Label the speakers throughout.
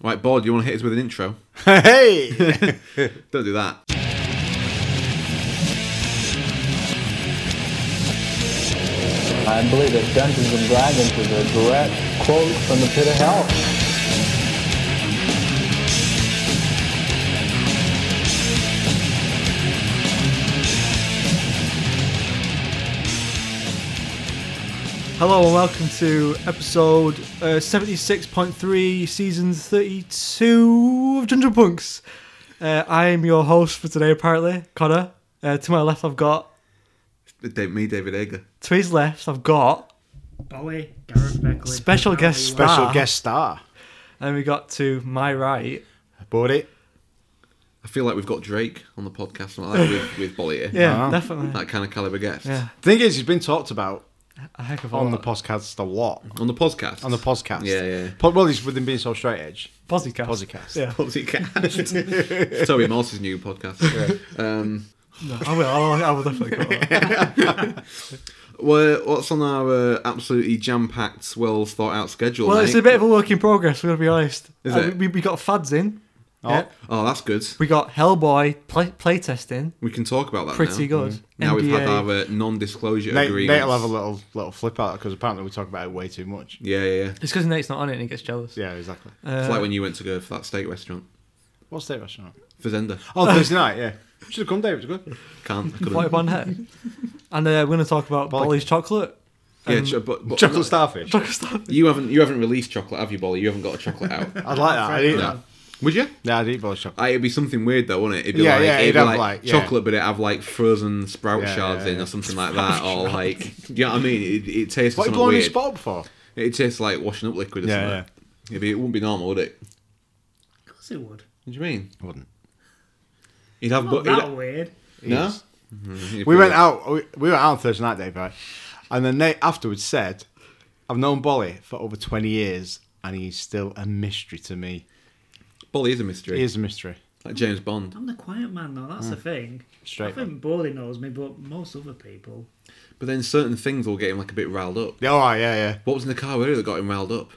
Speaker 1: Right, Bod, you want to hit us with an intro?
Speaker 2: Hey!
Speaker 1: Don't do that.
Speaker 3: I believe that Dungeons and Dragons is a direct quote from the pit of hell.
Speaker 2: Hello and welcome to episode uh, 76.3, season 32 of Ginger Punks. Uh, I am your host for today, apparently, Connor. Uh, to my left, I've got.
Speaker 1: Da- Me, David Egger.
Speaker 2: To his left, I've got.
Speaker 4: Bowie, Gareth Beckley.
Speaker 2: Special
Speaker 4: Harry
Speaker 2: guest
Speaker 4: Wang.
Speaker 2: star.
Speaker 5: Special guest star.
Speaker 2: And we got to my right.
Speaker 5: Bought it.
Speaker 1: I feel like we've got Drake on the podcast like that with, with Bolly here.
Speaker 2: Yeah,
Speaker 5: Wow.
Speaker 2: definitely.
Speaker 1: That kind of caliber guest.
Speaker 2: Yeah,
Speaker 5: Thing is, he's been talked about
Speaker 2: a heck of a
Speaker 5: on the
Speaker 2: lot.
Speaker 5: podcast a lot.
Speaker 1: On the podcast.
Speaker 5: On the podcast.
Speaker 1: Yeah, yeah, yeah.
Speaker 5: Po- well, he's with him being so straight edge.
Speaker 2: Posicast.
Speaker 5: Posicast.
Speaker 2: Yeah.
Speaker 1: podcast. Toby Morse's new podcast. Um,
Speaker 2: No, I will. I'll, I will definitely go on that.
Speaker 1: well, what's on our uh, absolutely jam-packed, well-thought-out schedule?
Speaker 2: Well,
Speaker 1: mate?
Speaker 2: it's a bit of a work in progress, we're going to be honest.
Speaker 1: Is
Speaker 2: Uh,
Speaker 1: it?
Speaker 2: We, we got fads in.
Speaker 5: Oh.
Speaker 2: Yeah.
Speaker 1: Oh, that's good.
Speaker 2: We got Hellboy play, playtesting.
Speaker 1: We can talk about that now.
Speaker 2: Pretty
Speaker 1: Mm.
Speaker 2: good.
Speaker 1: Mm-hmm. Now we've had
Speaker 2: NBA.
Speaker 1: our uh, non-disclosure
Speaker 5: Nate,
Speaker 1: agreement.
Speaker 5: Nate'll have a little little flip out because apparently we talk about it way too much.
Speaker 1: Yeah, yeah, yeah.
Speaker 2: It's because Nate's not on it and he gets jealous.
Speaker 5: Yeah, exactly.
Speaker 2: Uh.
Speaker 1: It's like when you went to go for that steak restaurant.
Speaker 5: What's Dave restaurant?
Speaker 1: Fazenda.
Speaker 5: Oh, Thursday night. Yeah, should have come, Dave. It's good.
Speaker 1: Can't. I couldn't.
Speaker 2: White blonde hair. And uh, we're going to talk about
Speaker 5: Bolly.
Speaker 2: Bolly's chocolate.
Speaker 1: yeah, ch- but, but
Speaker 5: Chocolate starfish.
Speaker 2: Chocolate stuff.
Speaker 1: You haven't you haven't released chocolate, have you, Bolly? You haven't got a chocolate out.
Speaker 5: I'd like that. I'd eat
Speaker 1: No.
Speaker 5: that.
Speaker 1: Would you?
Speaker 5: Yeah, I'd eat both chocolate.
Speaker 1: I, it'd be something weird though, wouldn't it? It'd be
Speaker 5: Yeah,
Speaker 1: like,
Speaker 5: yeah,
Speaker 1: it'd
Speaker 5: it'd
Speaker 1: be
Speaker 5: have,
Speaker 1: like,
Speaker 5: like, yeah.
Speaker 1: chocolate, but it'd have like frozen sprout
Speaker 5: Yeah,
Speaker 1: shards
Speaker 5: yeah,
Speaker 1: in
Speaker 5: yeah.
Speaker 1: or something like that, or like, do you know what I mean? It, it tastes
Speaker 5: What
Speaker 1: like
Speaker 5: you blowing
Speaker 1: weird.
Speaker 5: his spot before?
Speaker 1: It tastes like washing up liquid or
Speaker 5: Yeah,
Speaker 1: something. It'd be, it wouldn't be normal, would it? What
Speaker 4: Of course it would.
Speaker 1: do you mean?
Speaker 5: I wouldn't.
Speaker 1: He'd have, but
Speaker 4: Not that weird.
Speaker 1: no.
Speaker 5: Yes.
Speaker 1: Mhm,
Speaker 5: We went
Speaker 1: yeah.
Speaker 5: out. We, we went out on Thursday night, Dave, right? And then Nate afterwards said, "I've known Bolly for over twenty years, and he's still a mystery to me.
Speaker 1: Bolly is a mystery.
Speaker 5: He is a mystery."
Speaker 1: Like James Bond.
Speaker 4: I'm the quiet man, though. That's the thing.
Speaker 5: Hmm. Straight
Speaker 4: I think Bowley knows me, but most other people.
Speaker 1: But then certain things will get him like a bit riled up.
Speaker 5: Yeah, all right, yeah, yeah.
Speaker 1: What was in the car earlier that got him riled up?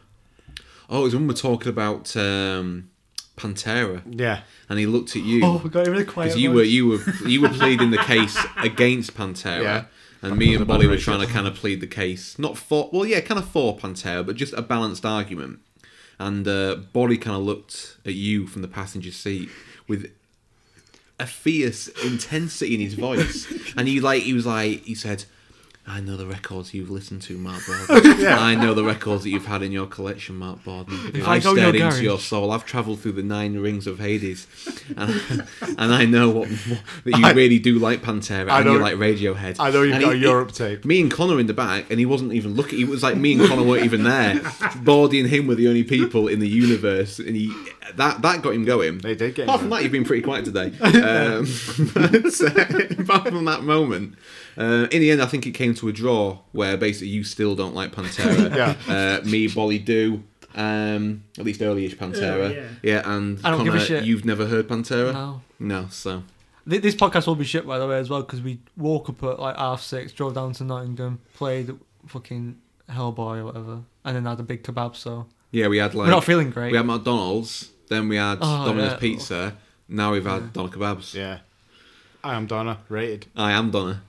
Speaker 1: Oh, it was when we were talking about um, Pantera,
Speaker 5: Yeah.
Speaker 1: and he looked at you
Speaker 2: Oh, we got really quiet.
Speaker 1: because you were
Speaker 2: voice.
Speaker 1: you were you were pleading the case against Pantera,
Speaker 5: Yeah.
Speaker 1: and me and Bolly were trying to kind of plead the case not for well, yeah, kind of for Pantera, but just a balanced argument. And uh, Bolly kind of looked at you from the passenger seat with a fierce intensity in his voice, and he like he was like he said. I know the records you've listened to, Mark Borden. I know the records that you've had in your collection, Mark Borden.
Speaker 2: I
Speaker 1: I've
Speaker 2: go in your
Speaker 1: stared into
Speaker 2: garage-
Speaker 1: your soul. I've travelled through the nine rings of Hades, and, and I know what, what- that you
Speaker 5: I-
Speaker 1: really do like Pantera
Speaker 5: I
Speaker 1: and you
Speaker 5: know-
Speaker 1: like Radiohead.
Speaker 5: I know you've
Speaker 1: And
Speaker 5: got a Europe tape.
Speaker 1: Me and Connor in the back, and he wasn't even looking. It was like me and Connor weren't even there. Bordy and him were the only people in the universe, and he that that got him going.
Speaker 5: They did get him
Speaker 1: Apart from
Speaker 5: going.
Speaker 1: that, you've been pretty quiet today. Um, but, uh, apart from that moment. Uh, in the end, I think it came to a draw where basically you still don't like Pantera.
Speaker 5: Yeah.
Speaker 1: Uh, me, Bolly do. Um, at least early-ish Pantera.
Speaker 4: Yeah,
Speaker 1: and
Speaker 2: I don't give a
Speaker 1: Connor,
Speaker 2: shit.
Speaker 1: you've never heard Pantera.
Speaker 2: No.
Speaker 1: No, so
Speaker 2: Th- This podcast will be shit, by the way, as well, because we woke up at like half six, drove down to Nottingham, played fucking Hellboy or whatever, and then had a big kebab, so
Speaker 1: yeah, we had like
Speaker 2: we're not feeling great.
Speaker 1: we had McDonald's, then we had
Speaker 2: Oh,
Speaker 1: Domino's
Speaker 2: yeah.
Speaker 1: Pizza. Now we've had Donna kebabs.
Speaker 5: Yeah. I am Donna, rated.
Speaker 1: I am Donna.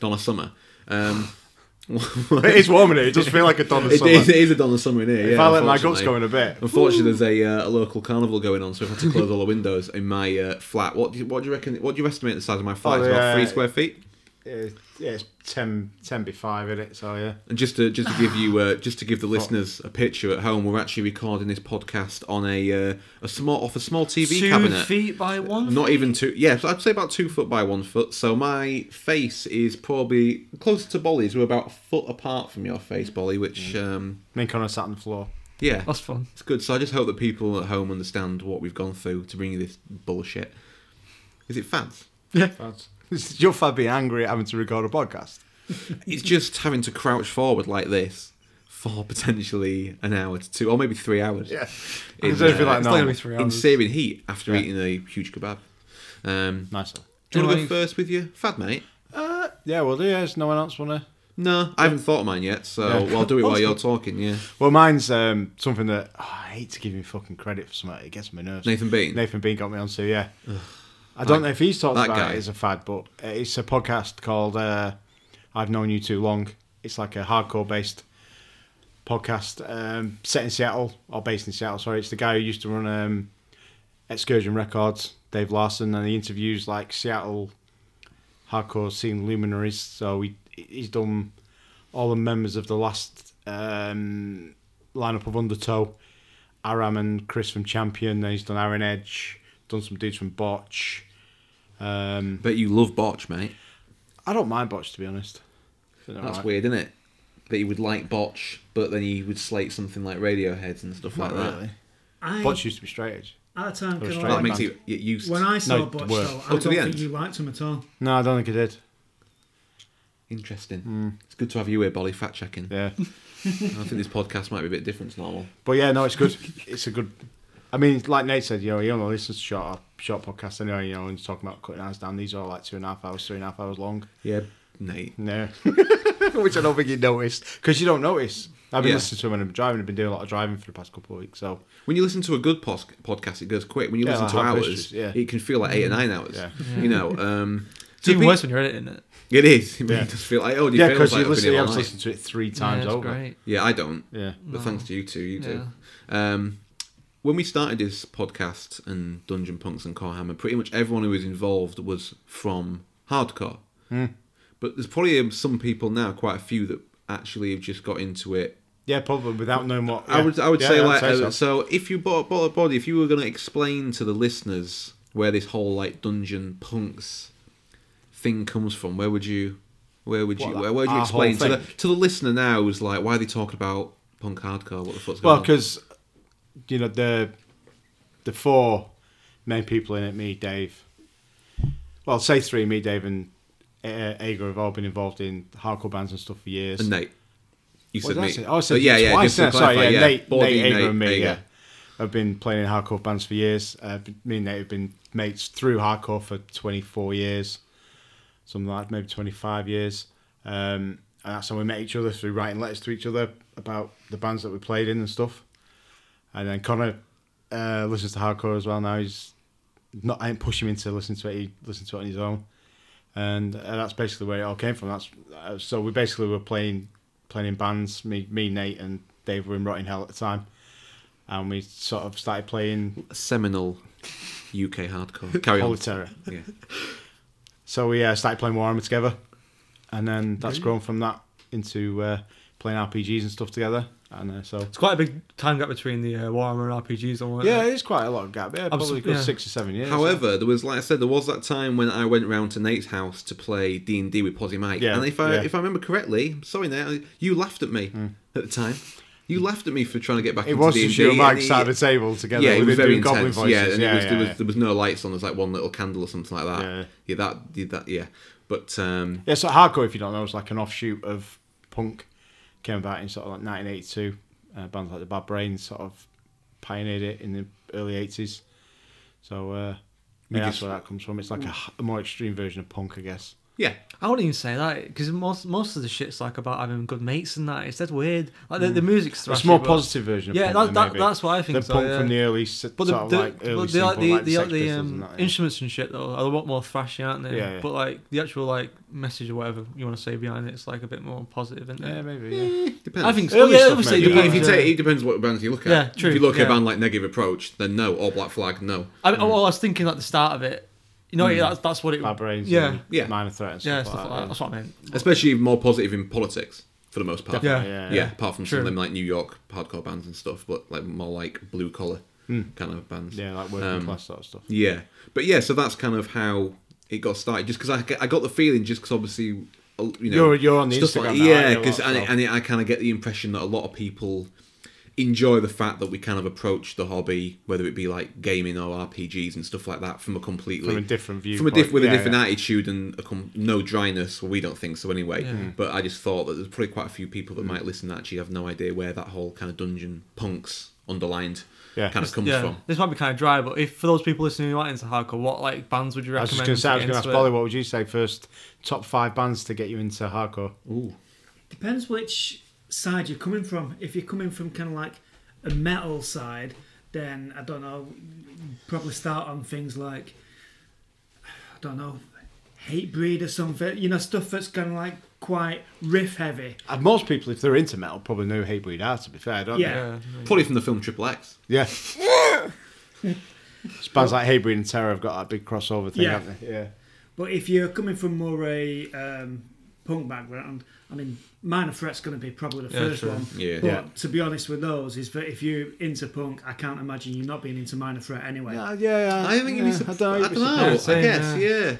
Speaker 1: Donna Summer. Um,
Speaker 5: It is warm in here. It does feel like a Donna
Speaker 1: it,
Speaker 5: summer.
Speaker 1: is, it is a Donna Summer in here.
Speaker 5: if
Speaker 1: yeah,
Speaker 5: I let my guts
Speaker 1: unfortunately.
Speaker 5: go in a bit.
Speaker 1: Unfortunately, there's a, uh, a local carnival going on, so we've had to close all the windows in my uh, flat. What do you, what do you reckon? What do you estimate the size of my flat?
Speaker 5: Oh,
Speaker 1: is? About
Speaker 5: yeah.
Speaker 1: three square feet.
Speaker 5: Yeah, it's 10, 10 by 5 in it, so yeah.
Speaker 1: And just to just to give you uh, just to give the listeners a picture at home, we're actually recording this podcast on a uh, a small off a small TV
Speaker 2: Two
Speaker 1: cabinet.
Speaker 2: feet by one.
Speaker 1: Not even two. Yeah, so I'd say about two foot by one foot. So my face is probably closer to Bolly's. We're about a foot apart from your face, Bolly. Which, um,
Speaker 5: Me and Connor sat on the floor.
Speaker 1: yeah,
Speaker 2: That's fun.
Speaker 1: it's good. So I just hope that people at home understand what we've gone through to bring you this bullshit. Is it fads?
Speaker 5: That's- Your fad being angry at having to record a podcast. Mm.
Speaker 1: It's just having to crouch forward like this for potentially an hour to two, or maybe three hours. In,
Speaker 5: It's gonna be
Speaker 1: uh,
Speaker 5: like
Speaker 2: It's not gonna
Speaker 5: normal.
Speaker 2: be three
Speaker 1: in
Speaker 2: hours.
Speaker 1: saving heat after
Speaker 5: Yeah.
Speaker 1: eating a huge kebab. Um,
Speaker 5: Nicer.
Speaker 1: do you want to
Speaker 2: Anyway.
Speaker 1: go first with your fad, mate?
Speaker 5: Uh, yeah, well, do. Yeah, does no one else want to
Speaker 1: No, I haven't thought of mine yet, so
Speaker 5: Yeah.
Speaker 1: well, I'll do it while you're talking. Yeah,
Speaker 5: Well, mine's um, somethething that oh, I hate to give him fucking credit for something. It gets on my nerves.
Speaker 1: Nathan Bean.
Speaker 5: Nathan Bean got me onto, yeah. I don't know if he's talked
Speaker 1: that
Speaker 5: about
Speaker 1: guy.
Speaker 5: it as a fad, but it's a podcast called uh, I've Known You Too Long. It's like a hardcore based podcast um, set in Seattle, or based in Seattle, sorry. It's the guy who used to run um, Excursion Records, Dave Larson, and he interviews like Seattle hardcore scene luminaries. So he, he's done all the members of the last um, lineup of Undertow. Aram and Chris from Champion. Then he's done Aaron Edge, done some dudes from Botch. Um,
Speaker 1: Bet you love Botch, mate.
Speaker 5: I don't mind Botch to be honest. They're
Speaker 1: That's
Speaker 5: alright.
Speaker 1: weird, isn't it? That you would like Botch, but then you would slate something like Radiohead and stuff
Speaker 5: Not
Speaker 1: like that.
Speaker 5: really.
Speaker 4: I,
Speaker 5: Botch used to be straight edge.
Speaker 4: at the time,
Speaker 5: That
Speaker 4: kinda
Speaker 5: was straight
Speaker 1: That
Speaker 4: liked-
Speaker 1: makes you you used.
Speaker 4: when I saw
Speaker 5: No,
Speaker 4: Butch,
Speaker 5: worse.
Speaker 4: though, I
Speaker 1: Oh,
Speaker 4: don't
Speaker 1: to the
Speaker 4: think
Speaker 1: end.
Speaker 4: you liked him at all.
Speaker 5: No, I don't think I did.
Speaker 1: Interesting. It's good to have you here, Bolly, fact checking.
Speaker 5: Hmm. Yeah,
Speaker 1: I think this podcast might be a bit different to normal.
Speaker 5: but yeah, no, it's good. It's a good. I mean, like Nate said, you know, he only listens to short short podcasts anyway. You know, and he's talking about cutting hours down. These are like two and a half hours, three and a half hours long.
Speaker 1: Yeah, Nate.
Speaker 5: No, which I don't think you noticed because you don't notice. I've been
Speaker 1: Yeah.
Speaker 5: listening to him when I'm driving. I've been doing a lot of driving for the past couple of weeks, so
Speaker 1: When you listen to a good pos- podcast, it goes quick. When you
Speaker 5: Yeah,
Speaker 1: listen
Speaker 5: like
Speaker 1: to
Speaker 5: Hard
Speaker 1: hours,
Speaker 5: Histories, yeah.
Speaker 1: it can feel like eight or nine hours.
Speaker 5: Yeah.
Speaker 1: You know, um,
Speaker 6: It's
Speaker 1: to
Speaker 6: even
Speaker 1: be-
Speaker 6: worse when you're editing it.
Speaker 1: It is. It
Speaker 5: Yeah.
Speaker 1: really does feel like oh,
Speaker 5: yeah, because you
Speaker 1: like I've been
Speaker 5: listen, you
Speaker 1: here all
Speaker 5: have to
Speaker 1: night.
Speaker 5: listen to it three
Speaker 6: Yeah,
Speaker 5: times
Speaker 6: it's
Speaker 5: over.
Speaker 6: great.
Speaker 1: Yeah, I don't.
Speaker 5: Yeah.
Speaker 1: But
Speaker 6: No.
Speaker 1: thanks to you two, you do. Um, when we started this podcast and Dungeon Punks and Core Hammer, pretty much everyone who was involved was from hardcore.
Speaker 5: Hmm.
Speaker 1: But there's probably um, some people now, quite a few, that actually have just got into it.
Speaker 5: Yeah, probably without knowing what.
Speaker 1: I would, I would
Speaker 5: Yeah,
Speaker 1: say
Speaker 5: I'd
Speaker 1: like uh, so.
Speaker 5: so.
Speaker 1: If you bought, bought a body, if you were going to explain to the listeners where this whole like Dungeon Punks thing comes from, where would you, where would you,
Speaker 5: What,
Speaker 1: where would you
Speaker 5: our
Speaker 1: explain
Speaker 5: whole
Speaker 1: to the
Speaker 5: thing?
Speaker 1: to the listener now? Who's like, why are they talking about punk hardcore? What the fuck's going
Speaker 5: Well,
Speaker 1: on?
Speaker 5: because you know the the four main people in it, me, Dave. Well, say three, me, Dave, and uh, Agar have all been involved in hardcore bands and stuff for years.
Speaker 1: And Nate. You
Speaker 5: What
Speaker 1: said
Speaker 5: did I
Speaker 1: Nate.
Speaker 5: say? Oh, I said
Speaker 1: So, yeah, yeah,
Speaker 5: twice.
Speaker 1: just to
Speaker 5: yeah, sorry,
Speaker 1: clarify,
Speaker 5: yeah, Nate,
Speaker 1: Baldy,
Speaker 5: Nate, Agar and me,
Speaker 1: Agar.
Speaker 5: yeah. I've been playing in hardcore bands for years. Uh, me and Nate have been mates through hardcore for 24 years, something like maybe 25 years. Um, and that's how we met each other through writing letters to each other about the bands that we played in and stuff. And then Connor uh, listens to hardcore as well now. He's not. I didn't push him into listening to it. He listened to it on his own, and uh, that's basically where it all came from. That's uh, so we basically were playing playing in bands. Me, me, Nate, and Dave were in Rotting Hell at the time, and we sort of started playing
Speaker 1: Seminal UK hardcore. Carry
Speaker 5: Holy
Speaker 1: on.
Speaker 5: Terror.
Speaker 1: Yeah.
Speaker 5: So we uh, started playing Warhammer together, and then that's grown from that into uh, playing RPGs and stuff together. And uh, so
Speaker 6: It's quite a big time gap between the uh, Warhammer and RPGs, though, weren't
Speaker 5: yeah,
Speaker 6: it?
Speaker 5: it's quite a lot of gap. Yeah,
Speaker 6: Absol-
Speaker 5: probably good
Speaker 6: yeah.
Speaker 5: six or seven years.
Speaker 1: However, there was like I said, there was that time when I went round to Nate's house to play D and D with Posy Mike,
Speaker 5: Yeah,
Speaker 1: and if I
Speaker 5: yeah. Hmm.
Speaker 1: if I remember correctly, sorry Nate, you laughed at me at the time. You laughed at me for trying to get back
Speaker 5: It
Speaker 1: into
Speaker 5: was
Speaker 1: D&D,
Speaker 5: just you and Mike sat at the
Speaker 1: it-
Speaker 5: table together.
Speaker 1: Yeah, it
Speaker 5: with
Speaker 1: was
Speaker 5: the
Speaker 1: very
Speaker 5: doing goblin
Speaker 1: intense. Yeah,
Speaker 5: voices.
Speaker 1: and it was, there, was,
Speaker 5: yeah.
Speaker 1: there was no lights on. There was like one little candle or something like that.
Speaker 5: Yeah.
Speaker 1: yeah that did that. Yeah, but um,
Speaker 5: Yeah, so hardcore, if you don't know, is like an offshoot of punk. Came about in sort of like 1982. Uh, bands like the Bad Brains sort of pioneered it in the early 80s. So uh,
Speaker 1: We
Speaker 5: yeah, that's
Speaker 1: just-
Speaker 5: where that comes from. It's like a, h- a more extreme version of punk, I guess.
Speaker 1: yeah,
Speaker 6: I wouldn't even say that because most most of the shit's like about having good mates and that. It's dead weird. Like the, the music's
Speaker 5: Mm. It's
Speaker 6: thrashy,
Speaker 5: a more
Speaker 6: but-
Speaker 5: positive version. of
Speaker 6: Yeah,
Speaker 5: punk
Speaker 6: that-
Speaker 5: then,
Speaker 6: that-
Speaker 5: maybe.
Speaker 6: that's what I think
Speaker 5: The
Speaker 6: so,
Speaker 5: punk
Speaker 6: yeah.
Speaker 5: from the early, s-
Speaker 6: But the,
Speaker 5: sort of
Speaker 6: the,
Speaker 5: like early
Speaker 6: but the, like,
Speaker 5: simple,
Speaker 6: the,
Speaker 5: like
Speaker 6: the,
Speaker 5: Sex
Speaker 6: the,
Speaker 5: Pistols
Speaker 6: um,
Speaker 5: and that, yeah.
Speaker 6: instruments and shit though are a lot more thrashy, aren't they?
Speaker 5: Yeah, yeah.
Speaker 6: But like the actual like message or whatever you want to say behind it, it's like a bit more positive, isn't
Speaker 5: Yeah,
Speaker 6: it?
Speaker 5: maybe.
Speaker 6: Mm.
Speaker 5: Yeah.
Speaker 1: depends.
Speaker 6: I think so.
Speaker 5: Early
Speaker 6: yeah,
Speaker 5: stuff,
Speaker 6: obviously
Speaker 5: maybe,
Speaker 6: it
Speaker 5: yeah.
Speaker 1: If
Speaker 6: depends,
Speaker 1: you
Speaker 6: yeah.
Speaker 1: take, it depends what bands you look at.
Speaker 6: Yeah, true,
Speaker 1: If you look at
Speaker 6: yeah.
Speaker 1: a band like Negative Approach, then no. Or Black Flag, no.
Speaker 6: I, mean, well, I was thinking at the start of it, you know, that's, that's what it.
Speaker 5: Mm. Bad Brains.
Speaker 6: Yeah.
Speaker 5: and
Speaker 1: Yeah.
Speaker 5: Minor Threat. And stuff
Speaker 6: yeah,
Speaker 5: like
Speaker 6: stuff like
Speaker 5: that,
Speaker 6: that. That's what I meant.
Speaker 1: Especially more positive in politics, for the most part.
Speaker 5: yeah.
Speaker 6: Yeah.
Speaker 1: Yeah,
Speaker 5: Yeah.
Speaker 1: apart from
Speaker 6: True.
Speaker 1: some of them like New York hardcore bands and stuff, but like more like blue collar
Speaker 6: Hmm.
Speaker 1: kind of bands.
Speaker 5: Yeah, like working
Speaker 1: Um,
Speaker 5: class sort of stuff.
Speaker 1: Yeah, but yeah, so that's kind of how it got started. Just because I, I got the feeling, just because obviously, uh, you know,
Speaker 5: You're- you're on the
Speaker 1: stuff
Speaker 5: Instagram
Speaker 1: like-
Speaker 5: now, aren't
Speaker 1: yeah,
Speaker 5: you, a
Speaker 1: because
Speaker 5: lot,
Speaker 1: and,
Speaker 5: so.
Speaker 1: it- and it, I kind of get the impression that a lot of people enjoy the fact that we kind of approach the hobby, whether it be like gaming or RPGs and stuff like that, from a completely
Speaker 5: From a different
Speaker 1: from a
Speaker 5: viewpoint.
Speaker 1: diff- with
Speaker 5: Yeah,
Speaker 1: a different
Speaker 5: yeah.
Speaker 1: attitude and a com- no dryness. Well, we don't think so anyway. But I just thought that there's probably quite a few people
Speaker 5: Mm.
Speaker 1: that might listen that actually have no idea where that whole kind of dungeon punks underlined
Speaker 5: Yeah.
Speaker 1: kind of comes
Speaker 6: yeah,
Speaker 1: from.
Speaker 6: this might be kind of dry, but if for those people listening who aren't into hardcore, what like bands would you
Speaker 5: I
Speaker 6: recommend?
Speaker 5: was just going to say, I was
Speaker 6: to
Speaker 5: going to
Speaker 6: get
Speaker 5: ask
Speaker 6: into it?
Speaker 5: Bolly, what would you say first top five bands to get you into hardcore?
Speaker 1: Ooh.
Speaker 4: Depends which side you're coming from. If you're coming from kind of like a metal side, then I don't know, probably start on things like, I don't know, Hate Breed or something, you know, stuff that's kind of like quite riff heavy.
Speaker 5: And most people, if they're into metal, probably know who Hatebreed are. To be fair, don't
Speaker 4: Yeah.
Speaker 1: Probably from the film Triple X.
Speaker 5: they? Yeah. it's bands like Hatebreed and Terror have got that big crossover thing,
Speaker 4: Yeah.
Speaker 5: haven't they? Yeah.
Speaker 4: But if you're coming from more a um, punk background, I mean, Minor Threat's going to be probably the
Speaker 2: Yeah,
Speaker 4: first
Speaker 2: true.
Speaker 4: one.
Speaker 1: Yeah.
Speaker 4: But
Speaker 5: Yeah.
Speaker 4: to be honest with those, is that if you're into punk, I can't imagine you not being into Minor Threat anyway.
Speaker 5: Yeah, yeah,
Speaker 1: I think you'd be
Speaker 5: yeah,
Speaker 1: surprised.
Speaker 5: know,
Speaker 1: I
Speaker 5: you'd
Speaker 1: don't
Speaker 5: be
Speaker 1: know.
Speaker 2: Yeah,
Speaker 5: surprised.
Speaker 2: same,
Speaker 1: I guess,
Speaker 2: yeah.
Speaker 1: yeah.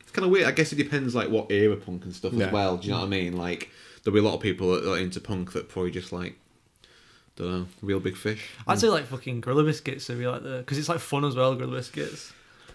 Speaker 1: It's kind of weird. I guess it depends, like, what era punk and stuff
Speaker 5: Yeah.
Speaker 1: as well. Do you know what I mean? Like, there'll be a lot of people that are into punk that probably just, like, don't know, real big fish.
Speaker 2: I'd say like fucking Gorilla Biscuits would be like the because it's like fun as well. Gorilla Biscuits.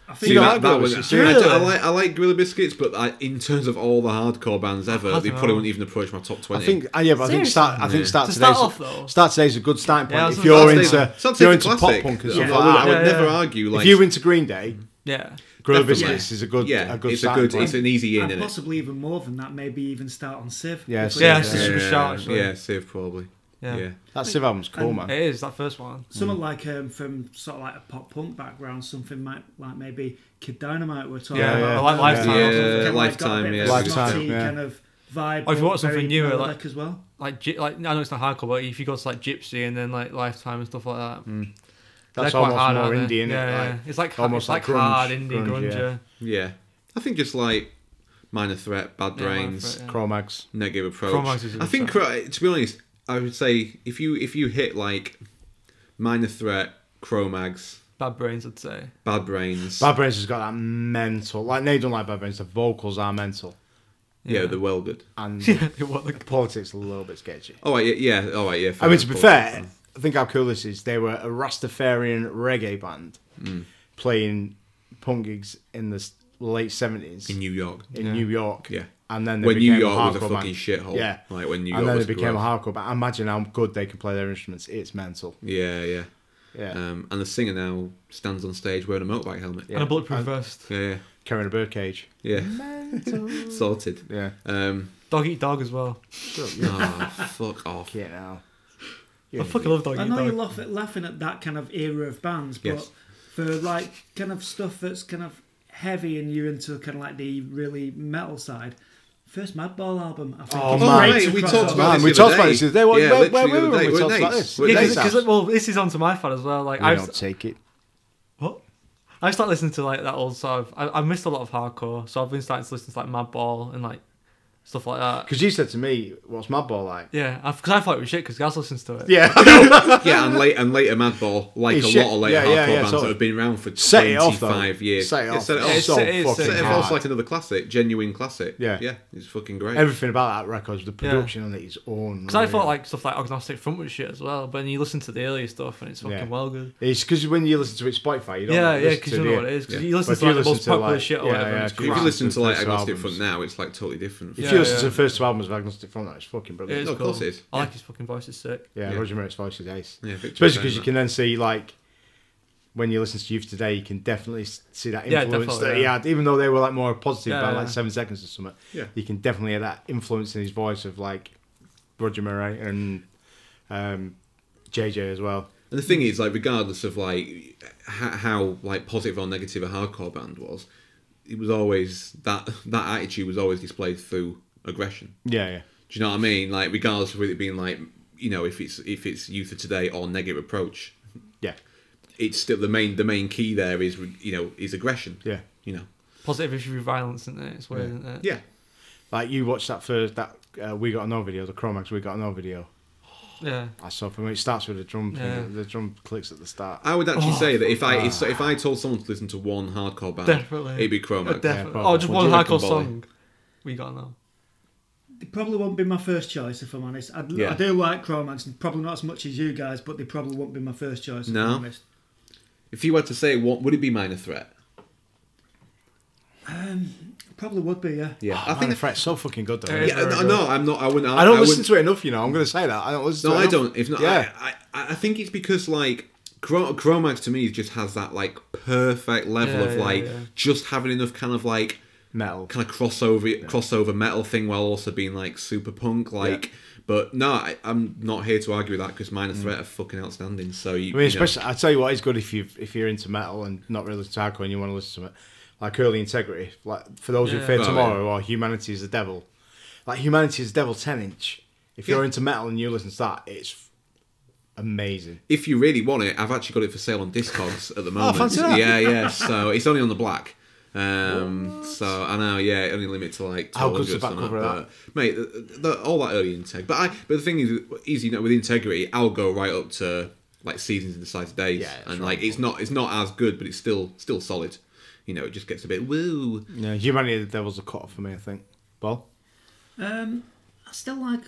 Speaker 4: I
Speaker 5: you
Speaker 4: think
Speaker 5: know,
Speaker 1: that-
Speaker 5: like
Speaker 1: that
Speaker 5: Gorilla
Speaker 1: was-
Speaker 5: Biscuits,
Speaker 1: I,
Speaker 2: yeah.
Speaker 1: do- I like I like Gorilla Biscuits, but I, in terms of all the hardcore bands ever,
Speaker 2: don't
Speaker 1: they
Speaker 2: know.
Speaker 1: probably wouldn't even approach my top
Speaker 5: I
Speaker 1: twenty.
Speaker 5: think, uh, yeah, but I think start. I think
Speaker 1: Yeah.
Speaker 5: start
Speaker 2: To
Speaker 5: today's
Speaker 2: start off, though.
Speaker 5: Start today's a good starting point.
Speaker 2: Yeah, I was
Speaker 5: if
Speaker 2: gonna
Speaker 5: you're
Speaker 2: say-
Speaker 5: into,
Speaker 1: Start
Speaker 5: if you're
Speaker 1: taking
Speaker 5: into pop
Speaker 1: classic.
Speaker 5: punk and
Speaker 1: Yeah.
Speaker 5: stuff
Speaker 4: Yeah.
Speaker 5: like that,
Speaker 1: I would
Speaker 2: Yeah,
Speaker 1: never
Speaker 2: yeah.
Speaker 1: argue. Like,
Speaker 5: if you're into Green Day,
Speaker 2: Yeah.
Speaker 5: Gorilla
Speaker 1: Definitely.
Speaker 5: Biscuits is a good,
Speaker 1: yeah,
Speaker 5: a good
Speaker 1: it's a
Speaker 5: starting
Speaker 1: good,
Speaker 5: point.
Speaker 1: it's an easy in,
Speaker 4: and
Speaker 1: isn't it?
Speaker 4: possibly even more than that, maybe even start on Civ.
Speaker 5: Yeah,
Speaker 4: If we-
Speaker 2: Yeah,
Speaker 5: Yeah.
Speaker 2: it's a good shout actually.
Speaker 1: yeah, Civ probably.
Speaker 2: Yeah.
Speaker 1: Yeah.
Speaker 5: that Civ album's cool, man.
Speaker 2: It is that first one.
Speaker 4: Someone like um, from sort of like a pop punk background, something might, like maybe Kid Dynamite we're talking
Speaker 2: Yeah,
Speaker 4: about.
Speaker 5: yeah.
Speaker 2: Um, I like
Speaker 5: Yeah.
Speaker 2: Lifetime.
Speaker 1: Yeah.
Speaker 4: Kind of like got a
Speaker 1: Lifetime,
Speaker 4: bit of
Speaker 1: yeah.
Speaker 4: a
Speaker 5: Lifetime,
Speaker 4: snotty
Speaker 5: yeah.
Speaker 4: kind of vibe.
Speaker 2: Or Oh, if you want
Speaker 4: but
Speaker 2: something
Speaker 4: very
Speaker 2: newer, like-
Speaker 4: melodic as well.
Speaker 2: Like Gy- like I know it's not hardcore, but if you go to like Gypsy and then like Lifetime and stuff like that, they're
Speaker 5: Mm. That's
Speaker 2: quite
Speaker 5: almost
Speaker 2: hard,
Speaker 5: more
Speaker 2: aren't they?
Speaker 5: indie, isn't
Speaker 2: yeah,
Speaker 5: it?
Speaker 2: yeah. it's like almost
Speaker 5: almost
Speaker 2: like,
Speaker 5: like grunge-
Speaker 2: hard indie grunge.
Speaker 5: grunge, yeah.
Speaker 2: yeah.
Speaker 1: Yeah. I think just like Minor Threat, Bad
Speaker 2: Yeah, Minor
Speaker 1: Brains,
Speaker 2: Threat, yeah.
Speaker 5: Chromags.
Speaker 1: Negative Approach.
Speaker 2: Chromags is a
Speaker 1: I
Speaker 2: good
Speaker 1: think Chro- to be honest, I would say if you if you hit like Minor Threat, Chromags,
Speaker 2: Bad Brains, I'd say.
Speaker 1: Bad Brains,
Speaker 5: Bad Brains has got that mental. Like they don't like Bad Brains. The vocals are mental,
Speaker 1: yeah,
Speaker 2: yeah.
Speaker 1: they're well good.
Speaker 5: and
Speaker 2: It was
Speaker 5: the politics a little bit sketchy.
Speaker 1: All right, yeah, yeah, all right, yeah.
Speaker 5: I mean, to be
Speaker 1: enough,
Speaker 5: fair, I think how cool this is. They were a Rastafarian reggae band
Speaker 1: Mm.
Speaker 5: playing punk gigs in the s- late seventies
Speaker 1: in
Speaker 5: in,
Speaker 1: New York,
Speaker 5: New York.
Speaker 1: Yeah.
Speaker 5: and then they
Speaker 1: when New
Speaker 5: became a
Speaker 1: York was a
Speaker 5: hardcore
Speaker 1: fucking
Speaker 5: band.
Speaker 1: shithole.
Speaker 5: Yeah,
Speaker 1: like when New York
Speaker 5: and then
Speaker 1: was
Speaker 5: they became a
Speaker 1: gross.
Speaker 5: hardcore band. Imagine how good they can play their instruments. It's mental.
Speaker 1: Yeah, yeah.
Speaker 5: Yeah,
Speaker 1: Um, and the singer now stands on stage wearing a motorbike helmet.
Speaker 5: Yeah.
Speaker 2: and a bulletproof
Speaker 5: And-
Speaker 2: vest.
Speaker 1: yeah,
Speaker 5: carrying a birdcage.
Speaker 1: yeah. Sorted.
Speaker 5: Yeah,
Speaker 1: Um,
Speaker 2: Dog eat dog as well.
Speaker 1: oh, fuck off.
Speaker 5: yeah. Now,
Speaker 2: I fucking love dog
Speaker 4: I
Speaker 2: eat
Speaker 4: know you're
Speaker 2: dog.
Speaker 4: laugh- laughing at that kind of era of bands, but
Speaker 1: Yes.
Speaker 4: for like kind of stuff that's kind of heavy and you're into kind of like the really metal side, first Madball album, I think.
Speaker 5: Oh,
Speaker 4: is
Speaker 5: man.
Speaker 4: great
Speaker 5: Right,
Speaker 4: to
Speaker 1: we
Speaker 4: cross
Speaker 1: talked
Speaker 4: over.
Speaker 1: about
Speaker 5: Man,
Speaker 1: this
Speaker 5: we
Speaker 1: the
Speaker 5: talked
Speaker 1: other
Speaker 5: about
Speaker 1: day.
Speaker 5: this the other day. Where-
Speaker 1: yeah,
Speaker 5: where-
Speaker 1: literally
Speaker 5: where
Speaker 1: the
Speaker 5: were
Speaker 1: other
Speaker 5: we
Speaker 1: day.
Speaker 5: when we
Speaker 1: We're
Speaker 5: talked about
Speaker 1: Nate's.
Speaker 5: this?
Speaker 1: We're
Speaker 2: Yeah,
Speaker 5: Nate's.
Speaker 1: Nate's.
Speaker 2: because well, this is onto my fad as well. Like
Speaker 5: we
Speaker 2: I
Speaker 5: don't take it.
Speaker 2: What? I started listening to like that old sort of. I, I missed a lot of hardcore, so I've been starting to listen to like Madball and like stuff like that.
Speaker 5: Because you said to me, "What's Madball like?"
Speaker 2: Yeah, because I thought it was shit because Gaz listens to it.
Speaker 5: Yeah,
Speaker 1: yeah, and late and later Madball, like
Speaker 5: It's
Speaker 1: a
Speaker 5: shit.
Speaker 1: lot of later
Speaker 5: Yeah,
Speaker 1: hardcore
Speaker 5: yeah, yeah,
Speaker 1: bands
Speaker 5: totally.
Speaker 1: that have been around for
Speaker 5: set it off though.
Speaker 1: twenty-five years.
Speaker 5: Set it
Speaker 1: Yeah,
Speaker 5: off.
Speaker 1: Set it
Speaker 5: It's
Speaker 1: off.
Speaker 5: so
Speaker 2: Set it-
Speaker 5: fucking
Speaker 1: Set it
Speaker 5: hard.
Speaker 1: off like another classic, genuine classic.
Speaker 5: Yeah.
Speaker 1: yeah, it's fucking great.
Speaker 5: Everything about that record, the production on it is on.
Speaker 2: Because I thought like stuff like agnostic front was shit as well, but then you listen to the earlier stuff and it's fucking
Speaker 5: Yeah.
Speaker 2: well good.
Speaker 5: it's because when you listen to it Spotify, you don't
Speaker 2: Yeah,
Speaker 5: like
Speaker 2: yeah,
Speaker 5: listen
Speaker 2: because
Speaker 5: to
Speaker 2: you know
Speaker 5: the-
Speaker 2: what it is. Because
Speaker 1: Yeah.
Speaker 2: you listen
Speaker 5: But
Speaker 2: to
Speaker 5: if
Speaker 2: like
Speaker 5: you
Speaker 2: the most
Speaker 5: listen to,
Speaker 2: popular
Speaker 5: like-
Speaker 2: shit or
Speaker 5: yeah,
Speaker 2: whatever.
Speaker 5: yeah,
Speaker 2: it's
Speaker 5: if
Speaker 1: if
Speaker 2: crap.
Speaker 1: you
Speaker 5: Grant
Speaker 1: listen to
Speaker 5: the
Speaker 1: like
Speaker 5: first
Speaker 1: Agnostic
Speaker 5: albums.
Speaker 1: Front now, it's like totally different.
Speaker 5: If
Speaker 2: Yeah,
Speaker 5: you listen to
Speaker 2: yeah.
Speaker 5: the first two albums of Agnostic Front, it's fucking
Speaker 2: It is
Speaker 5: brilliant.
Speaker 1: No, of
Speaker 2: cool.
Speaker 1: course it is.
Speaker 2: I like
Speaker 1: Yeah.
Speaker 2: his fucking voice. It's sick.
Speaker 5: Yeah,
Speaker 1: Yeah.
Speaker 5: Roger Murray's voice is ace.
Speaker 1: Yeah, Victor was
Speaker 5: Especially because
Speaker 1: saying
Speaker 5: you
Speaker 1: that.
Speaker 5: can then see like when you listen to Youth Today, you can definitely s- see that
Speaker 2: Yeah,
Speaker 5: influence
Speaker 2: definitely,
Speaker 5: that he
Speaker 2: yeah.
Speaker 5: had, even though they were like more positive
Speaker 2: Yeah,
Speaker 5: about
Speaker 2: yeah.
Speaker 5: like Seven Seconds or something.
Speaker 1: Yeah.
Speaker 5: you can definitely hear that influence in his voice of like Roger Murray and um, JJ as well.
Speaker 1: And the thing is, like, regardless of like h- how like positive or negative a hardcore band was, it was always that that attitude was always displayed through aggression.
Speaker 5: Yeah, yeah.
Speaker 1: Do you know what I mean? Like, regardless of it being like you know if it's if it's youth of today or negative approach,
Speaker 5: Yeah,
Speaker 1: it's still the main the main key there is you know is aggression.
Speaker 5: yeah.
Speaker 1: You know.
Speaker 2: Positive issue with violence, isn't it? It's weird, isn't it?
Speaker 1: Yeah.
Speaker 5: Like you watched that first that uh, we got no video, the Chromax we got no video.
Speaker 2: Yeah.
Speaker 5: I saw from it starts with the drum thing,
Speaker 2: Yeah.
Speaker 5: the drum clicks at the start.
Speaker 1: I would actually say that if I if, if I told someone to listen to one hardcore band,
Speaker 2: Definitely.
Speaker 1: it'd be
Speaker 2: Oh,
Speaker 1: Chromax.
Speaker 2: definitely.
Speaker 5: probably.
Speaker 2: oh, just
Speaker 1: What do
Speaker 2: one
Speaker 1: you reckon,
Speaker 2: hardcore
Speaker 1: Bolly?
Speaker 2: song. We got now.
Speaker 4: It probably won't be my first choice if I'm honest. I,
Speaker 1: Yeah.
Speaker 4: I do like Chromax, and probably not as much as you guys, but they probably won't be my first choice. If
Speaker 1: No.
Speaker 4: I'm honest.
Speaker 1: If you had to say, what would it be? Minor Threat.
Speaker 4: probably would be. Yeah,
Speaker 1: Yeah, I
Speaker 5: I think
Speaker 1: think.
Speaker 5: Oh, the fret's so fucking good though.
Speaker 2: Yeah,
Speaker 1: Yeah,
Speaker 2: Very
Speaker 1: no,
Speaker 2: good.
Speaker 1: no, I'm not. I wouldn't.
Speaker 5: I don't
Speaker 1: I
Speaker 5: listen
Speaker 1: wouldn't-
Speaker 5: to it enough, you know. I'm going to say that. I don't listen
Speaker 1: No,
Speaker 5: to it
Speaker 1: I
Speaker 5: enough.
Speaker 1: don't. If not,
Speaker 5: Yeah.
Speaker 1: I, I, I think it's because like Chro- Chromax to me just has that like perfect level
Speaker 2: Yeah,
Speaker 1: of
Speaker 2: yeah,
Speaker 1: like
Speaker 2: yeah.
Speaker 1: just having enough kind of like
Speaker 5: metal.
Speaker 1: kind of crossover crossover metal thing while also being like super punk like. But no, I, I'm not here to argue with that because Minor Threat are fucking outstanding. So you,
Speaker 5: Mm. I mean,
Speaker 1: you know,
Speaker 5: especially I tell you what, it's good if you if you're into metal and not really into hardcore and you want to listen to it, like Early Integrity, like for those who
Speaker 6: Yeah.
Speaker 5: fear
Speaker 1: Oh,
Speaker 5: tomorrow or Humanity is the Devil, like Humanity is the Devil ten inch. If you're
Speaker 1: Yeah.
Speaker 5: into metal and you listen to that, it's amazing.
Speaker 1: if you really want it, I've actually got it for sale on Discogs at the moment.
Speaker 5: fancy that.
Speaker 1: Yeah, yeah. So it's only on the black. Um, so I know, yeah, only limit to like
Speaker 5: How good's the
Speaker 1: 1200 or something,
Speaker 5: back cover of
Speaker 1: but- mate? The, the, all that early intake, but I but the thing is, is you know, with integrity, I'll go right up to like seasons and decided days,
Speaker 5: Yeah, it's
Speaker 1: and like it's not it's not as good, but it's still still solid. You know, it just gets a bit woo.
Speaker 5: Yeah, Humanity is the Devil's a cut off for me, I think. Well,
Speaker 4: Um, I still like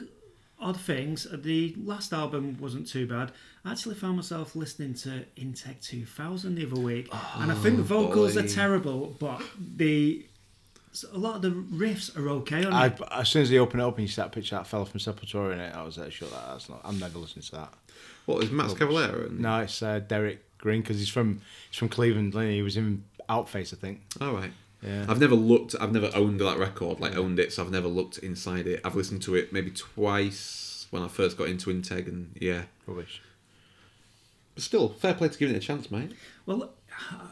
Speaker 4: odd things. Uh, The last album wasn't too bad. I actually found myself listening to Intech 2000 the other week, and I think the vocals
Speaker 1: boy.
Speaker 4: are terrible, but the s- a lot of the riffs are okay on
Speaker 5: I,
Speaker 4: it.
Speaker 5: as soon as they open it up and you see that picture of that fella from Sepultura in it, I was like, sure that that's not. I'm never listening to that.
Speaker 1: What is Max Cavalera? And,
Speaker 5: No, it's uh, Derek Green because he's from he's from Cleveland. He was in Outface, I think.
Speaker 1: All right.
Speaker 5: Yeah.
Speaker 1: I've never looked. I've never owned that record, like owned it. So I've never looked inside it. I've listened to it maybe twice when I first got into Integ, and yeah.
Speaker 5: Rubbish.
Speaker 1: But still, fair play to giving it a chance, mate.
Speaker 4: Well,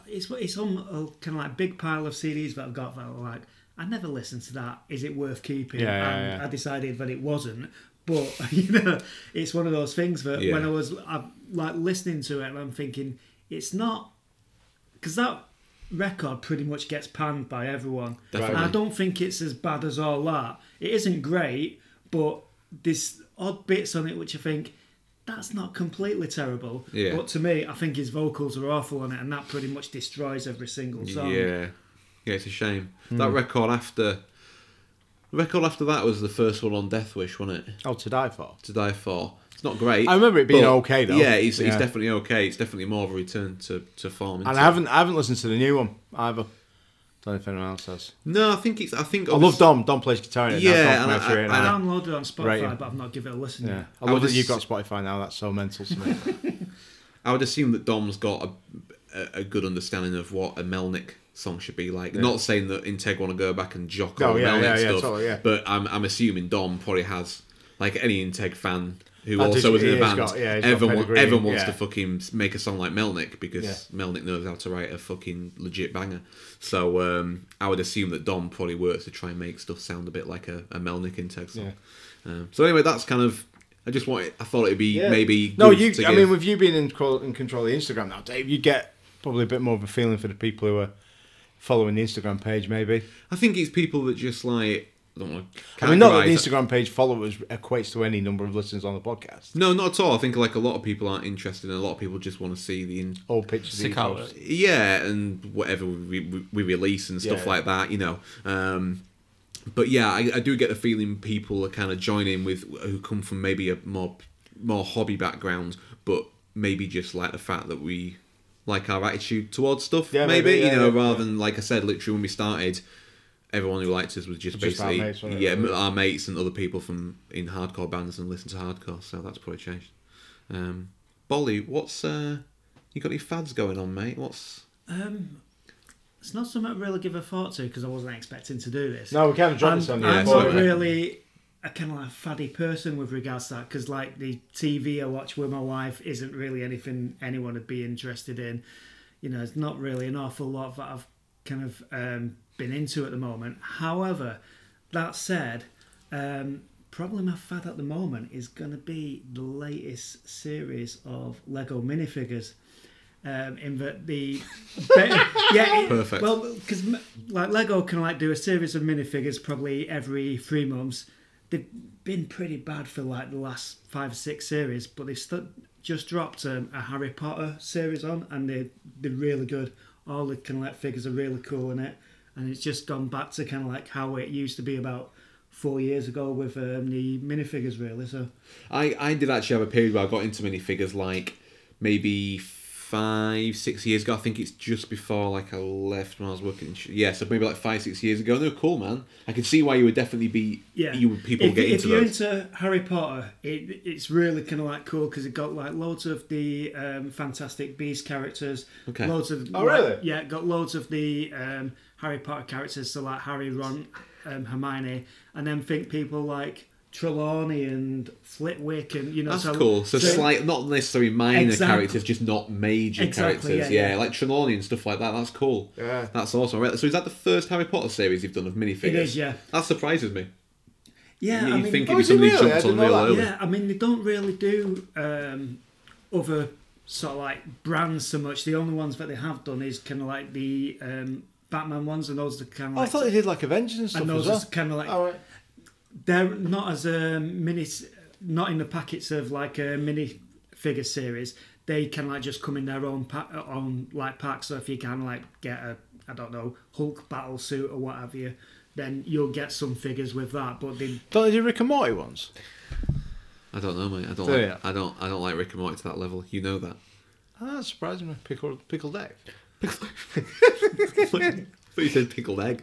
Speaker 4: it's it's on a kind of like big pile of CDs that I've got that are like I never listened to that. Is it worth keeping?
Speaker 5: Yeah, yeah,
Speaker 4: and
Speaker 5: yeah.
Speaker 4: I decided that it wasn't. But you know, it's one of those things that
Speaker 1: Yeah.
Speaker 4: when I was I, like listening to it, and I'm thinking it's not because that record pretty much gets panned by everyone.
Speaker 1: Definitely.
Speaker 4: And I don't think it's as bad as all that. It isn't great, but there's odd bits on it which I think that's not completely terrible.
Speaker 1: Yeah.
Speaker 4: But to me, I think his vocals are awful on it, and that pretty much destroys every single song.
Speaker 1: Yeah, yeah, it's a shame
Speaker 5: Hmm.
Speaker 1: that record after. The record after that was the first one on Death Wish, wasn't it?
Speaker 5: Oh, to die for.
Speaker 1: To Die For. It's not great.
Speaker 5: I remember it being
Speaker 1: but-
Speaker 5: okay, though.
Speaker 1: Yeah, it's, it's
Speaker 5: Yeah.
Speaker 1: definitely okay. It's definitely more of a return to, to form. isn't
Speaker 5: And
Speaker 1: it?
Speaker 5: I haven't I haven't listened to the new one either. Don't know if anyone else has.
Speaker 1: No, I think it's. I think
Speaker 5: I love Dom. Dom plays guitar in it.
Speaker 1: Yeah,
Speaker 5: Yeah,
Speaker 1: and I-
Speaker 5: I,
Speaker 1: I-
Speaker 4: I
Speaker 5: now.
Speaker 4: downloaded it on Spotify,
Speaker 5: Right.
Speaker 4: but I've not given it a listen
Speaker 5: yeah.
Speaker 4: yet.
Speaker 5: I
Speaker 1: I
Speaker 5: love
Speaker 1: would
Speaker 5: that you've got
Speaker 1: just-
Speaker 5: Spotify now. That's so mental to me.
Speaker 1: I would assume that Dom's got a, a, a good understanding of what a Melnick song should be like. Not saying that Integ want to go back and jock
Speaker 5: No,
Speaker 1: all the
Speaker 5: Oh, yeah,
Speaker 1: Melnick
Speaker 5: yeah, yeah,
Speaker 1: stuff,
Speaker 5: totally, yeah.
Speaker 1: but I'm, I'm assuming Dom probably has, like any Integ fan who
Speaker 5: That
Speaker 1: also was
Speaker 5: is-
Speaker 1: in a
Speaker 5: he's
Speaker 1: band,
Speaker 5: got- yeah, he's got
Speaker 1: everyone, wa-
Speaker 5: pedigree,
Speaker 1: everyone wants
Speaker 5: yeah.
Speaker 1: to fucking make a song like Melnick because
Speaker 5: Yeah.
Speaker 1: Melnick knows how to write a fucking legit banger. So um, I would assume that Dom probably works to try and make stuff sound a bit like a, a Melnick Integ song. Um, so anyway, that's kind of. I just wanted. I thought it'd be maybe.
Speaker 5: No,
Speaker 1: good
Speaker 5: you.
Speaker 1: to
Speaker 5: I
Speaker 1: give-
Speaker 5: mean, with you being in, co- in control of the Instagram now, Dave, you get probably a bit more of a feeling for the people who are following the Instagram page, maybe.
Speaker 1: I think it's people that just like I don't want to.
Speaker 5: I mean, not that the Instagram page followers equates to any number of listeners on the podcast.
Speaker 1: No, not at all. I think like a lot of people aren't interested, and a lot of people just want to see the in-
Speaker 5: All pictures.
Speaker 6: Sick
Speaker 5: these
Speaker 6: hours.
Speaker 5: posts.
Speaker 1: yeah and whatever we, we, we release and stuff
Speaker 5: Yeah.
Speaker 1: like that. You know. Um, but yeah, I, I do get the feeling people are kind of joining with who come from maybe a more more hobby background, but maybe just like the fact that we like our attitude towards stuff.
Speaker 5: Yeah,
Speaker 1: maybe,
Speaker 5: maybe,
Speaker 1: you
Speaker 5: yeah,
Speaker 1: know,
Speaker 5: yeah,
Speaker 1: rather than like I said, literally when we started, everyone who liked us was just,
Speaker 5: Just our
Speaker 1: basically
Speaker 5: mates, wasn't it?
Speaker 1: yeah, m- our mates and other people from in hardcore bands and listen to hardcore. So that's probably changed. Um, Bolly, what's uh, you got any fads going on, mate? What's
Speaker 4: Um, it's not something I really give a thought to because I wasn't expecting to do this.
Speaker 5: No, we can't drop
Speaker 4: I'm,
Speaker 5: this on you.
Speaker 4: I'm
Speaker 1: Yeah,
Speaker 4: not
Speaker 1: sorry.
Speaker 4: really a kind of like faddy person with regards to that because like the TV I watch with my wife isn't really anything anyone would be interested in. You know, it's not really an awful lot that I've kind of um, been into at the moment. However, that said, um, probably my fad at the moment is going to be the latest series of Lego minifigures. Um, in that the yeah, it-
Speaker 1: Perfect.
Speaker 4: Well, because like Lego can like do a series of minifigures probably every three months. They've been pretty bad for like the last five or six series, but they've stu just dropped um, a Harry Potter series on, and they they're really good. All the kind of like figures are really cool in it, and it's just gone back to kind of like how it used to be about four years ago with um, the minifigures, really. So
Speaker 1: I, I did actually have a period where I got into minifigures like maybe f- five, six years ago. I think it's just before like I left when I was working. In, sh- yeah, so maybe like five, six years ago. And they were cool, man. I could see why you would definitely be.
Speaker 4: Yeah,
Speaker 1: You would- people
Speaker 4: if,
Speaker 1: get
Speaker 4: if
Speaker 1: into
Speaker 4: you're
Speaker 1: those.
Speaker 4: into Harry Potter, it, it's really kind of like cool because it got like loads of the um, Fantastic Beast characters.
Speaker 1: Okay.
Speaker 4: Loads of
Speaker 5: Oh,
Speaker 4: like-
Speaker 5: really?
Speaker 4: Yeah, it got loads of the um, Harry Potter characters, so like Harry, Ron, um, Hermione, and then think people like Trelawney and Flitwick, and you know,
Speaker 1: That's cool. So, slight, not necessarily minor
Speaker 4: Exactly.
Speaker 1: characters, just not major
Speaker 4: Exactly,
Speaker 1: characters.
Speaker 4: yeah,
Speaker 1: Yeah,
Speaker 4: yeah.
Speaker 1: like Trelawney and stuff like that. That's cool.
Speaker 5: Yeah.
Speaker 1: That's awesome. Right, So is that the first Harry Potter series you've done of minifigures?
Speaker 4: It is, yeah.
Speaker 1: That surprises me. you
Speaker 4: Yeah, I
Speaker 1: would
Speaker 4: mean,
Speaker 1: think
Speaker 5: Oh,
Speaker 1: it'd be somebody
Speaker 5: is it really? I
Speaker 1: jumped
Speaker 5: didn't
Speaker 1: on real
Speaker 5: know that.
Speaker 1: early.
Speaker 4: Yeah, I mean they don't really do um, other sort of like brands so much. The only ones that they have done is kind of like the um, Batman ones, and those are kind of
Speaker 5: Oh, I
Speaker 4: like
Speaker 5: thought they did like Avengers and stuff
Speaker 4: and those
Speaker 5: as well.
Speaker 4: are kind of like
Speaker 5: All right.
Speaker 4: they're not as um, mini, not in the packets of like a mini figure series. They can like just come in their own pack, own like pack. So if you can like get a, I don't know, Hulk battle suit or what have you, then you'll get some figures with that. But they
Speaker 5: Don't they do Rick and Morty ones?
Speaker 1: I don't know, mate. I don't.
Speaker 5: Yeah,
Speaker 1: Like,
Speaker 5: yeah.
Speaker 1: I don't. I don't like Rick and Morty to that level. You know that.
Speaker 5: Ah, that surprised me. Pickle, pickle Dave.
Speaker 1: But you said pickled egg.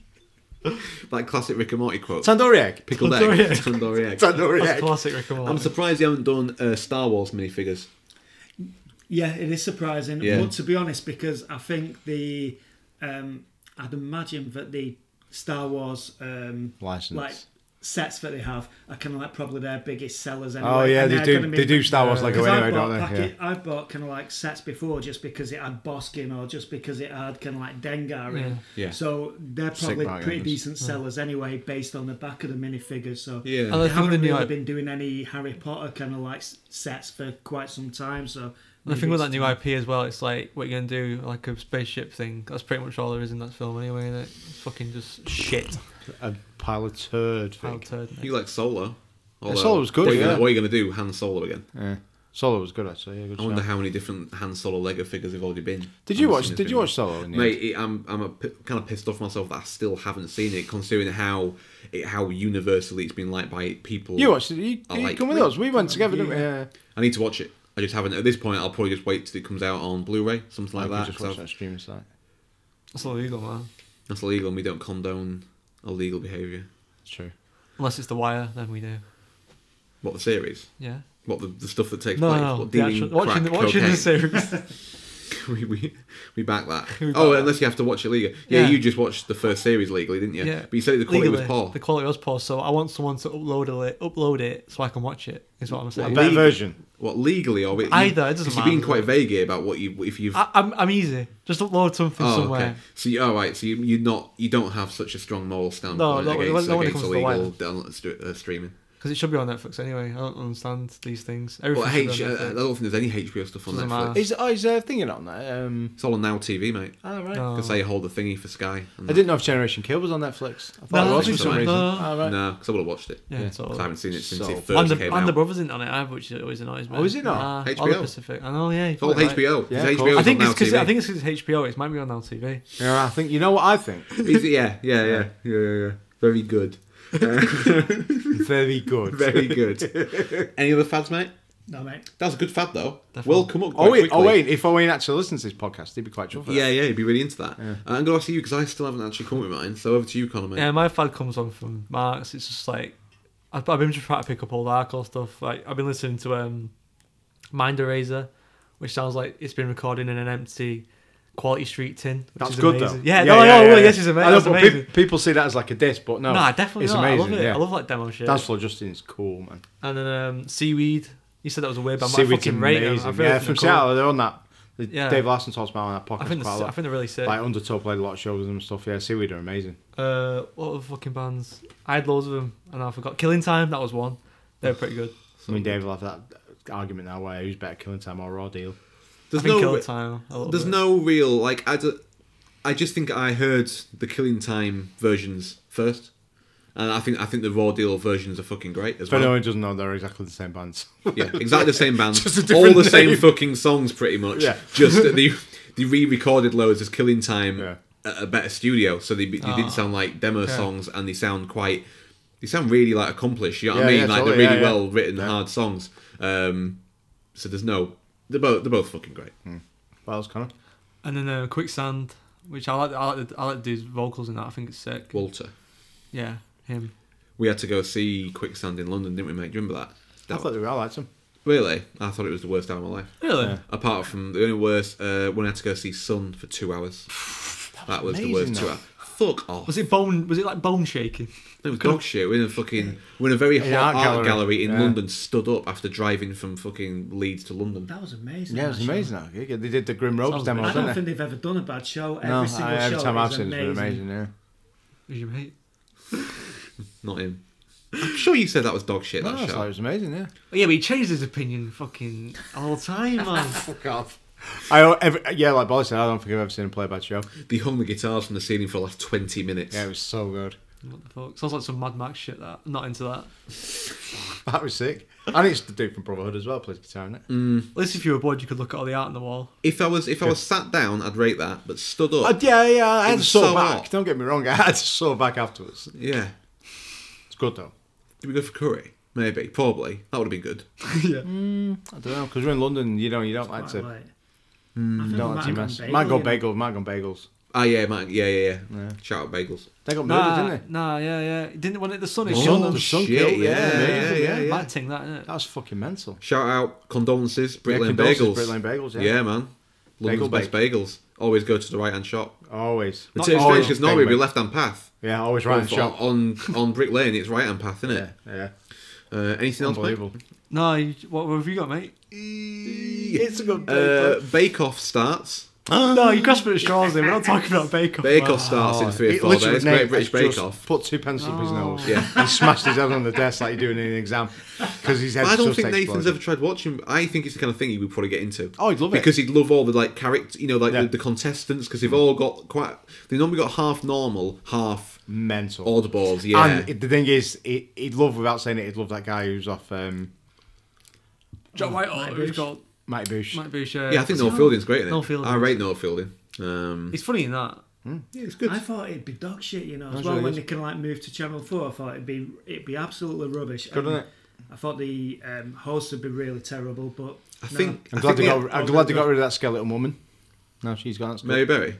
Speaker 1: that classic Rick and Morty quote.
Speaker 5: Tandoori egg.
Speaker 1: pickled
Speaker 2: Tandoori
Speaker 1: egg.
Speaker 2: egg.
Speaker 1: Tandoori egg.
Speaker 5: Tandoori
Speaker 2: That's
Speaker 5: egg.
Speaker 2: classic Rick and Morty.
Speaker 1: I'm surprised you haven't done uh, Star Wars minifigures.
Speaker 4: Yeah, it is surprising.
Speaker 1: Yeah.
Speaker 4: But to be honest, because I think the, um, I'd imagine that the Star Wars um,
Speaker 5: License.
Speaker 4: like sets that they have are kind of like probably their biggest sellers. Anyway.
Speaker 5: Oh, yeah,
Speaker 4: And
Speaker 5: they
Speaker 4: they're
Speaker 5: do-
Speaker 4: gonna be-
Speaker 5: they do Star Wars Lego
Speaker 4: 'Cause
Speaker 5: anyway,
Speaker 4: I bought
Speaker 5: don't they?
Speaker 4: packet- I bought kind of like sets before just because it had Boskin or just because it had kind of like Dengar in. it.
Speaker 1: Yeah.
Speaker 4: So they're
Speaker 5: Sick
Speaker 4: probably
Speaker 5: bargain,
Speaker 4: pretty
Speaker 5: isn't it?
Speaker 4: decent sellers anyway, based on the back of the minifigures. So
Speaker 1: Yeah.
Speaker 2: And
Speaker 4: they
Speaker 2: I think the
Speaker 4: haven't
Speaker 2: new,
Speaker 4: really
Speaker 2: I-
Speaker 4: been doing any Harry Potter kind of like s- sets for quite some time. So
Speaker 2: And the
Speaker 4: maybe
Speaker 2: thing with
Speaker 4: it's
Speaker 2: that new
Speaker 4: time.
Speaker 2: IP as well, it's like what you're gonna do, like a spaceship thing. That's pretty much all there is in that film anyway. Isn't it? It's fucking just shit.
Speaker 5: A pile of turd.
Speaker 2: How
Speaker 5: Thing.
Speaker 2: turd. mate.
Speaker 1: You like Solo?
Speaker 5: Solo was good,
Speaker 1: What are you
Speaker 5: yeah.
Speaker 1: gonna- what are you going to do? Han Solo again?
Speaker 5: Yeah. Solo was good actually. Yeah, good
Speaker 1: I wonder
Speaker 5: shout.
Speaker 1: how many different Han Solo Lego figures have already been.
Speaker 5: Did you
Speaker 1: I've
Speaker 5: watch?
Speaker 1: seen this
Speaker 5: Did you
Speaker 1: video.
Speaker 5: watch Solo? In the
Speaker 1: Mate, it, I'm I'm a p- kind of pissed off myself that I still haven't seen it, considering how it, how universally it's been liked by people.
Speaker 5: end? You watched it. You,
Speaker 1: I
Speaker 5: you
Speaker 1: like-
Speaker 5: come with us. We went together, didn't we? Yeah.
Speaker 1: I need to watch it. I just haven't. At this point, I'll probably just wait till it comes out on Blu-ray, something like
Speaker 5: You
Speaker 1: that.
Speaker 5: just
Speaker 1: 'cause
Speaker 5: watched
Speaker 1: I've-
Speaker 5: that streaming site.
Speaker 2: That's illegal, man.
Speaker 1: That's illegal, and we don't condone illegal behaviour.
Speaker 5: It's true.
Speaker 2: Unless it's The Wire, then we do.
Speaker 1: What the series?
Speaker 2: Yeah.
Speaker 1: What the, the stuff that takes
Speaker 2: No,
Speaker 1: place?
Speaker 2: no, no.
Speaker 1: what,
Speaker 2: The
Speaker 1: dealing
Speaker 2: actual, watching, the,
Speaker 1: crack,
Speaker 2: watching the
Speaker 1: cocaine?
Speaker 2: series.
Speaker 1: we, we we back that.
Speaker 2: We
Speaker 1: oh,
Speaker 2: back that.
Speaker 1: unless you have to watch it legally. Yeah,
Speaker 2: Yeah.
Speaker 1: you just watched the first series legally, didn't you? But you said the quality was
Speaker 2: Legally,
Speaker 1: poor.
Speaker 2: The quality was poor, so I want someone to upload it, upload it, so I can watch it. Is what I'm
Speaker 5: A
Speaker 2: saying.
Speaker 5: better
Speaker 1: legal.
Speaker 5: version.
Speaker 1: What legally or it,
Speaker 2: Either, it doesn't
Speaker 1: You've been
Speaker 2: matter.
Speaker 1: quite vague here about what you if you've.
Speaker 2: I, I'm, I'm easy. Just upload something
Speaker 1: oh,
Speaker 2: somewhere.
Speaker 1: okay. So you, all right. So you you not you don't have such a strong moral standpoint
Speaker 2: No, not when-
Speaker 1: against,
Speaker 2: not when it
Speaker 1: against
Speaker 2: comes to the
Speaker 1: illegal download, st- uh, streaming.
Speaker 2: Because it should be on Netflix anyway. I don't understand these things.
Speaker 1: Well,
Speaker 2: Everything should
Speaker 1: H,
Speaker 2: be on
Speaker 1: uh,
Speaker 2: Netflix.
Speaker 1: I don't think there's any HBO stuff on
Speaker 2: Doesn't
Speaker 1: Netflix.
Speaker 2: matter.
Speaker 5: Is oh, is there a thing on that? Um.
Speaker 1: It's all on Now TV, mate.
Speaker 5: Oh, right.
Speaker 2: No.
Speaker 1: Because they hold the thingy for Sky. And
Speaker 5: I didn't know if Generation Kill was on Netflix. I thought
Speaker 1: No,
Speaker 5: it was
Speaker 1: I
Speaker 5: for
Speaker 1: think
Speaker 5: some
Speaker 1: so.
Speaker 5: reason.
Speaker 2: No.
Speaker 5: Oh, right.
Speaker 1: No, because I would have watched it.
Speaker 2: yeah,
Speaker 5: yeah.
Speaker 2: totally.
Speaker 1: 'Cause I haven't seen it since
Speaker 5: So-
Speaker 1: it
Speaker 2: And
Speaker 1: first
Speaker 2: the,
Speaker 1: came
Speaker 2: and the
Speaker 1: out.
Speaker 2: brothers isn't on it either, which always annoys me.
Speaker 5: Oh, is it not?
Speaker 2: Nah,
Speaker 1: HBO.
Speaker 2: All the Pacific. I know, yeah.
Speaker 1: It's all
Speaker 2: right.
Speaker 1: HBO.
Speaker 5: Yeah,
Speaker 1: It's
Speaker 5: of
Speaker 1: HBO.
Speaker 5: course.
Speaker 2: I think
Speaker 1: on
Speaker 2: it's because
Speaker 1: Now
Speaker 2: I think it's 'cause it's HBO. It's might be on Now TV.
Speaker 5: Yeah, I think you know what I think.
Speaker 1: Is it- yeah, yeah, yeah, yeah, yeah, yeah. Very good.
Speaker 5: Very good.
Speaker 1: Very good. Any other fads, mate?
Speaker 4: No, mate.
Speaker 1: That was a good fad, though.
Speaker 2: Definitely.
Speaker 1: Will come up quite
Speaker 5: Oh wait,
Speaker 1: quickly.
Speaker 5: oh wait! If Owen actually listens to this podcast, he'd be quite chuffed. with
Speaker 1: Yeah,
Speaker 5: that.
Speaker 1: yeah, you'd be really into that. Uh, I'm going to ask you because I still haven't actually come up with mine. So over to you, Connor, mate.
Speaker 2: Yeah, my fad comes on from Marks. It's just like I've, I've been trying to pick up old hardcore stuff. Like I've been listening to um, Mind Eraser, which sounds like it's been recorded in an empty Quality Street tin. Which
Speaker 5: that's
Speaker 2: is
Speaker 5: good
Speaker 2: amazing.
Speaker 5: though.
Speaker 2: Yeah, no, no, yes, it's ama-
Speaker 5: I know,
Speaker 2: that's
Speaker 5: but
Speaker 2: amazing.
Speaker 5: pe- people see that as like a diss, but no,
Speaker 2: nah, definitely.
Speaker 5: it's
Speaker 2: not.
Speaker 5: amazing.
Speaker 2: I love it.
Speaker 5: Yeah,
Speaker 2: I love like demo shit.
Speaker 5: Dance Floor Justin's cool, man.
Speaker 2: and then um, Seaweed. You said that was a weird band. but I
Speaker 5: Seaweed's
Speaker 2: fucking rate them. I
Speaker 5: amazing.
Speaker 2: really
Speaker 5: Yeah,
Speaker 2: think they're
Speaker 5: from
Speaker 2: cool.
Speaker 5: Seattle, they're on that. The-
Speaker 2: Yeah.
Speaker 5: Dave Larson talks about on that podcast
Speaker 2: I think,
Speaker 5: quite a
Speaker 2: they're- I
Speaker 5: lot.
Speaker 2: think they're really sick.
Speaker 5: Like Undertow played a lot of shows with them and stuff. Yeah, Seaweed are amazing.
Speaker 2: Uh, what other fucking bands? I had loads of them, and I forgot. Killing Time, that was one. They were pretty good.
Speaker 5: I mean, Dave will have that argument now where who's better, Killing Time or Raw Deal?
Speaker 1: There's
Speaker 2: I think
Speaker 1: no
Speaker 2: Killing
Speaker 1: re-
Speaker 2: Time. a little
Speaker 1: There's
Speaker 2: bit.
Speaker 1: no real like I, d- I just think I heard the Killing Time versions first, and I think I think the Raw Deal versions are fucking great as
Speaker 5: If
Speaker 1: well.
Speaker 5: anyone doesn't know, they're exactly the same bands.
Speaker 1: Yeah, exactly the same band,
Speaker 5: Just a
Speaker 1: all
Speaker 5: different
Speaker 1: the same
Speaker 5: name.
Speaker 1: fucking songs pretty much.
Speaker 5: Yeah.
Speaker 1: just that they they re-recorded loads as Killing Time
Speaker 5: Yeah.
Speaker 1: at a better studio, so they, they
Speaker 5: Ah.
Speaker 1: didn't sound like demo
Speaker 2: okay.
Speaker 1: songs, and they sound quite. They sound really like accomplished. You know what I
Speaker 5: Yeah,
Speaker 1: mean?
Speaker 5: yeah,
Speaker 1: like
Speaker 5: totally,
Speaker 1: they're
Speaker 5: yeah,
Speaker 1: really
Speaker 5: yeah.
Speaker 1: well written, hard songs. Um, so there's no They're both they're both fucking great.
Speaker 5: Mm-hmm. What else, Connor?
Speaker 6: And then uh, Quicksand, which I like. I like, the, I like the dude's vocals in that. I think it's sick.
Speaker 1: Walter,
Speaker 6: yeah, him.
Speaker 1: we had to go see Quicksand in London, didn't we, mate? Do you remember that?
Speaker 5: I
Speaker 1: That-
Speaker 5: thought they were, I liked them.
Speaker 1: really, I thought it was the worst time of my life.
Speaker 6: Really?
Speaker 5: Yeah.
Speaker 1: Apart from the only worst uh, when I had to go see Sun for two hours. That was, the
Speaker 5: amazing,
Speaker 1: worst
Speaker 5: that.
Speaker 1: two hours. Fuck off.
Speaker 6: Was it bone? Was it like bone shaking?
Speaker 1: It was dog shit. We're in a fucking we're in a very
Speaker 5: In
Speaker 1: hot
Speaker 5: an art
Speaker 1: art gallery,
Speaker 5: gallery
Speaker 1: in
Speaker 5: yeah.
Speaker 1: London. Stood up after driving from fucking Leeds to London.
Speaker 4: That was amazing.
Speaker 5: Yeah, it was
Speaker 4: that show.
Speaker 5: amazing. That gig. They did the Grim Ropes
Speaker 6: Sounds
Speaker 5: demo,
Speaker 4: I
Speaker 5: didn't
Speaker 4: don't
Speaker 5: they?
Speaker 4: think they've ever done a bad show. Every
Speaker 5: no,
Speaker 4: single
Speaker 5: I, every
Speaker 4: show
Speaker 5: time I've
Speaker 4: is
Speaker 5: seen it,
Speaker 4: amazing.
Speaker 5: it's been amazing. Yeah.
Speaker 6: Was your mate?
Speaker 1: Not him. I'm sure you said that was dog shit.
Speaker 5: No, I
Speaker 1: that
Speaker 5: thought it
Speaker 1: show.
Speaker 5: was amazing. Yeah.
Speaker 6: Oh, yeah, but he changed his opinion fucking all the time, man.
Speaker 5: Fuck off. I don't- every, yeah, like Bolly said, I don't think I've ever seen a play bad show.
Speaker 1: They hung the guitars from the ceiling for the last twenty minutes.
Speaker 5: Yeah, it was so good.
Speaker 6: what the fuck? Sounds like some Mad Max shit. That I'm not into that.
Speaker 5: That was sick. And it's the dude from Brotherhood as well plays guitar in it.
Speaker 1: Mm.
Speaker 6: At least if you were bored, you could look at all the art on the wall.
Speaker 1: If I was if I was sat down, I'd rate that. But stood up,
Speaker 5: Uh, yeah, yeah. I
Speaker 1: It
Speaker 5: had to
Speaker 1: was
Speaker 5: sew
Speaker 1: so
Speaker 5: back.
Speaker 1: hot.
Speaker 5: Don't get me wrong. I had to sew back afterwards.
Speaker 1: yeah.
Speaker 5: It's good though.
Speaker 1: Did we go for curry? Maybe, probably. That would have been good.
Speaker 6: yeah.
Speaker 5: Mm. I don't know because we're in London. You know, you don't like
Speaker 4: Quite
Speaker 5: to.
Speaker 4: right. I think we
Speaker 5: Don't like to
Speaker 4: might have
Speaker 5: mess.
Speaker 4: gone
Speaker 5: Might go
Speaker 4: you know.
Speaker 5: bagel. Might go bagels.
Speaker 1: Ah, yeah, man. Yeah, yeah, yeah.
Speaker 5: Yeah.
Speaker 1: Shout out bagels.
Speaker 5: They got murdered,
Speaker 6: Nah,
Speaker 5: didn't they?
Speaker 6: nah, yeah, yeah. Didn't when it, the sun is
Speaker 5: Oh,
Speaker 6: shone.
Speaker 5: the
Speaker 6: them.
Speaker 5: sun
Speaker 1: shit,
Speaker 5: killed,
Speaker 1: yeah,
Speaker 5: yeah,
Speaker 1: yeah, yeah, yeah,
Speaker 6: Mad ting, that innit?
Speaker 5: That was fucking mental.
Speaker 1: Shout out condolences, Brit
Speaker 5: Yeah,
Speaker 1: Lane
Speaker 5: condolences,
Speaker 1: Bagels.
Speaker 5: Brit Lane Bagels, yeah.
Speaker 1: man.
Speaker 5: Bagel
Speaker 1: London's best bagels. Always go to the right hand shop.
Speaker 5: Always.
Speaker 1: The
Speaker 5: Not
Speaker 1: two
Speaker 5: always
Speaker 1: strange because normally
Speaker 5: bagel.
Speaker 1: we left hand path.
Speaker 5: Yeah, always right in
Speaker 1: But
Speaker 5: shop.
Speaker 1: on on Brick Lane, it's right hand path, isn't
Speaker 5: Yeah,
Speaker 1: it?
Speaker 5: yeah.
Speaker 1: Uh, anything else, mate?
Speaker 5: Unbelievable.
Speaker 6: No, you, what, what have you got, mate?
Speaker 1: It's
Speaker 5: a good
Speaker 1: uh, Bake Off starts.
Speaker 6: no, you grasped at straws here. We're not talking about Bake Off.
Speaker 1: Bake
Speaker 6: man.
Speaker 1: Off starts in three or
Speaker 5: Oh, It
Speaker 1: four
Speaker 5: literally
Speaker 1: days. Great
Speaker 5: named-
Speaker 1: British
Speaker 5: just
Speaker 1: Bake Off.
Speaker 5: Put two pencils up his
Speaker 6: No.
Speaker 5: nose.
Speaker 1: Yeah.
Speaker 5: And smashed his head on the desk like you're doing in an exam because his head.
Speaker 1: I don't
Speaker 5: just
Speaker 1: think Nathan's
Speaker 5: exploded.
Speaker 1: ever tried watching. I think it's the kind of thing he would probably get into.
Speaker 5: Oh, he'd love it.
Speaker 1: because he'd love all the like character, you know, like
Speaker 5: Yeah.
Speaker 1: the, the contestants because they've all got quite. They normally got half normal, half
Speaker 5: mental.
Speaker 1: oddballs. Oh, Yeah,
Speaker 5: And it- the thing is, he, he'd love without saying it. He'd love that guy who's off um,
Speaker 6: Jack Whitehall,
Speaker 4: Mike
Speaker 6: who's
Speaker 4: Bush.
Speaker 6: got
Speaker 5: Mike Bush.
Speaker 6: Mike Bush. Uh,
Speaker 1: yeah. I think
Speaker 6: what's
Speaker 1: Noel
Speaker 6: he
Speaker 1: Fielding's great in it.
Speaker 6: Noel Fielding.
Speaker 1: I rate Noel Fielding. Um,
Speaker 6: called? He's funny in that.
Speaker 1: yeah, it's good.
Speaker 4: I thought it'd be dog shit, you know, as
Speaker 5: That's
Speaker 4: well.
Speaker 5: really
Speaker 4: When
Speaker 5: good.
Speaker 4: they can like move to Channel Four, I thought it'd be it'd be absolutely rubbish.
Speaker 5: Good,
Speaker 4: And
Speaker 5: isn't it?
Speaker 4: I thought the um, hosts would be really terrible, but
Speaker 1: I
Speaker 4: no.
Speaker 1: think.
Speaker 5: I'm
Speaker 1: I think
Speaker 5: glad they
Speaker 1: yeah,
Speaker 5: got. I'm
Speaker 4: oh,
Speaker 5: glad they
Speaker 4: good,
Speaker 5: got
Speaker 4: good.
Speaker 5: rid of that skeleton woman. No, she's gone. That's good.
Speaker 1: Mary Berry.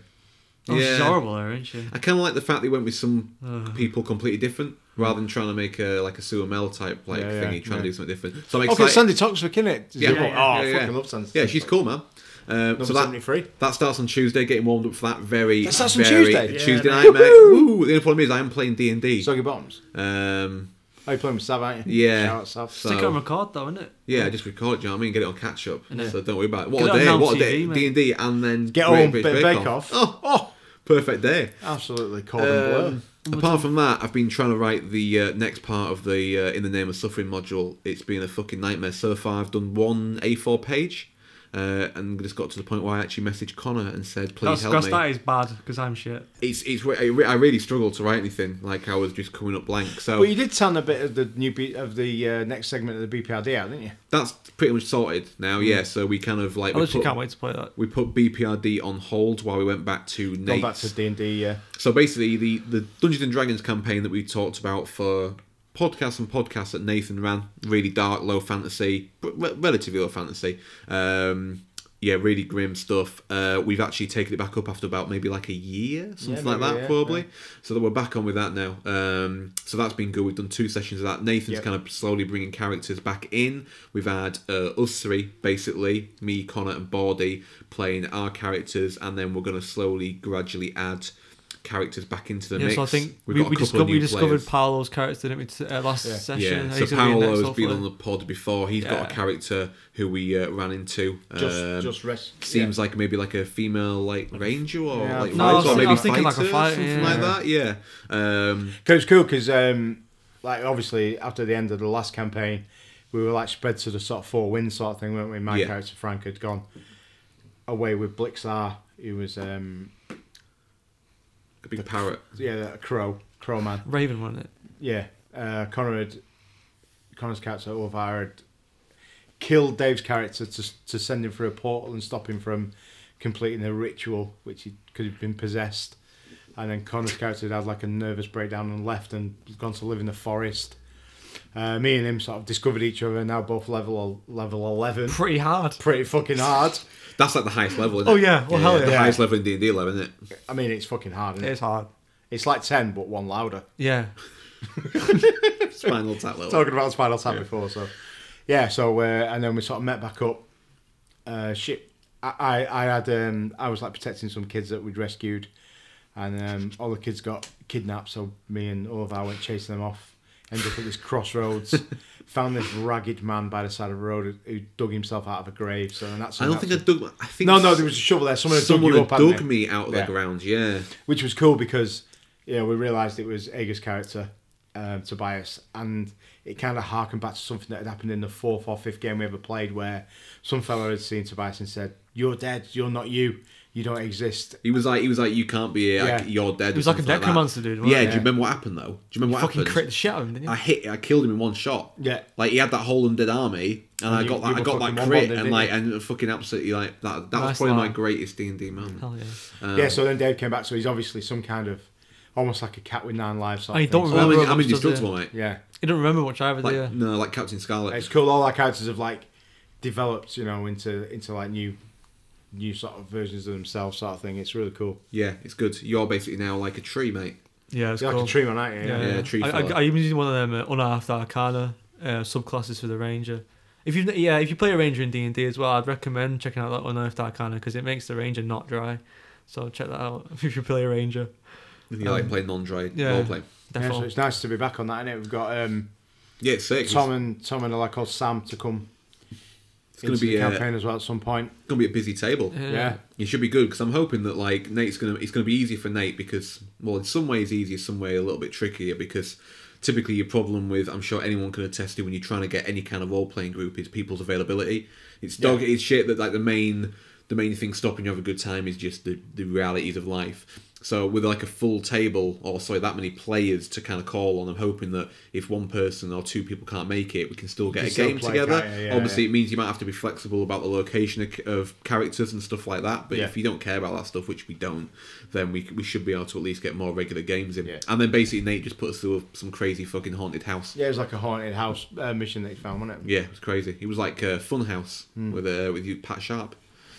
Speaker 6: Oh, she's
Speaker 1: Yeah.
Speaker 6: horrible there, isn't she?
Speaker 1: I kind of like the fact they went with some
Speaker 6: Ugh.
Speaker 1: people completely different rather than trying to make a like a Sue Mel type like
Speaker 5: Yeah, yeah,
Speaker 1: thingy, trying to
Speaker 5: yeah.
Speaker 1: do something different. So I'm
Speaker 5: Oh, 'cause
Speaker 1: excited.
Speaker 5: Sandy Toxic, isn't it?
Speaker 1: Yeah, yeah,
Speaker 5: oh,
Speaker 4: yeah,
Speaker 5: I
Speaker 1: yeah,
Speaker 5: fucking
Speaker 1: yeah.
Speaker 5: love Sandy.
Speaker 1: yeah, she's cool, man. Um,
Speaker 5: Number
Speaker 1: so that,
Speaker 5: 73.
Speaker 1: That starts on Tuesday. Getting warmed up for that very,
Speaker 5: That starts on
Speaker 1: very
Speaker 5: Tuesday?
Speaker 4: Yeah,
Speaker 1: Tuesday
Speaker 4: mate.
Speaker 1: night, mate. Woo! The only problem is I am playing D and D.
Speaker 5: Soggy Bottoms.
Speaker 1: Um,
Speaker 5: Oh, you playing with Sav, aren't you?
Speaker 1: Yeah.
Speaker 5: Shout out Sav.
Speaker 1: So-
Speaker 6: Stick it on record though, isn't it?
Speaker 1: yeah, just record it. Do you know what I mean? Get it on catch up.
Speaker 6: I know.
Speaker 1: So don't worry about it.
Speaker 6: Get
Speaker 1: What
Speaker 6: it
Speaker 1: a
Speaker 6: on
Speaker 1: day!
Speaker 6: Now
Speaker 1: What a
Speaker 6: TV,
Speaker 1: day!
Speaker 6: mate.
Speaker 1: D and D, and then
Speaker 5: Get
Speaker 1: Great
Speaker 5: home,
Speaker 1: British
Speaker 5: bit of
Speaker 1: Bake
Speaker 5: Bake Off.
Speaker 1: Oh, oh, perfect day.
Speaker 5: Absolutely cold and blue.
Speaker 1: Um, apart from that, I've been trying to write the uh, next part of the uh, In the Name of Suffering module. It's been a fucking nightmare so far. I've done one A4 page uh, and just got to the point where I actually messaged Connor and said,
Speaker 6: That's,
Speaker 1: please help
Speaker 6: that's,
Speaker 1: me.
Speaker 6: that is bad because I'm shit.
Speaker 1: It's, it's, re- I re- I really struggled to write anything. Like, I was just coming up blank. So
Speaker 5: Well, you did sound a bit of the new B- of the uh, next segment of the BPRD out, didn't you?
Speaker 1: that's pretty much sorted now, yeah. So we kind of like.
Speaker 6: I
Speaker 1: we
Speaker 6: literally
Speaker 1: put-
Speaker 6: Mm. can't wait to play that.
Speaker 1: we put BPRD on hold while we went back to Nate's.
Speaker 5: Going back to D and D. Yeah.
Speaker 1: So basically, the, the Dungeons and Dragons campaign that we talked about for podcasts and podcasts that Nathan ran, really dark, low fantasy, but re- relatively low fantasy. Um, yeah, really grim stuff. Uh, we've actually taken it back up after about maybe like a year, something like
Speaker 5: maybe,
Speaker 1: that,
Speaker 5: yeah,
Speaker 1: probably.
Speaker 5: yeah.
Speaker 1: So that we're back on with that now. Um, so that's been good. We've done two sessions of that. Nathan's
Speaker 5: Yep.
Speaker 1: kind of slowly bringing characters back in. We've had uh, us three, basically, me, Connor, and Bordy playing our characters, and then we're going to slowly, gradually add characters back into the
Speaker 6: Yeah,
Speaker 1: mix.
Speaker 6: so I think we,
Speaker 1: We've got a
Speaker 6: we,
Speaker 1: couple of
Speaker 6: discovered, we
Speaker 1: new
Speaker 6: discovered
Speaker 1: players.
Speaker 6: Paolo's character, didn't we, t- uh, last
Speaker 5: Yeah.
Speaker 6: session?
Speaker 1: Yeah,
Speaker 6: He's
Speaker 1: so
Speaker 6: gonna be in next,
Speaker 1: Paolo's been
Speaker 6: hopefully.
Speaker 1: on the pod before. He's got
Speaker 6: Yeah.
Speaker 1: a character who we uh, ran into.
Speaker 5: Just,
Speaker 1: um,
Speaker 5: just rest.
Speaker 1: seems like maybe like a female like ranger or
Speaker 5: Yeah,
Speaker 1: like
Speaker 5: No, I was
Speaker 1: or
Speaker 5: thinking-
Speaker 1: maybe
Speaker 5: I was
Speaker 6: thinking like a
Speaker 1: fighter,
Speaker 6: fighter,
Speaker 1: something
Speaker 6: yeah.
Speaker 1: like that. Yeah. Um,
Speaker 5: Cause it's cool because um, like obviously after the end of the last campaign, we were like spread to the sort of four wins sort of thing, weren't we? My
Speaker 1: Yeah.
Speaker 5: character Frank had gone away with Blixar, who was um,
Speaker 1: a big parrot.
Speaker 5: yeah a crow, crow man.
Speaker 6: Raven, wasn't it?
Speaker 5: Yeah, uh, Connor had Connor's character Ulvar had killed Dave's character to to send him through a portal and stop him from completing a ritual which he could have been possessed. And then Connor's character had had like a nervous breakdown and left and gone to live in the forest. Uh, me and him sort of discovered each other. Now both level level eleven,
Speaker 6: Pretty hard.
Speaker 5: pretty fucking hard.
Speaker 1: That's like the highest level. Isn't
Speaker 6: Oh,
Speaker 1: it?
Speaker 6: yeah. Well, hell
Speaker 1: The
Speaker 6: yeah.
Speaker 1: highest level in D and D level, isn't it?
Speaker 5: I mean, it's fucking hard. Isn't it?
Speaker 6: It's hard.
Speaker 5: It's like ten, but one louder.
Speaker 6: Yeah.
Speaker 1: Spinal Tap level.
Speaker 5: Talking about Spinal Tap before, so yeah. So uh, and then we sort of met back up. Uh, shit, I, I I had um I was like protecting some kids that we'd rescued, and um all the kids got kidnapped. So me and Oliver went chasing them off. Ended up at this crossroads. found this ragged man by the side of the road who dug himself out of a grave. So and that's
Speaker 1: I don't think I dug. I think
Speaker 5: no no there was a shovel there. Someone had dug
Speaker 1: someone
Speaker 5: you
Speaker 1: had
Speaker 5: up.
Speaker 1: dug,
Speaker 5: hadn't they?
Speaker 1: me out of
Speaker 5: Yeah.
Speaker 1: the ground. Yeah.
Speaker 5: which was cool because yeah, we realised it was Ager's character, um, Tobias, and it kind of harkened back to something that had happened in the fourth or fifth game we ever played, where some fellow had seen Tobias and said, "You're dead. You're not you. You don't exist."
Speaker 1: He was like, he was like, you can't be here.
Speaker 5: Yeah.
Speaker 1: Like, you're dead. It
Speaker 6: was like a necromancer dude, wasn't
Speaker 1: Yeah.
Speaker 6: it?
Speaker 1: Do you remember what happened though? Do you remember what
Speaker 6: Fucking crit the
Speaker 1: happened?
Speaker 6: shit out of him, didn't you?
Speaker 1: I hit. I killed him in one shot.
Speaker 5: Yeah.
Speaker 1: Like he had that whole undead army, and, I
Speaker 5: you-
Speaker 1: got
Speaker 5: you
Speaker 1: that. I
Speaker 5: were
Speaker 1: got
Speaker 5: fucking
Speaker 1: that crit,
Speaker 5: one bonded,
Speaker 1: and
Speaker 5: didn't
Speaker 1: like,
Speaker 5: you?
Speaker 1: and fucking absolutely like that. That
Speaker 6: Nice
Speaker 1: was probably my
Speaker 6: line.
Speaker 1: greatest D and D moment.
Speaker 6: Hell yeah.
Speaker 1: Uh.
Speaker 5: yeah, so then Dave came back, so he's obviously some kind of almost like a cat with nine lives. Sort
Speaker 6: I
Speaker 5: of
Speaker 6: don't
Speaker 5: thing.
Speaker 1: Well, I'm,
Speaker 6: Remember what
Speaker 1: I'm
Speaker 6: was
Speaker 1: indestructible, mate.
Speaker 5: yeah,
Speaker 6: He didn't remember much either,
Speaker 1: Like
Speaker 6: do you?
Speaker 1: no, like Captain Scarlet.
Speaker 5: it's cool. All our characters have like developed, you know, into into like new new sort of versions of themselves, sort of thing. It's really cool.
Speaker 1: yeah, it's good. You're basically now like a tree, mate.
Speaker 6: Yeah, it's
Speaker 5: You're
Speaker 6: cool.
Speaker 5: like a tree man, aren't you?
Speaker 1: yeah. tree
Speaker 6: I,
Speaker 1: fella.
Speaker 6: I, I used one of them uh, unearthed arcana uh, subclasses for the ranger. If you yeah, if you play a ranger in D and D as well, I'd recommend checking out that unearthed arcana because it makes the ranger not dry. So check that out if you play a ranger.
Speaker 1: And you like playing non-dry
Speaker 6: Um, yeah.
Speaker 1: role play.
Speaker 5: Yeah, so
Speaker 6: Definitely.
Speaker 5: it's nice to be back on that, innit? We've got um,
Speaker 1: Yeah, it's sick. It's,
Speaker 5: Tom and Tom and a lad called Sam to come
Speaker 1: it's
Speaker 5: into
Speaker 1: gonna
Speaker 5: the
Speaker 1: be uh, a,
Speaker 5: campaign as well at some point.
Speaker 1: gonna be a busy table.
Speaker 6: Yeah.
Speaker 5: Yeah,
Speaker 1: It should be good because I'm hoping that like Nate's gonna it's gonna be easy for Nate because well in some ways easier, some way a little bit trickier because typically your problem with I'm sure anyone can attest to when you're trying to get any kind of role playing group is people's availability. It's dog it's shit that like the main the main thing stopping you have a good time is just the, the realities of life. So with like a full table or sorry that many players to kind of call on, I'm hoping that if one person or two people can't make it, we can still get
Speaker 5: can
Speaker 1: a
Speaker 5: still
Speaker 1: game
Speaker 5: play,
Speaker 1: together.
Speaker 5: can't you? Yeah,
Speaker 1: Obviously,
Speaker 5: yeah.
Speaker 1: it means you might have to be flexible about the location of, of characters and stuff like that. But
Speaker 5: Yeah.
Speaker 1: if you don't care about that stuff, which we don't, then we, we should be able to at least get more regular games in.
Speaker 5: Yeah.
Speaker 1: And then basically Nate just put us through some crazy fucking haunted house.
Speaker 5: yeah, it was like a haunted house uh, mission that he found, wasn't it?
Speaker 1: Yeah, it was crazy. It was like uh, Funhouse
Speaker 5: Hmm.
Speaker 1: with uh, with you Pat Sharp.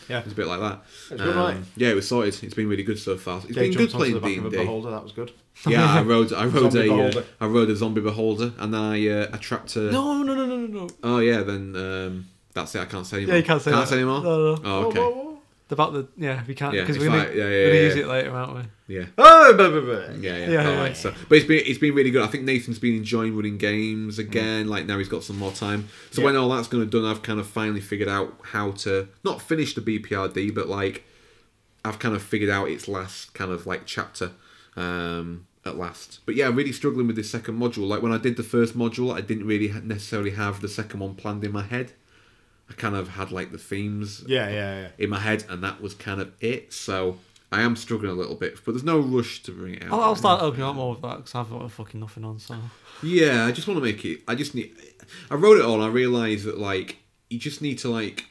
Speaker 5: Yeah,
Speaker 1: It was a bit like that. Um,
Speaker 5: That's good, right?
Speaker 1: Yeah, it was sorted. It's been really good so far. It's
Speaker 5: Dave
Speaker 1: been good
Speaker 5: jumped onto
Speaker 1: playing
Speaker 5: the back
Speaker 1: D
Speaker 5: of a
Speaker 1: and D.
Speaker 5: beholder. That was good.
Speaker 1: Yeah, I rode I rode
Speaker 5: Zombie
Speaker 1: a uh,
Speaker 5: beholder.
Speaker 1: I rode a zombie beholder and then I uh, I trapped a.
Speaker 6: No, no, no, no, no, no.
Speaker 1: Oh yeah, then um, that's it. I can't say anymore.
Speaker 6: Yeah, you can't say that.
Speaker 1: anymore.
Speaker 6: No, no, no.
Speaker 1: Oh, okay.
Speaker 5: Whoa, whoa, whoa.
Speaker 6: About the yeah, we can't
Speaker 1: Yeah,
Speaker 6: because
Speaker 1: it's
Speaker 6: we're gonna,
Speaker 1: like- yeah, yeah,
Speaker 6: we're gonna
Speaker 1: yeah,
Speaker 6: use
Speaker 1: yeah.
Speaker 6: it later, aren't we?
Speaker 1: Yeah.
Speaker 5: Oh, blah, blah, blah.
Speaker 1: Yeah, yeah,
Speaker 6: Yeah,
Speaker 1: all
Speaker 6: yeah,
Speaker 1: right.
Speaker 6: yeah.
Speaker 1: So, but it's been it's been really good. I think Nathan's been enjoying running
Speaker 6: Mm.
Speaker 1: games again. Like now he's got some more time. So
Speaker 5: Yeah.
Speaker 1: when all that's gonna done, I've kind of finally figured out how to not finish the BPRD, but like I've kind of figured out its last kind of like chapter um, at last. But yeah, I'm really struggling with this second module. Like when I did the first module, I didn't really ha- necessarily have the second one planned in my head. I kind of had like the themes
Speaker 5: Yeah, yeah, yeah.
Speaker 1: in my head, and that was kind of it. So. I am struggling a little bit, but there's no rush to bring it out.
Speaker 6: I'll, I'll start opening up more with that because I've got fucking nothing on. So
Speaker 1: Yeah, I just want to make it. I just need. I wrote it all. and I realized that like you just need to like.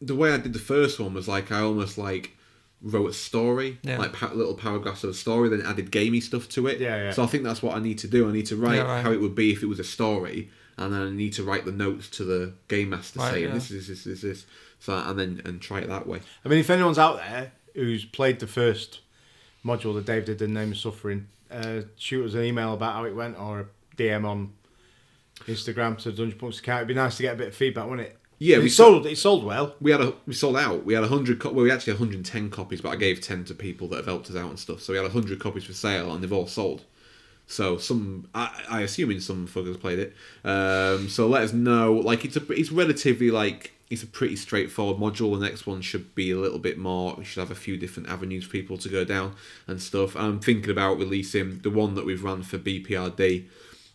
Speaker 1: The way I did the first one was like I almost like wrote a story,
Speaker 6: Yeah.
Speaker 1: like pa- little paragraphs of a story, then added gamey stuff to it.
Speaker 5: Yeah, yeah.
Speaker 1: So I think that's what I need to do. I need to write
Speaker 6: Yeah, right.
Speaker 1: how it would be if it was a story, and then I need to write the notes to the game master
Speaker 6: Right,
Speaker 1: saying
Speaker 6: yeah.
Speaker 1: this is this is this. So and then and try it that way.
Speaker 5: I mean, if anyone's out there who's played the first module that Dave did, the Name of Suffering, uh, shoot us an email about how it went or a DM on Instagram to Dungeon Punks account. It'd be nice to get a bit of feedback, wouldn't it?
Speaker 1: Yeah,
Speaker 5: it
Speaker 1: we-
Speaker 5: sold. It sold well.
Speaker 1: we had a we sold out. We had hundred. Co- well, we actually had 110 copies, but I gave 10 to people that have helped us out and stuff. So we had hundred copies for sale, and they've all sold. So some, I, I assuming some fuckers played it. Um, so let us know. Like it's a, it's relatively like it's a pretty straightforward module. The next one should be a little bit more. We should have a few different avenues for people to go down and stuff. I'm thinking about releasing the one that we've run for BPRD.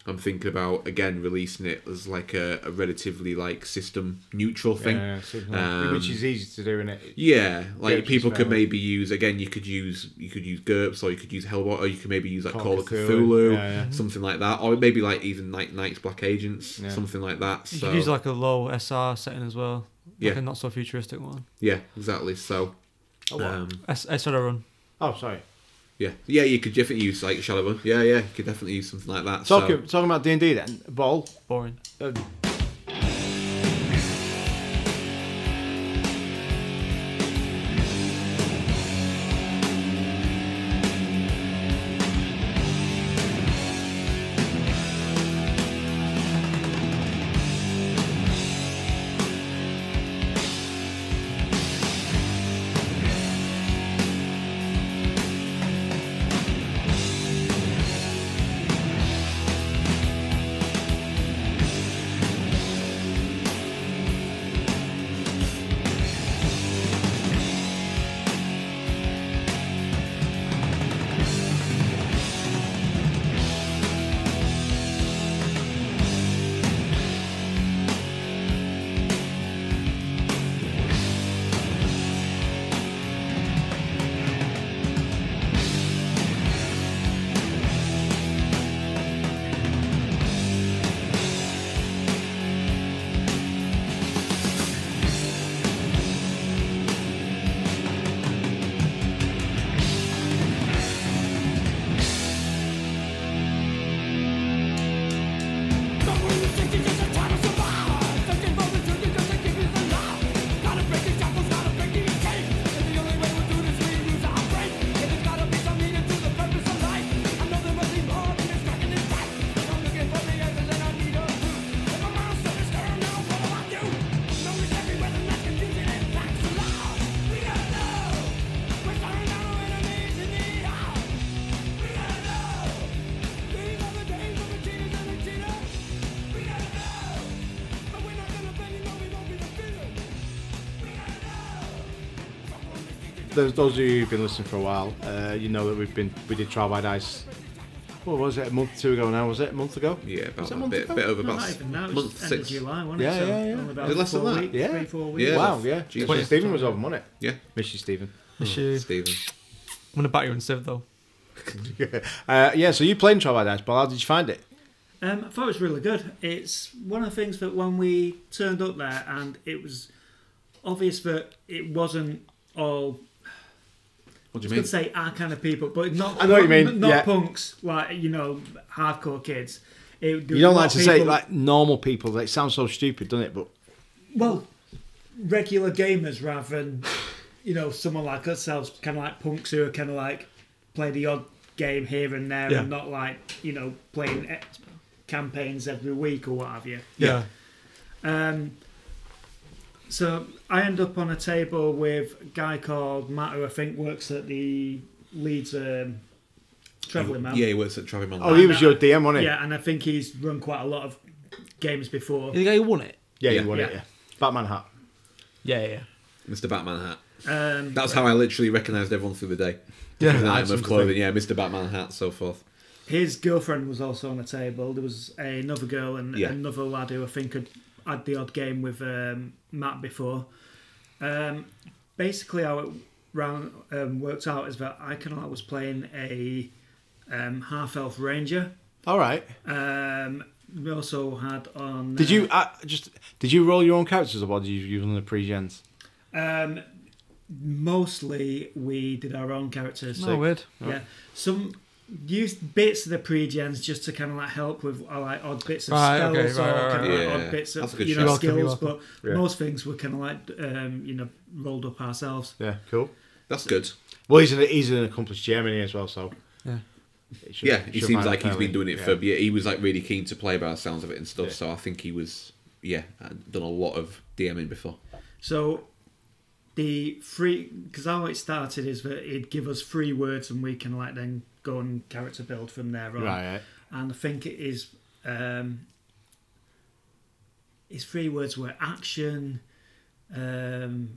Speaker 1: I'm thinking about again releasing it as like a, a relatively like system neutral thing.
Speaker 5: Yeah, yeah,
Speaker 1: Um,
Speaker 5: which is easy to do, innit?
Speaker 1: yeah, like
Speaker 5: Gurps
Speaker 1: people
Speaker 5: is
Speaker 1: could
Speaker 5: fair.
Speaker 1: maybe use again. You could use you could use GURPS or you could use Hellboy or you could maybe use like Call of Cthulhu,
Speaker 5: Yeah, yeah.
Speaker 1: something like that, or maybe like even like Knights Black Agents,
Speaker 5: Yeah.
Speaker 1: something like that.
Speaker 6: you
Speaker 1: So
Speaker 6: could use like a low SR setting as well, like
Speaker 1: Yeah.
Speaker 6: a not so futuristic one.
Speaker 1: yeah, exactly. So
Speaker 5: Oh, what?
Speaker 1: um,
Speaker 6: S- SR run.
Speaker 5: Oh, sorry.
Speaker 1: Yeah, yeah, you could definitely use like Shadow One. Yeah, yeah, you could definitely use something like that.
Speaker 5: Talking,
Speaker 1: so,
Speaker 5: talking about D and D then, Ball.
Speaker 6: Boring.
Speaker 5: Uh, those, those of you who've been listening for a while, uh, you know that we've been we did Trial by Dice. What was it? A month, two ago now? Was it a month ago?
Speaker 1: yeah, about
Speaker 5: Was it a
Speaker 1: that,
Speaker 5: month
Speaker 1: bit,
Speaker 5: ago?
Speaker 1: bit over
Speaker 4: No,
Speaker 1: about
Speaker 4: not
Speaker 1: s-
Speaker 4: even that. It was
Speaker 1: month
Speaker 4: just end
Speaker 1: six.
Speaker 4: of July, wasn't
Speaker 5: Yeah,
Speaker 4: it? So
Speaker 5: yeah, yeah.
Speaker 4: only about
Speaker 1: Is it less than
Speaker 4: four
Speaker 1: that?
Speaker 4: weeks,
Speaker 5: Yeah.
Speaker 4: Three, four weeks.
Speaker 1: Yeah.
Speaker 5: Wow, yeah.
Speaker 1: Jesus.
Speaker 5: When Stephen was over, wasn't it?
Speaker 1: Yeah,
Speaker 5: Miss you, Stephen.
Speaker 1: Hmm.
Speaker 6: Issue.
Speaker 1: Stephen.
Speaker 6: I'm gonna bat you in Civ though.
Speaker 5: Uh, yeah, so you played Trial by Dice, Ball. How did you find it?
Speaker 4: Um, I thought it was really good. It's one of the things that when we turned up there and it was obvious that it wasn't all
Speaker 1: What do you
Speaker 4: I was
Speaker 1: mean?
Speaker 4: gonna say our kind of people, but not
Speaker 5: I know what you mean,
Speaker 4: not
Speaker 5: yeah.
Speaker 4: punks like you know hardcore kids. It,
Speaker 5: You don't like to say like normal people. It sounds so stupid, doesn't it? But
Speaker 4: well regular gamers rather than you know someone like ourselves, kind of like punks who are kind of like play the odd game here and there,
Speaker 6: Yeah.
Speaker 4: and not like you know playing e- campaigns every week or what have you.
Speaker 6: Yeah.
Speaker 4: Um, so I end up on a table with a guy called Matt, who I think works at the Leeds um, Travelling Man.
Speaker 1: Yeah, he works at Travelling Man.
Speaker 5: oh, he was your DM, wasn't he?
Speaker 4: Yeah, and I think he's run quite a lot of games before.
Speaker 6: The guy who won it.
Speaker 5: yeah,
Speaker 1: Yeah.
Speaker 5: he won it.
Speaker 4: Yeah.
Speaker 5: Yeah, Batman hat.
Speaker 6: Yeah, yeah.
Speaker 1: Mr. Batman hat.
Speaker 4: Um,
Speaker 1: That's how I literally recognised everyone through the day.
Speaker 6: Yeah.
Speaker 1: An
Speaker 5: I
Speaker 1: item of
Speaker 5: something.
Speaker 1: clothing. Yeah, Mr. Batman hat, so forth.
Speaker 4: his girlfriend was also on the table. There was another girl and
Speaker 1: Yeah.
Speaker 4: another lad who I think had had the odd game with um, Matt before. Um, basically, how it round, um, worked out is that I kind of was playing a um, half elf ranger.
Speaker 5: All right.
Speaker 4: Um, we also had on.
Speaker 5: Did you uh, just did you roll your own characters, or did you use one of the pre-gens?
Speaker 4: Um, mostly we did our own characters.
Speaker 6: No Oh, weird.
Speaker 4: Yeah, some used bits of the pre-gens just to kind of like help with uh, like odd bits of
Speaker 6: Right,
Speaker 4: spells
Speaker 6: okay,
Speaker 4: or
Speaker 6: right, right,
Speaker 4: kind
Speaker 1: right.
Speaker 4: of like
Speaker 1: Yeah,
Speaker 4: odd bits
Speaker 1: that's a
Speaker 4: of
Speaker 1: good
Speaker 4: you
Speaker 1: shout.
Speaker 4: know
Speaker 6: You're welcome, you're
Speaker 4: skills, but
Speaker 5: Yeah.
Speaker 4: most things were kind of like um, you know rolled up ourselves.
Speaker 5: Yeah, cool.
Speaker 1: That's good.
Speaker 5: Well, he's an he's an accomplished Germany as well, so
Speaker 6: Yeah.
Speaker 5: It should-
Speaker 1: Yeah, he
Speaker 5: should
Speaker 1: seems
Speaker 5: find
Speaker 1: like he's
Speaker 5: fairly-
Speaker 1: been doing it
Speaker 5: yeah.
Speaker 1: for. Yeah, he was like really keen to play by the sounds of it and stuff.
Speaker 5: Yeah.
Speaker 1: So I think he was. Yeah, had done a lot of DMing before.
Speaker 4: So the free because how it started is that it'd give us three words and we can like then go and character build from there on.
Speaker 5: Right, right.
Speaker 4: and I think it is um, his three words were action, um,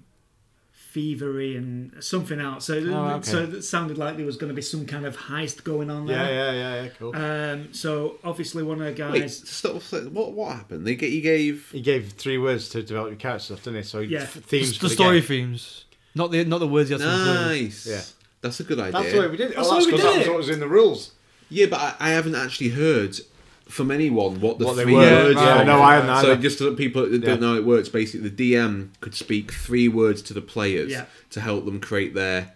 Speaker 4: thievery, and something else. So,
Speaker 5: Oh, okay.
Speaker 4: so it sounded like there was going to be some kind of heist going on
Speaker 5: Yeah,
Speaker 4: there.
Speaker 5: yeah, yeah, yeah, cool.
Speaker 4: Um, so obviously one of the
Speaker 1: Wait,
Speaker 4: guys.
Speaker 1: stop, stop, what what happened? They get he gave.
Speaker 5: he gave three words to develop your character stuff, didn't he? So
Speaker 4: Yeah.
Speaker 5: f- themes
Speaker 6: Just
Speaker 5: for
Speaker 6: the story
Speaker 5: game.
Speaker 6: themes, not the not the words you have to include.
Speaker 1: Nice.
Speaker 5: Yeah.
Speaker 1: That's a good idea.
Speaker 5: That's the way we did it.
Speaker 6: That's
Speaker 5: oh,
Speaker 6: the way
Speaker 5: that's
Speaker 6: we
Speaker 5: 'cause
Speaker 6: did
Speaker 5: that was
Speaker 6: it.
Speaker 5: what was in the rules.
Speaker 1: Yeah, but I, I haven't actually heard from anyone what the
Speaker 5: What they
Speaker 1: three
Speaker 5: were.
Speaker 1: words.
Speaker 6: Yeah,
Speaker 1: are.
Speaker 6: no,
Speaker 5: I haven't
Speaker 1: So
Speaker 5: either.
Speaker 1: just so that people that don't
Speaker 5: Yeah.
Speaker 1: know how it works, basically, the DM could speak three words to the players
Speaker 4: Yeah.
Speaker 1: to help them create their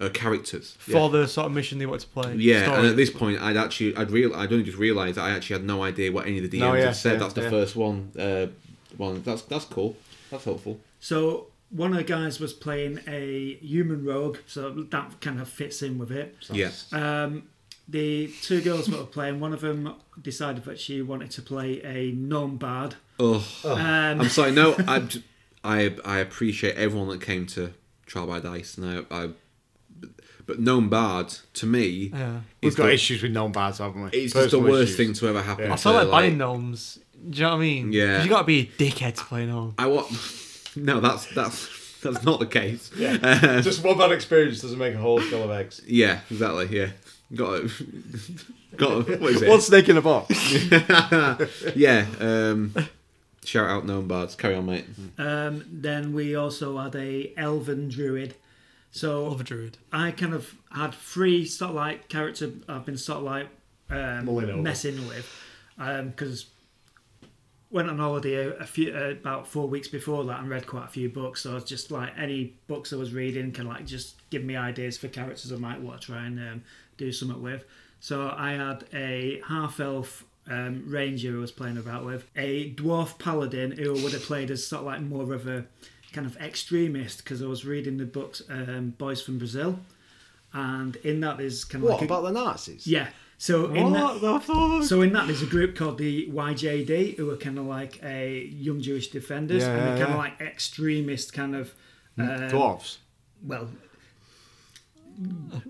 Speaker 1: uh, characters
Speaker 6: for
Speaker 1: Yeah.
Speaker 6: the sort of mission they want to play.
Speaker 1: Yeah,
Speaker 6: story.
Speaker 1: and at this point, I'd actually, I'd real, I'd only just realised that I actually had no idea what any of the DMs
Speaker 5: No, yeah,
Speaker 1: had said.
Speaker 5: yeah,
Speaker 1: that's the
Speaker 5: yeah.
Speaker 1: first one. Uh, one that's that's cool. That's helpful.
Speaker 4: So one of the guys was playing a human rogue, so that kind of fits in with it.
Speaker 1: yeah,
Speaker 4: Um, the two girls that were playing, one of them decided that she wanted to play a gnome bard.
Speaker 1: Ugh.
Speaker 5: Oh,
Speaker 4: Um,
Speaker 1: I'm sorry. No, I, j- I, I appreciate everyone that came to Trial by Dice, and I, I but Gnome Bard to me
Speaker 6: Yeah.
Speaker 5: We've
Speaker 1: is
Speaker 5: got
Speaker 1: the,
Speaker 5: issues with non bads, haven't we?
Speaker 1: It's just the
Speaker 5: Personal
Speaker 1: worst
Speaker 5: issues.
Speaker 1: thing to ever happen.
Speaker 5: Yeah.
Speaker 6: I
Speaker 1: to,
Speaker 6: felt like
Speaker 1: like-
Speaker 6: banning gnomes. Do you know what I mean?
Speaker 1: Yeah.
Speaker 6: 'Cause You gotta be a dickhead to play gnome.
Speaker 1: I want. No, that's that's that's not the case.
Speaker 5: Yeah. just one bad experience doesn't make a whole shell of eggs.
Speaker 1: Yeah, exactly. Yeah, got to, got to, what is it?
Speaker 5: One snake in a box.
Speaker 1: yeah. Um, shout out known bards. Carry on, mate.
Speaker 4: um, then we also had a elven druid. So
Speaker 6: Love a druid.
Speaker 4: I kind of had three sort of like character I've been sort of like
Speaker 5: Mulling over.
Speaker 4: um, messing with um, because went on holiday a, a few uh, about four weeks before that and read quite a few books. So I was just like any books I was reading can like just give me ideas for characters I might want to try and um, do something with. So I had a half elf. Um, ranger who I was playing about with a dwarf paladin who I would have played as sort of like more of a kind of extremist because I was reading the books um, Boys from Brazil and in that there's kind of
Speaker 5: What
Speaker 4: like a-
Speaker 5: about the Nazis?
Speaker 4: yeah so in
Speaker 6: What
Speaker 4: that
Speaker 6: the fuck?
Speaker 4: so in that, there's a group called the YJD who are kind of like a young Jewish defenders,
Speaker 5: Yeah,
Speaker 4: and they're
Speaker 5: yeah,
Speaker 4: kind
Speaker 5: yeah.
Speaker 4: of like extremist kind of uh,
Speaker 5: Dwarves.
Speaker 4: well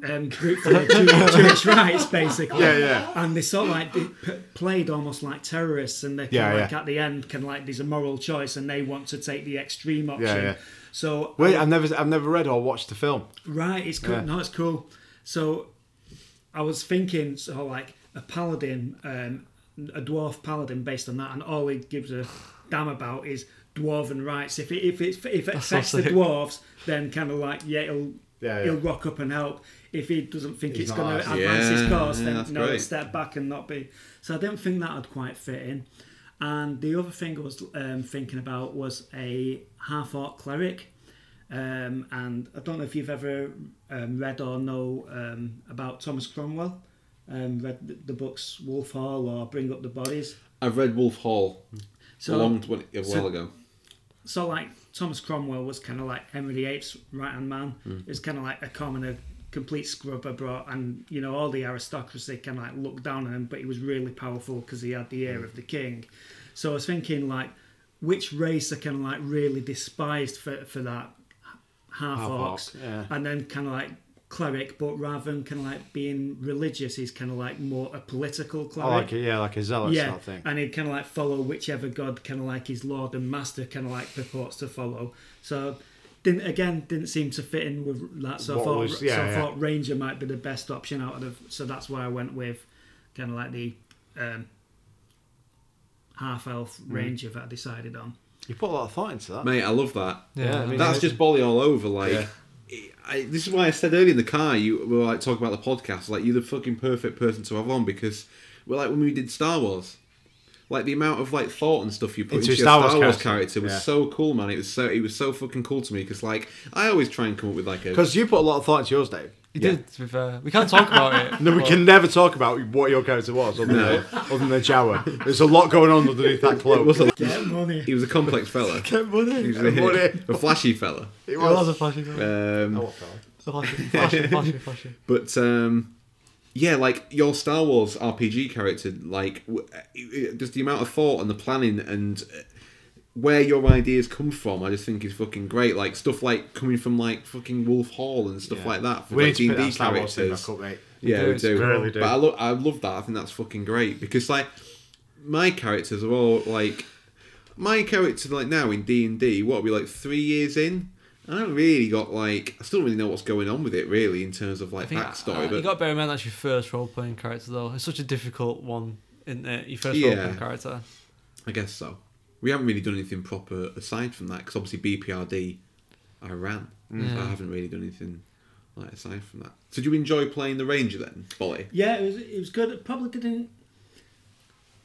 Speaker 4: um, group for the Jew- Jewish rights basically.
Speaker 5: Yeah, yeah.
Speaker 4: And they sort of like they p- played almost like terrorists, and they're kind
Speaker 5: Yeah,
Speaker 4: of like
Speaker 5: yeah.
Speaker 4: at the end, kind of like there's a moral choice, and they want to take the extreme option.
Speaker 5: yeah.
Speaker 4: So
Speaker 5: Wait, I've never, I've never read or watched the film.
Speaker 4: Right, it's cool.
Speaker 5: Yeah.
Speaker 4: No, it's cool. So I was thinking, so like a paladin, um, a dwarf paladin based on that, and all he gives a damn about is dwarven rights. If it, if it, if it affects the
Speaker 6: sick.
Speaker 4: dwarves, then kind of like, yeah, he'll,
Speaker 5: Yeah, yeah.
Speaker 4: he'll rock up and help. If he doesn't think
Speaker 5: He's
Speaker 4: it's
Speaker 5: not
Speaker 4: going to
Speaker 5: arsed.
Speaker 4: advance his
Speaker 1: Yeah,
Speaker 4: cause,
Speaker 1: yeah, that's
Speaker 4: then no,
Speaker 1: great.
Speaker 4: step back and not be. So I didn't think that would quite fit in. And the other thing I was um, thinking about was a half orc cleric. Um, and I don't know if you've ever um, read or know um, about Thomas Cromwell. Um, read the, the books Wolf Hall or Bring Up the Bodies.
Speaker 1: I've read Wolf Hall
Speaker 4: So,
Speaker 1: a long tw- a while
Speaker 4: so-
Speaker 1: ago.
Speaker 4: so like Thomas Cromwell was kind of like Henry VIII's right hand man.
Speaker 5: Hmm.
Speaker 4: It was kind of like a commoner, complete scrub abroad, and you know all the aristocracy kind of like looked down on him, but he was really powerful because he had the
Speaker 5: Hmm.
Speaker 4: ear of the king. So I was thinking like, which race are kind of like really despised for for that half
Speaker 5: Half-orc,
Speaker 4: orcs,
Speaker 5: yeah.
Speaker 4: and then kind of like cleric, but rather than kind of like being religious, he's kind of like more a political
Speaker 5: Oh, I
Speaker 4: cleric
Speaker 5: like it, yeah, like a zealot sort of thing.
Speaker 4: and he'd kind of like follow whichever god kind of like his lord and master kind of like purports to follow. So didn't again didn't seem to fit in with that. So I
Speaker 5: What
Speaker 4: thought
Speaker 5: was-
Speaker 4: so I
Speaker 5: yeah, yeah.
Speaker 4: thought ranger might be the best option out of. So that's why I went with kind of like the um, half elf
Speaker 5: Mm-hmm.
Speaker 4: ranger that I decided on.
Speaker 5: You put a lot of thought into that.
Speaker 1: Mate, I love that.
Speaker 5: Yeah, I mean,
Speaker 1: That's
Speaker 5: it's-
Speaker 1: just Bolly all over. Like,
Speaker 5: Yeah.
Speaker 1: I, this is why I said earlier in the car you were like talking about the podcast. Like, you're the fucking perfect person to have on because we're like when we did Star Wars. Like the amount of like thought and stuff you put into,
Speaker 5: Into
Speaker 1: your
Speaker 5: a
Speaker 1: Star, Wars, character, was
Speaker 5: yeah.
Speaker 1: so cool, man. It was so it was so fucking cool to me because like I always try and come up with like a
Speaker 5: Because you put a lot of thought into yours, Dave.
Speaker 6: You
Speaker 1: Yeah.
Speaker 6: did, to be fair. We can't talk about it.
Speaker 5: No, we
Speaker 6: but-
Speaker 5: can never talk about what your character was other,
Speaker 1: No.
Speaker 5: than, other than the shower. There's a lot going on underneath that
Speaker 1: It
Speaker 5: cloak.
Speaker 1: was a-
Speaker 4: Get money.
Speaker 1: he was a complex fella. He was
Speaker 5: Get money.
Speaker 1: a, a flashy fella.
Speaker 5: It
Speaker 6: It
Speaker 5: was.
Speaker 6: was a flashy guy.
Speaker 1: Um,
Speaker 6: Flashy, flashy, flashy, flashy.
Speaker 1: But um, yeah, like your Star Wars RPG character, like w- just the amount of thought and the planning and uh, where your ideas come from, I just think is fucking great. Like stuff like coming from like fucking Wolf Hall and stuff
Speaker 5: Yeah.
Speaker 1: like that for
Speaker 5: We
Speaker 1: like
Speaker 5: need to put
Speaker 1: D&D
Speaker 5: that Star Wars thing
Speaker 1: characters.
Speaker 5: back up, mate.
Speaker 1: Yeah,
Speaker 6: do,
Speaker 1: we
Speaker 6: it's
Speaker 1: do.
Speaker 5: cool. Really do.
Speaker 1: But I, lo- I love that. I think that's fucking great because like my characters are all like my character like now in D and D. What are we like three years in? I don't really got like I still don't really know what's going on with it really in terms of
Speaker 6: I
Speaker 1: like
Speaker 6: think
Speaker 1: backstory.
Speaker 6: uh, you
Speaker 1: but
Speaker 6: got to bear in mind that's your first role playing character though. It's such a difficult one, isn't it? Your first
Speaker 1: Yeah.
Speaker 6: role playing character.
Speaker 1: I guess so. We haven't really done anything proper aside from that because obviously BPRD I ran. So I
Speaker 6: Yeah.
Speaker 1: haven't really done anything like aside from that. So did you enjoy playing the Ranger then, Bolly?
Speaker 4: Yeah, it was it was good. It probably didn't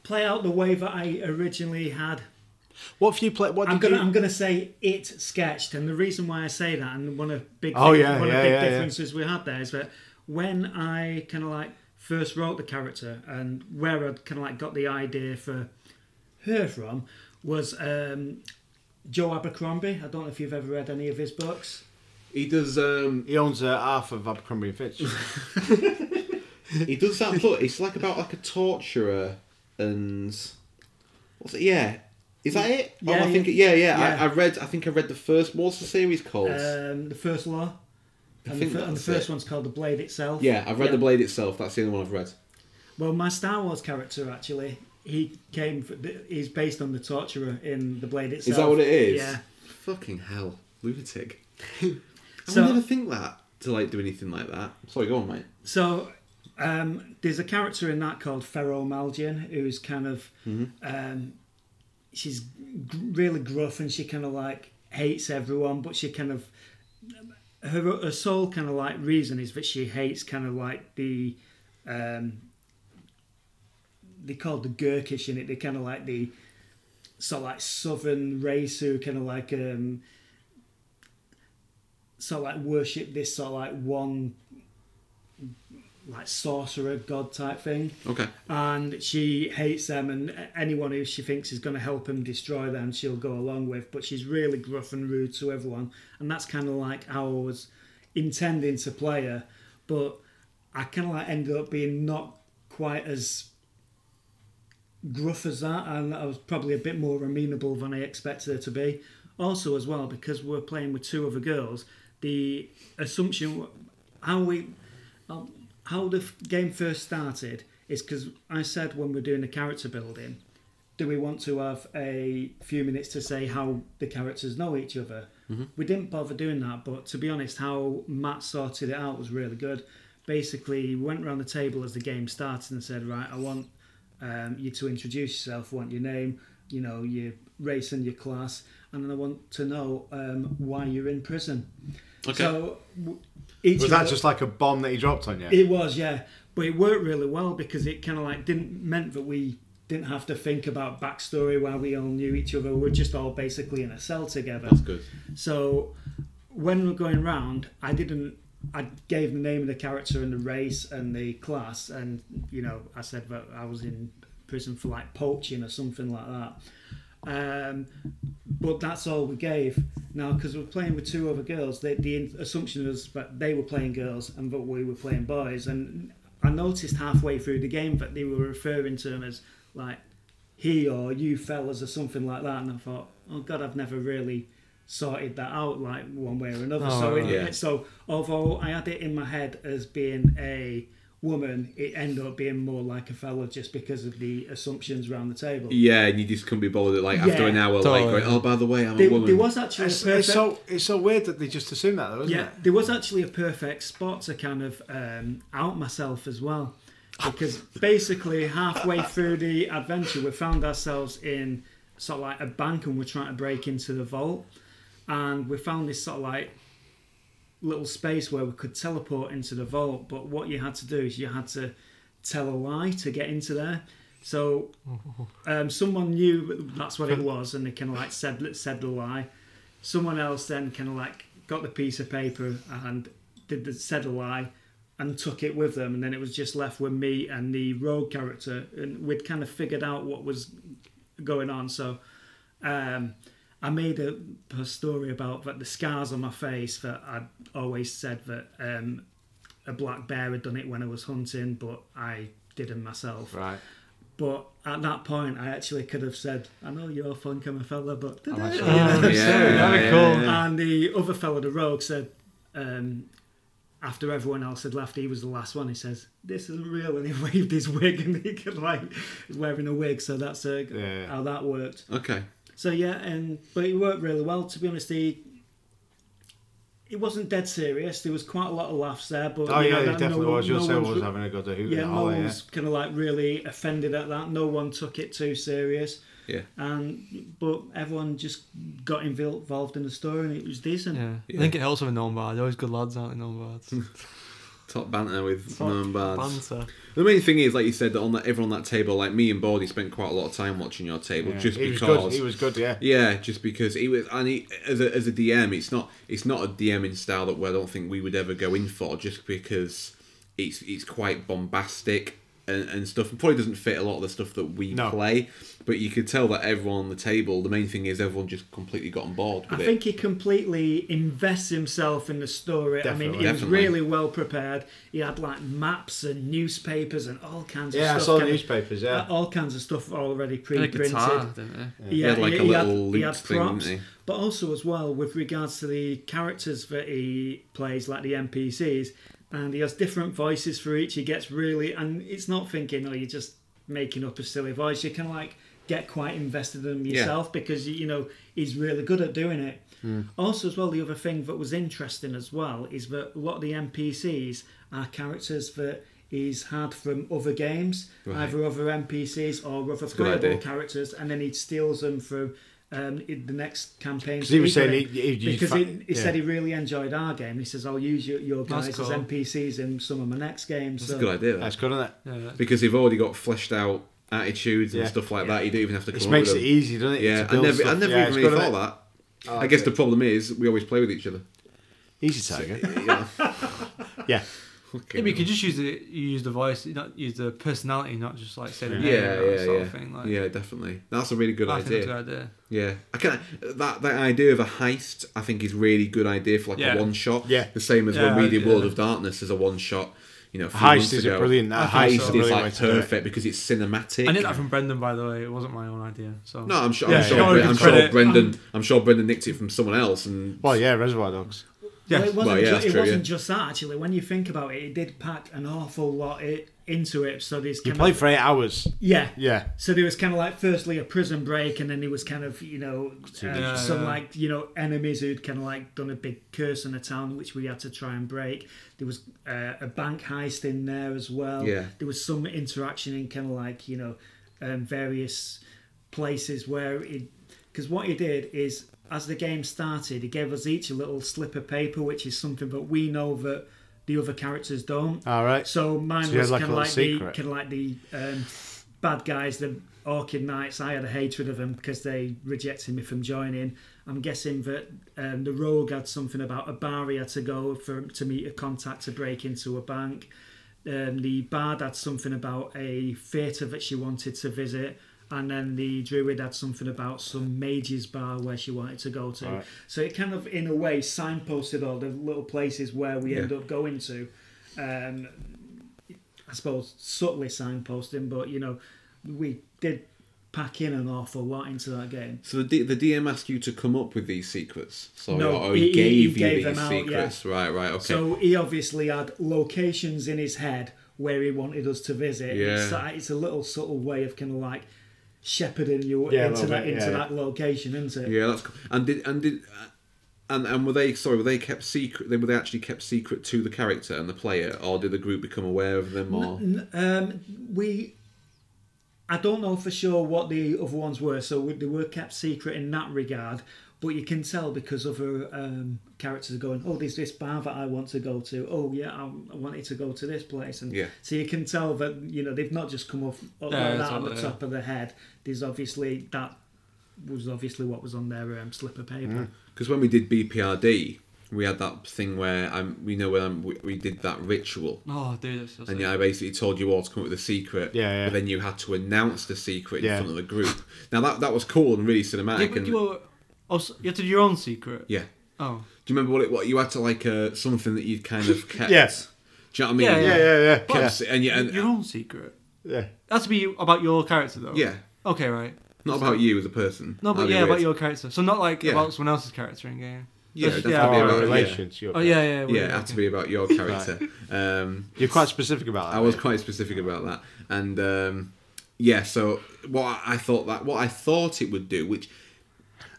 Speaker 4: play out the way that I originally had
Speaker 5: What have you played? What did
Speaker 4: I'm gonna
Speaker 5: you?
Speaker 4: I'm gonna say it sketched, and the reason why I say that, and one of big
Speaker 5: Oh,
Speaker 4: thing-
Speaker 5: yeah,
Speaker 4: one
Speaker 5: yeah,
Speaker 4: of big
Speaker 5: yeah, yeah.
Speaker 4: differences we had there is that when I kind of like first wrote the character and where I kind of like got the idea for her from was um, Joe Abercrombie. I don't know if you've ever read any of his books.
Speaker 1: He does. Um,
Speaker 5: He owns uh, half of Abercrombie and Fitch.
Speaker 1: he does that book. It's like about like a torturer and what's it? Yeah, is that it? Oh,
Speaker 4: Yeah,
Speaker 1: I think.
Speaker 4: yeah.
Speaker 1: Yeah, yeah.
Speaker 4: Yeah.
Speaker 1: I, I read. I think I read the first. What's the series called?
Speaker 4: Um, the First Law,
Speaker 1: I
Speaker 4: and,
Speaker 1: think
Speaker 4: the, fir- and the
Speaker 1: that's
Speaker 4: first
Speaker 1: it.
Speaker 4: one's called The Blade itself.
Speaker 1: Yeah, I've read
Speaker 4: Yeah.
Speaker 1: the Blade itself. That's the only one I've read.
Speaker 4: Well, my Star Wars character actually, he came. fr- He's based on the torturer in the Blade itself.
Speaker 1: Is that what it is?
Speaker 4: Yeah.
Speaker 1: Fucking hell, lunatic. I
Speaker 4: So-
Speaker 1: would never think that to like do anything like that. Sorry, go on, mate.
Speaker 4: So um, there's a character in that called Pharaoh Malgian, who's kind of um, she's g- really gruff and she kind of like hates everyone, but she kind of her her sole kind of like reason is that she hates kind of like the um, they called the Gurkish in it. They're kind of like the sort of like southern race who kind of like um, sort of like worship this sort of like one like sorcerer god type thing
Speaker 1: Okay.
Speaker 4: Oh. and she hates them and anyone who she thinks is going to help them destroy them she'll go along with but she's really gruff and rude to everyone and that's kind of like how i was intending to play her but i kind of like ended up being not quite as gruff as that and i was probably a bit more amenable than i expected her to be also as well because we're playing with two other girls the assumption how we how the f- game first started is because I said when we're doing the character building, do we want to have a few minutes to say how the characters know each other?
Speaker 5: Mm-hmm.
Speaker 4: We didn't bother doing that, but to be honest, how Matt sorted it out was really good. Basically, he went round the table as the game started and said, "Right, I want um, you to introduce yourself. I want your name, you know, your race and your class, and then I want to know um, why you're in prison."
Speaker 1: Okay.
Speaker 4: So w- each
Speaker 5: Was
Speaker 4: of
Speaker 5: that
Speaker 4: us-
Speaker 5: just like a bomb that he dropped on you?
Speaker 4: it was, yeah, but it worked really well because it kind of like didn't meant that we didn't have to think about backstory while we all knew each other. We're just all basically in a cell together.
Speaker 1: That's good.
Speaker 4: So when we're going round, I didn't. I gave the name of the character and the race and the class, and you know, I said that I was in prison for like poaching or something like that. Um, but that's all we gave. Now, because we're playing with two other girls, the, the in- assumption was that they were playing girls and that we were playing boys. And I noticed halfway through the game that they were referring to them as like he or you fellas or something like that. And I thought, oh God, I've never really sorted that out like one way or another. so, it,
Speaker 1: yeah.
Speaker 4: so although I had it in my head as being a woman, it ended up being more like a fella just because of the assumptions around the table.
Speaker 1: Yeah, and you just couldn't be bothered. Like after
Speaker 4: Yeah.
Speaker 1: an hour, like
Speaker 6: Totally.
Speaker 1: going, oh, by the way, I'm
Speaker 4: There,
Speaker 1: a woman.
Speaker 4: there was actually a
Speaker 5: It's,
Speaker 4: perfect-
Speaker 5: it's so it's so weird that they just assume that though, isn't
Speaker 4: yeah, there was actually a perfect spot to kind of um, out myself as well, because basically halfway through the adventure, we found ourselves in sort of like a bank, and we're trying to break into the vault, and we found this sort of like little space where we could teleport into the vault. But what you had to do is you had to tell a lie to get into there. So um, someone knew that's what it was, and they kind of like said said the lie. Someone else then kind of like got the piece of paper and did the said a lie and took it with them, and then it was just left with me and the rogue character, and we'd kind of figured out what was going on. So um, I made a, a story about that the scars on my face that I always said that um, a black bear had done it when I was hunting, but I didn't myself.
Speaker 5: it? Right.
Speaker 4: But at that point, I actually could have said, "I know you're a fun kind of fella, but."
Speaker 5: actually-
Speaker 6: Oh,
Speaker 1: Yeah,
Speaker 6: so that'd be cool.
Speaker 1: yeah.
Speaker 4: And the other fella, the rogue, said, um, after everyone else had left, he was the last one. He says, "This isn't real," and he waved his wig, and he could like wearing a wig. So that's uh,
Speaker 5: Yeah.
Speaker 4: how that worked.
Speaker 1: Okay.
Speaker 4: So yeah, and but it worked really well. To be honest, the it wasn't dead serious. There was quite a lot of laughs there, but
Speaker 5: Oh
Speaker 4: you
Speaker 5: yeah,
Speaker 4: know,
Speaker 5: it
Speaker 4: that-
Speaker 5: definitely
Speaker 4: no,
Speaker 5: was. You'll
Speaker 4: no
Speaker 5: say
Speaker 4: one's
Speaker 5: was
Speaker 4: re-
Speaker 5: having a good at hoot
Speaker 4: yeah,
Speaker 5: and
Speaker 4: no
Speaker 5: holler, yeah.
Speaker 4: one's kind of like really offended at that. No one took it too serious,
Speaker 1: Yeah.
Speaker 4: and but everyone just got invol- involved in the story, and it was decent.
Speaker 6: Yeah.
Speaker 1: Yeah.
Speaker 6: I think it helps with a Lombard. They're always good lads, aren't they, Lombards?
Speaker 1: Top banter with
Speaker 2: Top
Speaker 1: known bards.
Speaker 2: banter.
Speaker 1: The main thing is, like you said, that on that everyone on that table, like me and Bordy spent quite a lot of time watching your table
Speaker 5: Yeah.
Speaker 1: just
Speaker 5: he
Speaker 1: because
Speaker 5: was good. He was good. Yeah.
Speaker 1: Yeah, just because he was, and he, as a as a DM, it's not it's not a DMing style that I don't think we would ever go in for, just because it's it's quite bombastic and, and stuff, and probably doesn't fit a lot of the stuff that we
Speaker 5: No.
Speaker 1: play. But you could tell that everyone on the table, the main thing is everyone just completely got on board
Speaker 4: I
Speaker 1: with it.
Speaker 4: think he completely invests himself in the story. I mean,
Speaker 5: Definitely.
Speaker 4: he
Speaker 1: Definitely.
Speaker 4: was really well prepared. He had like maps and newspapers and all kinds
Speaker 5: Yeah, I
Speaker 4: of stuff.
Speaker 5: saw the
Speaker 4: kinda-
Speaker 5: newspapers. Yeah.
Speaker 4: uh, all kinds of stuff already
Speaker 2: And a
Speaker 4: pre-printed.
Speaker 2: guitar, didn't they?
Speaker 4: Yeah,
Speaker 1: had, like, a little
Speaker 4: he
Speaker 1: loop
Speaker 4: had
Speaker 1: thing,
Speaker 4: props,
Speaker 1: didn't he?
Speaker 4: but also as well with regards to the characters that he plays, like the NPCs, and he has different voices for each. He gets really, and it's not thinking, oh, you're just making up a silly voice. You can like get quite invested in him
Speaker 1: Yeah.
Speaker 4: yourself because you know he's really good at doing it.
Speaker 1: Hmm.
Speaker 4: Also, as well, the other thing that was interesting as well is that a lot of the NPCs are characters that. He's had from other games,
Speaker 1: Right.
Speaker 4: either other NPCs or other
Speaker 1: good idea.
Speaker 4: playable characters, and then he steals them from um, in the next campaign.
Speaker 5: 'Cause he was
Speaker 4: got
Speaker 5: saying
Speaker 4: it.
Speaker 5: he- he- he
Speaker 4: because
Speaker 5: fa-
Speaker 4: he, he said he
Speaker 5: yeah.
Speaker 4: really enjoyed our game. He says, "I'll use your, your
Speaker 2: That's
Speaker 4: guys
Speaker 2: cool.
Speaker 4: as NPCs in some of my next games."
Speaker 1: That's
Speaker 4: so-
Speaker 1: a good idea, that.
Speaker 5: That's good, isn't it?
Speaker 2: Yeah. yeah.
Speaker 1: because they've already got fleshed out attitudes and
Speaker 5: Yeah.
Speaker 1: stuff like
Speaker 4: Yeah.
Speaker 1: that. You don't even have to.
Speaker 5: It
Speaker 1: Come up
Speaker 5: makes
Speaker 1: with
Speaker 5: it
Speaker 1: them.
Speaker 5: easy, doesn't it?
Speaker 1: Yeah,
Speaker 5: to
Speaker 1: I
Speaker 5: build
Speaker 1: never, I
Speaker 5: stuff?
Speaker 1: never
Speaker 5: Yeah, it's Oh,
Speaker 1: even
Speaker 5: good,
Speaker 1: really
Speaker 5: isn't
Speaker 1: thought
Speaker 5: it?
Speaker 1: that.
Speaker 5: I
Speaker 1: I
Speaker 5: like
Speaker 1: guess
Speaker 5: it.
Speaker 1: the problem is we always play with each other.
Speaker 5: Easy target.
Speaker 1: Yeah.
Speaker 5: Yeah.
Speaker 1: Okay.
Speaker 2: Maybe you could just use the you use the voice, you not use the personality, not just like saying
Speaker 5: Yeah.
Speaker 2: yeah,
Speaker 1: yeah, yeah,
Speaker 2: sort
Speaker 1: yeah.
Speaker 2: of thing. Like,
Speaker 1: yeah, definitely. That's a really good
Speaker 2: I think
Speaker 1: idea.
Speaker 2: that's a good idea.
Speaker 1: Yeah, I can that that idea of a heist. I think is really good idea for like
Speaker 2: Yeah.
Speaker 1: a one shot.
Speaker 5: Yeah.
Speaker 1: the same as
Speaker 2: Yeah,
Speaker 1: when we did
Speaker 2: yeah.
Speaker 1: World of Darkness as a one shot. You know, a few
Speaker 5: Heist
Speaker 1: months
Speaker 5: is a
Speaker 1: ago.
Speaker 5: brilliant-
Speaker 1: A
Speaker 5: a
Speaker 1: heist
Speaker 5: heist
Speaker 1: is
Speaker 5: is a brilliant way
Speaker 1: like
Speaker 5: to do it.
Speaker 1: perfect because it's cinematic.
Speaker 2: I did that from Brendan, by the way. It wasn't my own idea. So
Speaker 1: no, I'm sure.
Speaker 2: Yeah,
Speaker 1: I'm, sure,
Speaker 2: you gotta
Speaker 1: Bre-
Speaker 2: give
Speaker 1: I'm sure
Speaker 2: credit.
Speaker 1: Brendan. I'm sure Brendan nicked it from someone else. And
Speaker 5: Well, yeah, Reservoir Dogs.
Speaker 2: Yeah.
Speaker 4: Well, it wasn't,
Speaker 1: Well, yeah,
Speaker 4: ju-
Speaker 1: that's
Speaker 4: it
Speaker 1: true,
Speaker 4: wasn't
Speaker 1: yeah.
Speaker 4: just that actually. When you think about it, it did pack an awful lot i into it. So there's
Speaker 5: You
Speaker 4: kind
Speaker 5: played
Speaker 4: of
Speaker 5: for eight hours.
Speaker 4: yeah.
Speaker 5: Yeah.
Speaker 4: So there was kind of like firstly a prison break, and then there was kind of you know uh,
Speaker 2: Yeah,
Speaker 4: some
Speaker 2: yeah.
Speaker 4: like you know enemies who'd kind of like done a big curse on the town, which we had to try and break. There was uh, a bank heist in there as well.
Speaker 1: Yeah.
Speaker 4: There was some interaction in kind of like you know um, various places where it because what he did is as the game started, he gave us each a little slip of paper, which is something that we know that the other characters don't.
Speaker 5: All right.
Speaker 4: So mine
Speaker 5: So you
Speaker 4: was
Speaker 5: had, like,
Speaker 4: kind
Speaker 5: a
Speaker 4: of
Speaker 5: little
Speaker 4: like the
Speaker 5: secret.
Speaker 4: kind of like the um, bad guys, the Orchid Knights. I had a hatred of them because they rejected me from joining. I'm guessing that um, the rogue had something about a bar he had to go for to meet a contact to break into a bank. Um, the bard had something about a theatre that she wanted to visit, and then the druid had something about some mage's bar where she wanted to go to.
Speaker 5: Right.
Speaker 4: So it kind of, in a way, signposted all the little places where we end up going to. Um, I suppose subtly signposting, but you know, we did pack in an awful lot into that game.
Speaker 1: so the D, the DM asked you to come up with these secrets. So
Speaker 4: No,
Speaker 1: oh,
Speaker 4: he-
Speaker 1: he,
Speaker 4: he-
Speaker 1: gave
Speaker 4: he
Speaker 1: you
Speaker 4: gave
Speaker 1: these
Speaker 4: them out, yeah.
Speaker 1: secrets. Right, right, okay.
Speaker 4: So he obviously had locations in his head where he wanted us to visit.
Speaker 1: Yeah.
Speaker 4: It's, a- it's a little subtle way of kind of like shepherding you
Speaker 5: Yeah, a
Speaker 4: into
Speaker 5: little
Speaker 4: that
Speaker 5: bit,
Speaker 4: into
Speaker 5: yeah,
Speaker 4: that location, isn't it?
Speaker 1: Yeah, that's cool. And did and did uh, and and were they sorry? Were they kept secret? They were they actually kept secret to the character and the player, or did the group become aware of them? Or
Speaker 4: N- Um, we, I don't know for sure what the other ones were, so we- they were kept secret in that regard. But you can tell because other um, characters are going, oh, there's this bar that I want to go to. Oh, yeah, I, I wanted to go to this place, and
Speaker 1: Yeah.
Speaker 4: so you can tell that you know they've not just come off up
Speaker 2: Yeah,
Speaker 4: like that
Speaker 2: that's
Speaker 4: on
Speaker 2: what
Speaker 4: the
Speaker 2: they-
Speaker 4: top of the head. There's obviously that was obviously what was on their um, slip of paper.
Speaker 1: because when we did BPRD, we had that thing where um, we know um, we, we did that ritual.
Speaker 2: Oh, dude, that's so
Speaker 1: And
Speaker 2: sick.
Speaker 1: yeah, I basically told you all to come up with a secret.
Speaker 5: Yeah, yeah.
Speaker 1: But then you had to announce the secret
Speaker 5: Yeah.
Speaker 1: in front of the group. Now that that was cool and really
Speaker 2: Yeah,
Speaker 1: cinematic.
Speaker 2: but
Speaker 1: and,
Speaker 2: you, were, also, you had to do your own secret.
Speaker 1: yeah.
Speaker 2: Oh,
Speaker 1: Do you remember what it? What you had to like? Uh, something that you'd kind of kept.
Speaker 5: Yes.
Speaker 1: Do you know what I mean?
Speaker 2: Yeah,
Speaker 5: Yeah, yeah, yeah.
Speaker 1: But
Speaker 5: Yeah.
Speaker 1: obviously- And, you- and, uh,
Speaker 2: your own secret.
Speaker 5: yeah.
Speaker 2: That's to be about your character, though.
Speaker 1: yeah,
Speaker 2: Okay, right.
Speaker 1: not about you as a person.
Speaker 2: No, but
Speaker 1: That'd be
Speaker 2: yeah,
Speaker 1: weird.
Speaker 2: about your character. So not like
Speaker 1: Yeah.
Speaker 2: about someone else's character in game.
Speaker 1: Yeah,
Speaker 2: That's-
Speaker 1: definitely
Speaker 5: Oh,
Speaker 1: Yeah,
Speaker 5: our
Speaker 1: yeah.
Speaker 5: relations. your
Speaker 2: Oh yeah, yeah.
Speaker 1: Yeah, it
Speaker 2: okay.
Speaker 1: had to be about your character. um,
Speaker 5: You're quite specific about that.
Speaker 1: I was
Speaker 5: mate.
Speaker 1: quite specific about that, and um, yeah. So what I- I thought that what I thought it would do, which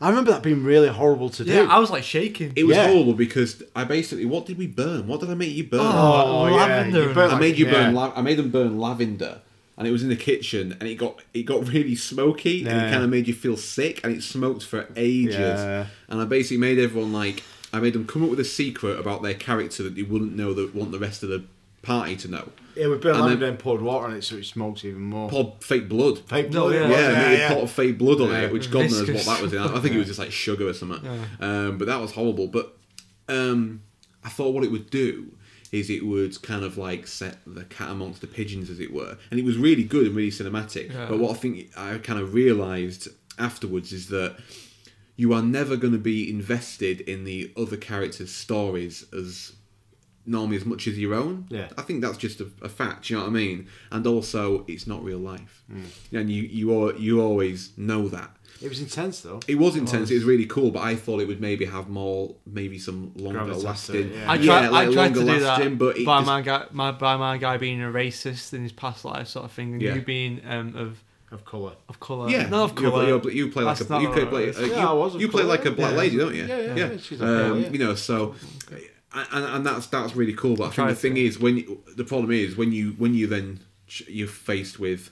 Speaker 5: I remember that being really horrible to do.
Speaker 2: Yeah, I was like shaking.
Speaker 1: it was
Speaker 5: Yeah.
Speaker 1: horrible because I basically what did we burn? What did I make you burn?
Speaker 2: Oh,
Speaker 5: yeah,
Speaker 2: lavender.
Speaker 5: you burnt,
Speaker 1: I
Speaker 5: like-
Speaker 1: made you burn.
Speaker 5: yeah.
Speaker 1: La- I made them burn lavender, and it was in the kitchen, and it got it got really smoky, and it
Speaker 5: Yeah.
Speaker 1: kind of made you feel sick, and it smoked for ages.
Speaker 5: Yeah.
Speaker 1: And I basically made everyone like I made them come up with a secret about their character that they wouldn't know that want the rest of the party to know.
Speaker 5: Yeah, with Bill
Speaker 1: And
Speaker 5: Lambert
Speaker 1: then-
Speaker 5: then poured water on it so it smokes even more.
Speaker 1: Poured fake blood.
Speaker 5: Fake
Speaker 2: No,
Speaker 5: blood.
Speaker 2: yeah.
Speaker 5: it was,
Speaker 1: Yeah, and they
Speaker 5: yeah.
Speaker 1: had pot of fake blood on
Speaker 5: Yeah.
Speaker 1: it, which God knows what
Speaker 2: Viscous.
Speaker 1: that was. in. I think it was just like sugar or something.
Speaker 2: Yeah.
Speaker 1: Um, but that was horrible. But um, I thought what it would do is it would kind of like set the cat amongst the pigeons, as it were. And it was really good and really cinematic.
Speaker 2: Yeah.
Speaker 1: But what I think I kind of realised afterwards is that you are never going to be invested in the other characters' stories as normally as much as your own.
Speaker 5: Yeah.
Speaker 1: I think that's just a, a fact. You know what I mean? And also, it's not real life,
Speaker 5: Mm.
Speaker 1: and you you al- you always know that.
Speaker 5: It was intense though.
Speaker 1: It was intense. It was really cool, but I thought it would maybe have more, maybe some longer
Speaker 5: Gravitas to it,
Speaker 1: lasting.
Speaker 5: yeah.
Speaker 2: I tried,
Speaker 1: like
Speaker 2: I tried to
Speaker 1: longer
Speaker 2: do
Speaker 1: lasting,
Speaker 2: that
Speaker 1: but it
Speaker 2: by
Speaker 1: just-
Speaker 2: my guy, my, by my guy being a racist in his past life, sort of thing, and
Speaker 1: Yeah.
Speaker 2: you being um, of
Speaker 5: Of colour.
Speaker 2: of color.
Speaker 1: yeah,
Speaker 2: not of
Speaker 1: you
Speaker 2: color.
Speaker 1: play, you play- you play like
Speaker 2: That's
Speaker 1: a
Speaker 2: not
Speaker 1: you play,
Speaker 2: what
Speaker 1: play,
Speaker 2: it
Speaker 1: uh,
Speaker 2: is.
Speaker 1: you,
Speaker 5: Yeah, I was, of
Speaker 1: you play
Speaker 5: course,
Speaker 1: like a black
Speaker 5: yeah.
Speaker 1: lady, don't you?
Speaker 5: Yeah, yeah, yeah, she's a
Speaker 1: um,
Speaker 5: black, yeah.
Speaker 1: You know, so and, and that's that's really cool. But I think
Speaker 2: tried
Speaker 1: the thing
Speaker 2: to.
Speaker 1: is, when you, the problem is when you when you then ch- you're faced with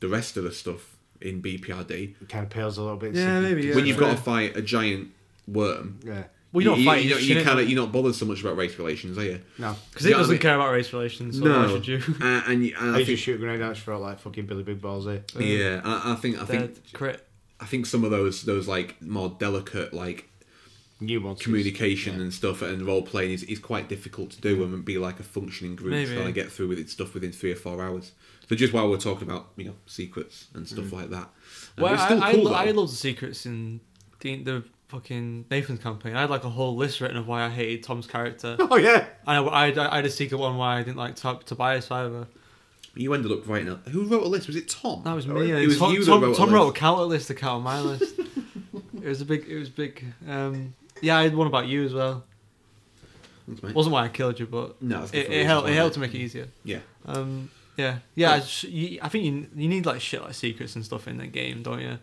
Speaker 1: the rest of the stuff in BPRD,
Speaker 5: It kind of pales a little bit.
Speaker 6: Yeah,
Speaker 5: so-
Speaker 6: maybe, yeah.
Speaker 1: when you've got to fight a giant worm.
Speaker 5: Yeah.
Speaker 1: you,
Speaker 2: Well, you're not
Speaker 1: you-
Speaker 2: fighting
Speaker 1: You,
Speaker 2: shit,
Speaker 1: you,
Speaker 2: isn't
Speaker 1: kind
Speaker 2: it?
Speaker 1: of you're not bothered so much about race relations, are you?
Speaker 5: No.
Speaker 2: because it
Speaker 1: Yeah, I
Speaker 2: doesn't
Speaker 1: mean-
Speaker 2: care about race relations. So why should you?
Speaker 1: Uh, and you- and
Speaker 5: I
Speaker 1: I
Speaker 5: used to
Speaker 1: think
Speaker 5: shoot grenade out for like fucking Billy Big Balls here.
Speaker 1: yeah, I, I think I think
Speaker 2: Dead crit.
Speaker 1: I think some of those those like more delicate like
Speaker 5: New ones.
Speaker 1: communication and stuff and role playing is, is quite difficult to do and be like a functioning group
Speaker 2: Mm. Maybe.
Speaker 1: trying to get through with its stuff within three or four hours. So just while we're talking about you know secrets and stuff like that, um,
Speaker 2: Mm. Well,
Speaker 1: it's
Speaker 2: I,
Speaker 1: still
Speaker 2: I,
Speaker 1: cool.
Speaker 2: lo- I
Speaker 1: though.
Speaker 2: love the secrets in the, the fucking Nathan's campaign. I had like a whole list written of why I hated Tom's character. and
Speaker 5: Oh yeah.
Speaker 2: I, I, had- I had a secret one why I didn't like Tob- Tobias either.
Speaker 1: you ended up writing a, who wrote a list? Was it Tom?
Speaker 2: That was
Speaker 1: Or
Speaker 2: me.
Speaker 1: Oh, It was
Speaker 2: Tom,
Speaker 1: you that
Speaker 2: Tom,
Speaker 1: wrote
Speaker 2: Tom
Speaker 1: a
Speaker 2: wrote a
Speaker 1: list.
Speaker 2: counter list to count my list. it was a big. It was big. Um, yeah, I had one about you as well.
Speaker 1: Thanks, mate.
Speaker 2: wasn't why I killed you, but
Speaker 1: No, it's good for
Speaker 2: it, it
Speaker 1: reasons,
Speaker 2: helped. It
Speaker 1: wasn't
Speaker 2: helped
Speaker 1: it?
Speaker 2: to make it easier.
Speaker 1: yeah.
Speaker 2: Um, yeah, yeah. I, just- you, I think you, you need like shit like secrets and stuff in the game, don't you?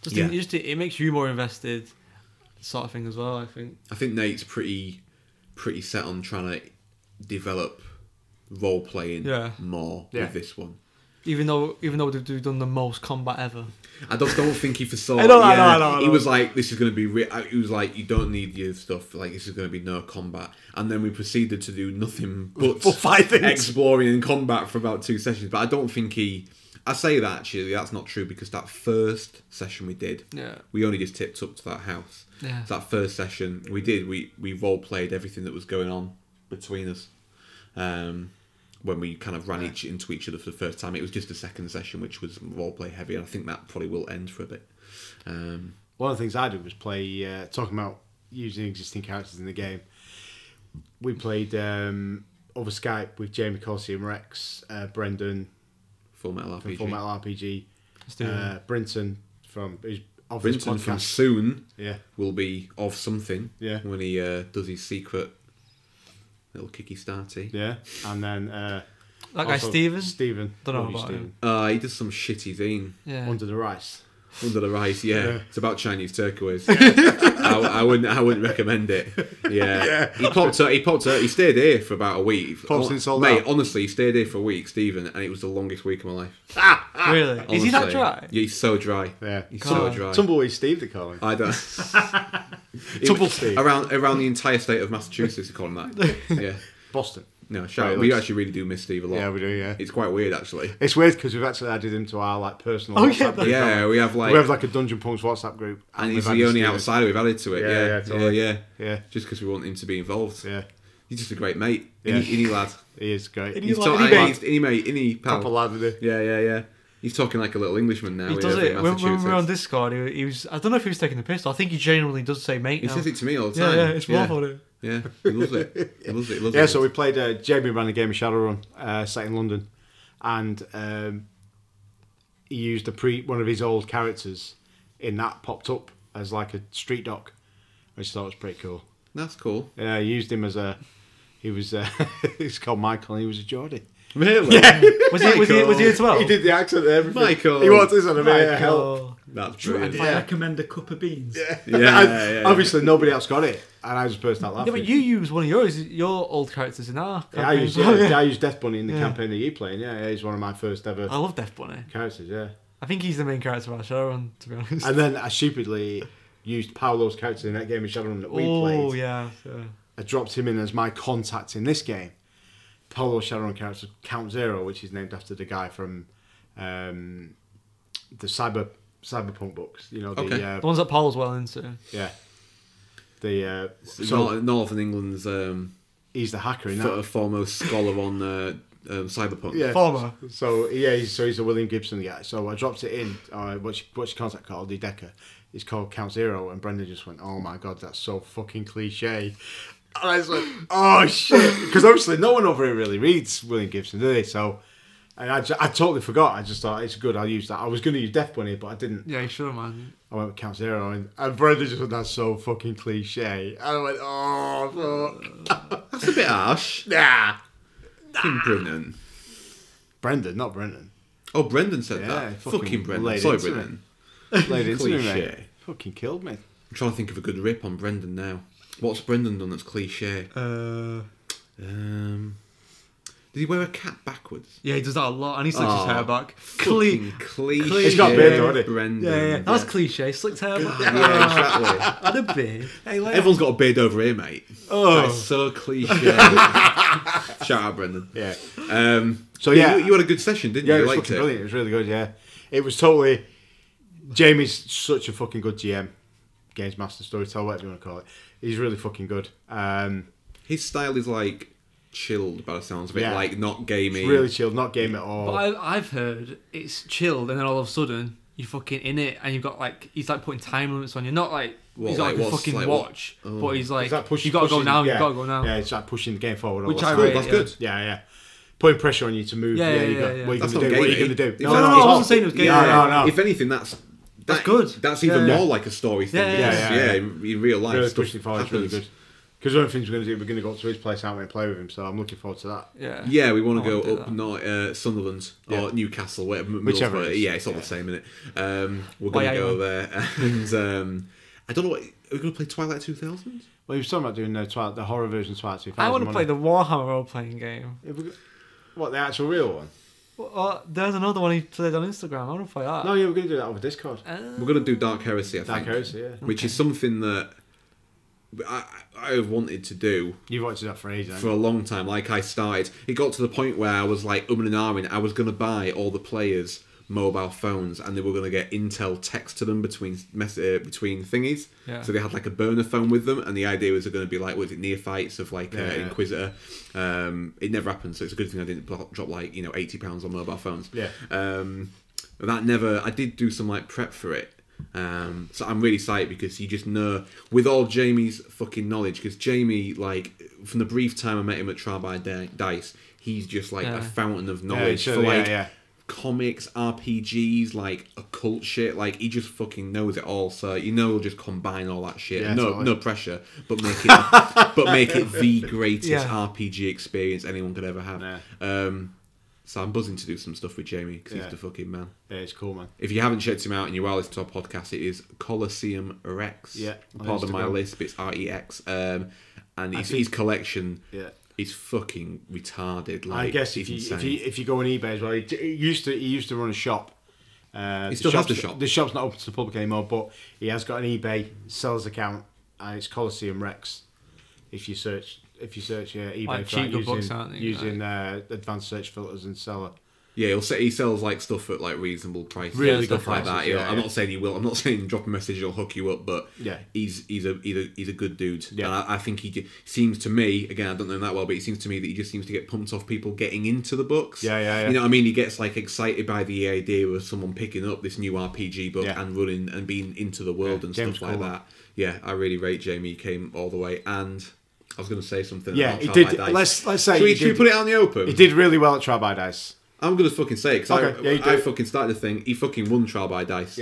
Speaker 2: Just,
Speaker 1: Mm. Yeah.
Speaker 2: it, just it, makes you more invested, sort of thing as well. I think.
Speaker 1: I think Nate's pretty pretty set on trying to develop role playing
Speaker 2: Yeah.
Speaker 1: more
Speaker 5: Yeah.
Speaker 1: with this one.
Speaker 2: Even though even though they've, they've done the most combat ever,
Speaker 1: I just don't think he foresaw.
Speaker 6: I know,
Speaker 1: yeah,
Speaker 6: I know, I know, I
Speaker 1: He
Speaker 6: know.
Speaker 1: was like, "This is going to be." Re-, I- he was like, "You don't need your stuff. Like, this is going to be no combat." And then we proceeded to do nothing but
Speaker 5: For five things.
Speaker 1: exploring and combat for about two sessions. But I don't think he. I say that actually, that's not true because that first session we did,
Speaker 2: Yeah.
Speaker 1: we only just tipped up to that house.
Speaker 2: Yeah.
Speaker 1: So that first session we did, we we role played everything that was going on between us. Um, when we kind of ran each into each other for the first time, it was just a second session, which was roleplay heavy, and I think that probably will end for a bit. Um,
Speaker 5: One of the things I did was play uh, talking about using existing characters in the game. We played um, over Skype with Jamie Corsi and Rex, uh, Brendan
Speaker 1: Full Metal RPG.
Speaker 5: from Full Metal RPG,
Speaker 2: Let's do it.
Speaker 5: uh, Brinton from who's of this
Speaker 1: Brinton
Speaker 5: podcast.
Speaker 1: from soon
Speaker 5: yeah,
Speaker 1: will be of something.
Speaker 5: Yeah.
Speaker 1: When he uh, does his secret little kicky starty.
Speaker 5: yeah, and then uh,
Speaker 2: that guy
Speaker 5: also
Speaker 2: Steven.
Speaker 5: Steven,
Speaker 2: Don't know
Speaker 5: Love you,
Speaker 2: about him.
Speaker 5: Steven.
Speaker 1: Uh, he does some shitty thing
Speaker 2: yeah.
Speaker 5: Under the rice.
Speaker 1: under the rice. Yeah.
Speaker 5: Yeah.
Speaker 1: It's about Chinese turquoise. I, I wouldn't. I wouldn't recommend it. Yeah. He popped up. He popped up. He stayed here for about a week.
Speaker 5: Popped and sold
Speaker 1: Mate,
Speaker 5: out.
Speaker 1: honestly, he stayed here for a week, Stephen, and it was the longest week of my life.
Speaker 2: really? Is he that
Speaker 1: Honestly.
Speaker 2: dry?
Speaker 1: Yeah, he's so dry.
Speaker 5: Yeah.
Speaker 1: he's
Speaker 2: God.
Speaker 1: so dry.
Speaker 5: Tumbleweed Steve, they call him.
Speaker 1: I don't. It-
Speaker 5: Tumble Steve.
Speaker 1: around around the entire state of Massachusetts, they call him that. Yeah,
Speaker 5: Boston.
Speaker 1: no, shout
Speaker 5: Right,
Speaker 1: out. We
Speaker 5: let's-
Speaker 1: actually really do miss Steve a lot.
Speaker 5: Yeah, we do. Yeah,
Speaker 1: It's quite weird, actually.
Speaker 5: it's weird because we've actually added him to our like personal.
Speaker 6: Oh,
Speaker 5: WhatsApp
Speaker 6: yeah,
Speaker 5: group, haven't
Speaker 1: Yeah, we have like,
Speaker 5: we have like a Dungeon Punks WhatsApp group,
Speaker 1: and
Speaker 5: we've
Speaker 1: he's
Speaker 5: added
Speaker 1: the only
Speaker 5: Steven.
Speaker 1: outsider we've added to it.
Speaker 5: Yeah,
Speaker 1: Yeah,
Speaker 5: yeah,
Speaker 1: yeah,
Speaker 5: totally.
Speaker 1: yeah.
Speaker 5: Yeah,
Speaker 1: Just because we want him to be involved.
Speaker 5: yeah,
Speaker 1: He's just a great mate.
Speaker 5: Yeah.
Speaker 1: Any, any lad.
Speaker 5: he is great.
Speaker 6: Any
Speaker 1: He's
Speaker 6: lad,
Speaker 1: talk-
Speaker 6: any mate.
Speaker 1: he's- any mate. Any pal.
Speaker 5: Proper lad, isn't
Speaker 1: Yeah, yeah, yeah. He's talking like a little Englishman now.
Speaker 2: He
Speaker 1: yeah,
Speaker 2: does
Speaker 1: from
Speaker 2: it. When, when we
Speaker 1: Massachusetts.
Speaker 2: were on Discord, he, he was. I don't know if he was taking the piss. I think he genuinely does say mate.
Speaker 1: He
Speaker 2: now.
Speaker 1: says it to me all the
Speaker 6: Yeah,
Speaker 1: time.
Speaker 6: yeah, it's
Speaker 1: yeah.
Speaker 6: rough on it.
Speaker 1: Yeah, he loves it. He loves it. He loves
Speaker 5: he? Yeah,
Speaker 1: it.
Speaker 5: so we played. Uh, Jamie ran a game of Shadowrun, uh, set in London, and um, he used a pre one of his old characters in that popped up as like a street doc, which I thought was pretty cool.
Speaker 1: That's cool.
Speaker 5: Yeah, I used him as a. He was. Uh, he's called Michael. and He was a Geordie.
Speaker 1: Really? Yeah.
Speaker 2: Was he? Was he? Was he as well?
Speaker 5: He did the accent. and Everything.
Speaker 1: Michael.
Speaker 5: He walked in and a bit
Speaker 2: Michael.
Speaker 5: of help.
Speaker 1: That's
Speaker 4: If
Speaker 1: brilliant.
Speaker 4: I recommend a cup of beans.
Speaker 1: Yeah,
Speaker 5: And
Speaker 1: yeah, yeah.
Speaker 5: Obviously, nobody else got it, and I just burst out
Speaker 2: Yeah,
Speaker 5: laughing.
Speaker 2: but you use one of yours, your old characters in our.
Speaker 5: Yeah, I
Speaker 2: campaign.
Speaker 5: used, yeah, I used Death Bunny in the
Speaker 2: Yeah.
Speaker 5: campaign that you playing. Yeah, yeah, he's one of my first ever
Speaker 2: I love Death Bunny.
Speaker 5: characters. Yeah,
Speaker 2: I think he's the main character of our show, and to be honest.
Speaker 5: and then I stupidly used Paolo's character in that game of Shadowrun that we
Speaker 2: oh
Speaker 5: played.
Speaker 2: yeah, yeah.
Speaker 5: I dropped him in as my contact in this game. Polo Shadowrun character Count Zero, which is named after the guy from um, the cyber cyberpunk books. You know the
Speaker 1: Okay.
Speaker 5: uh,
Speaker 2: The ones that Paul's well into.
Speaker 5: yeah the uh, so
Speaker 1: Nor- Northern England's um,
Speaker 5: he's the hacker in
Speaker 1: fo-
Speaker 5: that.
Speaker 1: foremost scholar on uh, um, cyberpunk.
Speaker 5: Yeah.
Speaker 2: Former.
Speaker 5: So yeah, he's, so he's a William Gibson guy. So I dropped it in. Uh, what's what's your contact called? The Decker. It's called Count Zero, and Brendan just went, "Oh my god, that's so fucking cliche." And I was like, "Oh shit," because obviously no one over here really reads William Gibson, do they? So, and I, ju- I totally forgot. I just thought it's good. I'll use that. I was going to use Death Bunny, but I didn't.
Speaker 2: Yeah, you should have, man.
Speaker 5: I went with Count Zero, and, and Brendan just went, "That's so fucking cliche." And I went, "Oh fuck,
Speaker 1: That's a bit harsh.
Speaker 5: nah."
Speaker 1: Fucking Brendan.
Speaker 5: Brendan, not Brendan.
Speaker 1: Oh, Brendan said
Speaker 5: Yeah,
Speaker 1: that.
Speaker 5: fucking
Speaker 1: Fucking, Brendan.
Speaker 5: laid
Speaker 1: Sorry,
Speaker 5: into
Speaker 1: Brendan.
Speaker 5: Laid into me,
Speaker 1: Cliche.
Speaker 5: mate. Fucking killed me.
Speaker 1: I'm trying to think of a good rip on Brendan now. What's Brendan done that's cliche?
Speaker 2: Uh,
Speaker 1: Um, did he wear a cap backwards?
Speaker 2: yeah, he does that a lot, and he slicks
Speaker 1: Oh,
Speaker 2: his hair back.
Speaker 1: Fucking
Speaker 2: Clean.
Speaker 1: cliche.
Speaker 2: He's got a
Speaker 5: beard though, hasn't he?
Speaker 1: Brendan.
Speaker 2: Yeah, yeah, that was cliche. Slicked hair back.
Speaker 1: Yeah, exactly.
Speaker 2: Had a beard. Hey,
Speaker 1: Everyone's got a beard over here, mate.
Speaker 2: Oh.
Speaker 1: That's so cliche. Shout out, Brendan.
Speaker 5: Yeah.
Speaker 1: Um, so
Speaker 5: So, yeah.
Speaker 1: yeah, you, you had a good session, didn't
Speaker 5: Yeah,
Speaker 1: you?
Speaker 5: it
Speaker 1: You
Speaker 5: was
Speaker 1: liked
Speaker 5: fucking
Speaker 1: it.
Speaker 5: brilliant. It was really good. Yeah, it was totally. Jamie's such a fucking good GM, games master, storyteller, whatever you want to call it. He's really fucking good. Um,
Speaker 1: His style is like chilled, by the sounds of it.
Speaker 5: Yeah.
Speaker 1: Like not gamey.
Speaker 5: he's really chilled, not game at
Speaker 2: But
Speaker 5: all.
Speaker 2: I, I've heard it's chilled, and then all of a sudden you're fucking in it, and you've got like he's like putting time limits on you. Not like
Speaker 1: What,
Speaker 2: he's got like,
Speaker 1: like,
Speaker 2: a
Speaker 1: what's-
Speaker 2: fucking
Speaker 1: like, what-
Speaker 2: watch, but he's like
Speaker 5: It's like push-
Speaker 2: you got to go
Speaker 5: pushing-
Speaker 2: now,
Speaker 5: yeah.
Speaker 2: you got to go now.
Speaker 5: Yeah, it's like pushing the game forward. all
Speaker 2: Which
Speaker 5: the
Speaker 2: I
Speaker 5: time.
Speaker 1: Cool,
Speaker 2: rate,
Speaker 1: that's
Speaker 2: yeah.
Speaker 1: good.
Speaker 5: Yeah, yeah. Putting pressure on you to move.
Speaker 2: Yeah,
Speaker 5: Yeah,
Speaker 2: yeah,
Speaker 5: you got,
Speaker 2: yeah, yeah.
Speaker 5: What are you
Speaker 1: That's
Speaker 5: gonna
Speaker 1: not
Speaker 5: do? What are you
Speaker 1: gamey.
Speaker 5: gonna do?
Speaker 1: No, no,
Speaker 2: no, I wasn't saying it was gamey.
Speaker 5: Yeah, no, no.
Speaker 1: If anything, that's
Speaker 2: That's
Speaker 1: that-
Speaker 2: good.
Speaker 1: That's
Speaker 2: Yeah,
Speaker 1: even
Speaker 2: yeah.
Speaker 1: more like a story thing.
Speaker 2: Yeah,
Speaker 1: Yeah,
Speaker 5: yeah,
Speaker 1: yeah,
Speaker 5: yeah.
Speaker 1: in, in real life,
Speaker 5: really
Speaker 1: stuff
Speaker 5: pushing forward. It's really good.
Speaker 1: happens.
Speaker 5: Because one of the things we're gonna do, we're gonna go up to his place, aren't we, and play with him? So I'm looking forward to that.
Speaker 2: yeah,
Speaker 1: Yeah, we want
Speaker 2: I
Speaker 1: to
Speaker 2: wanna do
Speaker 1: go up
Speaker 2: that.
Speaker 1: North, uh, Sunderland
Speaker 5: Yeah.
Speaker 1: or Newcastle, whatever.
Speaker 5: Whichever
Speaker 1: Middlesbrough.
Speaker 5: it is.
Speaker 1: Yeah, it's all the same, is it? Um, we're
Speaker 2: Why
Speaker 1: going
Speaker 2: are
Speaker 1: to
Speaker 2: you
Speaker 1: go
Speaker 2: on?
Speaker 1: there, and um, I don't know. What, are we going to play Twilight Two Thousand?
Speaker 5: Well, he was talking about doing the, Twilight, the horror version of Twilight 2000.
Speaker 2: I want to
Speaker 5: wasn't
Speaker 2: play
Speaker 5: he?
Speaker 2: the Warhammer role playing game.
Speaker 5: Have we got- What the actual real one?
Speaker 2: Well, uh, there's another one he played on Instagram. I want to play that.
Speaker 5: No, yeah, we're gonna do that over Discord.
Speaker 2: Uh.
Speaker 1: We're going to do Dark Heresy, I
Speaker 5: Dark
Speaker 1: think.
Speaker 5: Heresy, yeah.
Speaker 1: Which is something that I, I have wanted to do
Speaker 5: You've watched that for ages. haven't
Speaker 1: for a long time. Like I started, it got to the point where I was like um and ahhing. I was going to buy all the players' mobile phones, and they were going to get Intel text to them between mess- uh, between thingies.
Speaker 2: Yeah.
Speaker 1: So they had like a burner phone with them, and the idea was they're going to be like, was it neophytes of like
Speaker 5: Yeah,
Speaker 1: uh,
Speaker 5: yeah.
Speaker 1: Inquisitor? Um, it never happened, so it's a good thing I didn't blo- drop like you know eighty pounds on mobile phones.
Speaker 5: Yeah.
Speaker 1: Um, but that never. I did do some like prep for it. Um, so I'm really excited because you just know with all Jamie's fucking knowledge. Because Jamie, like from the brief time I met him at Trial by Di- Dice, he's just like
Speaker 2: Yeah.
Speaker 1: a fountain of
Speaker 5: yeah,
Speaker 1: knowledge
Speaker 5: sure,
Speaker 1: for
Speaker 5: yeah,
Speaker 1: like
Speaker 5: yeah.
Speaker 1: comics, RPGs, like occult shit. Like he just fucking knows it all. So you know he'll just combine all that shit.
Speaker 5: Yeah,
Speaker 1: no,
Speaker 5: totally.
Speaker 1: no pressure, but make it, but make it the greatest
Speaker 2: Yeah.
Speaker 1: RPG experience anyone could ever have.
Speaker 5: Yeah.
Speaker 1: Um, so I'm buzzing to do some stuff with Jamie because
Speaker 5: Yeah.
Speaker 1: he's the fucking man.
Speaker 5: Yeah, it's cool, man.
Speaker 1: If you haven't checked him out and you are listening to our podcast, it is Colosseum Rex.
Speaker 5: Yeah, on
Speaker 1: Pardon my
Speaker 5: Instagram.
Speaker 1: lisp, it's R E X. Um, and his,
Speaker 5: think-
Speaker 1: his collection
Speaker 5: Yeah.
Speaker 1: is fucking retarded. Like,
Speaker 5: I guess
Speaker 1: it's
Speaker 5: if you, if
Speaker 1: insane.
Speaker 5: you if you go on eBay as well, he, d- he used to he used to run a shop. Uh,
Speaker 1: He still
Speaker 5: the
Speaker 1: has
Speaker 5: shop's-
Speaker 1: the shop.
Speaker 5: The shop's not open to the public anymore, but he has got an eBay sellers account, and it's Coliseum Rex. If you search, if you search, yeah, eBay
Speaker 2: Like
Speaker 5: for that,
Speaker 2: cheaper
Speaker 5: using,
Speaker 2: books, aren't they,
Speaker 5: using uh, advanced search filters and seller.
Speaker 1: Yeah, he'll say, he sells like stuff at like reasonable prices,
Speaker 5: Really
Speaker 1: and
Speaker 5: good
Speaker 1: stuff like that.
Speaker 5: prices,
Speaker 1: you know.
Speaker 5: yeah,
Speaker 1: I'm
Speaker 5: yeah.
Speaker 1: not saying he will. I'm not saying drop a message he'll hook you up, but
Speaker 5: Yeah.
Speaker 1: he's he's a he's a, he's a good dude.
Speaker 5: Yeah.
Speaker 1: and I, I think he ge- seems to me again. I don't know him that well, but he seems to me that he just seems to get pumped off people getting into the books.
Speaker 5: Yeah, yeah, yeah.
Speaker 1: You know what I mean? He gets like excited by the idea of someone picking up this new RPG book
Speaker 5: Yeah.
Speaker 1: and running and being into the world
Speaker 5: Yeah,
Speaker 1: and
Speaker 5: James
Speaker 1: stuff like
Speaker 5: Coleman.
Speaker 1: that. Yeah, I really rate Jamie. He came all the way, and I was going to say something.
Speaker 5: Yeah,
Speaker 1: about
Speaker 5: he
Speaker 1: Trial
Speaker 5: did-
Speaker 1: by Dice.
Speaker 5: let's- let's say
Speaker 1: Should we,
Speaker 5: he
Speaker 1: should we
Speaker 5: did-
Speaker 1: put it out in the open?
Speaker 5: He did really well at Trial by Dice.
Speaker 1: I'm gonna fucking say it because
Speaker 5: Okay, yeah,
Speaker 1: I,
Speaker 5: you do
Speaker 1: I
Speaker 5: it.
Speaker 1: fucking started the thing. He fucking won trial by dice.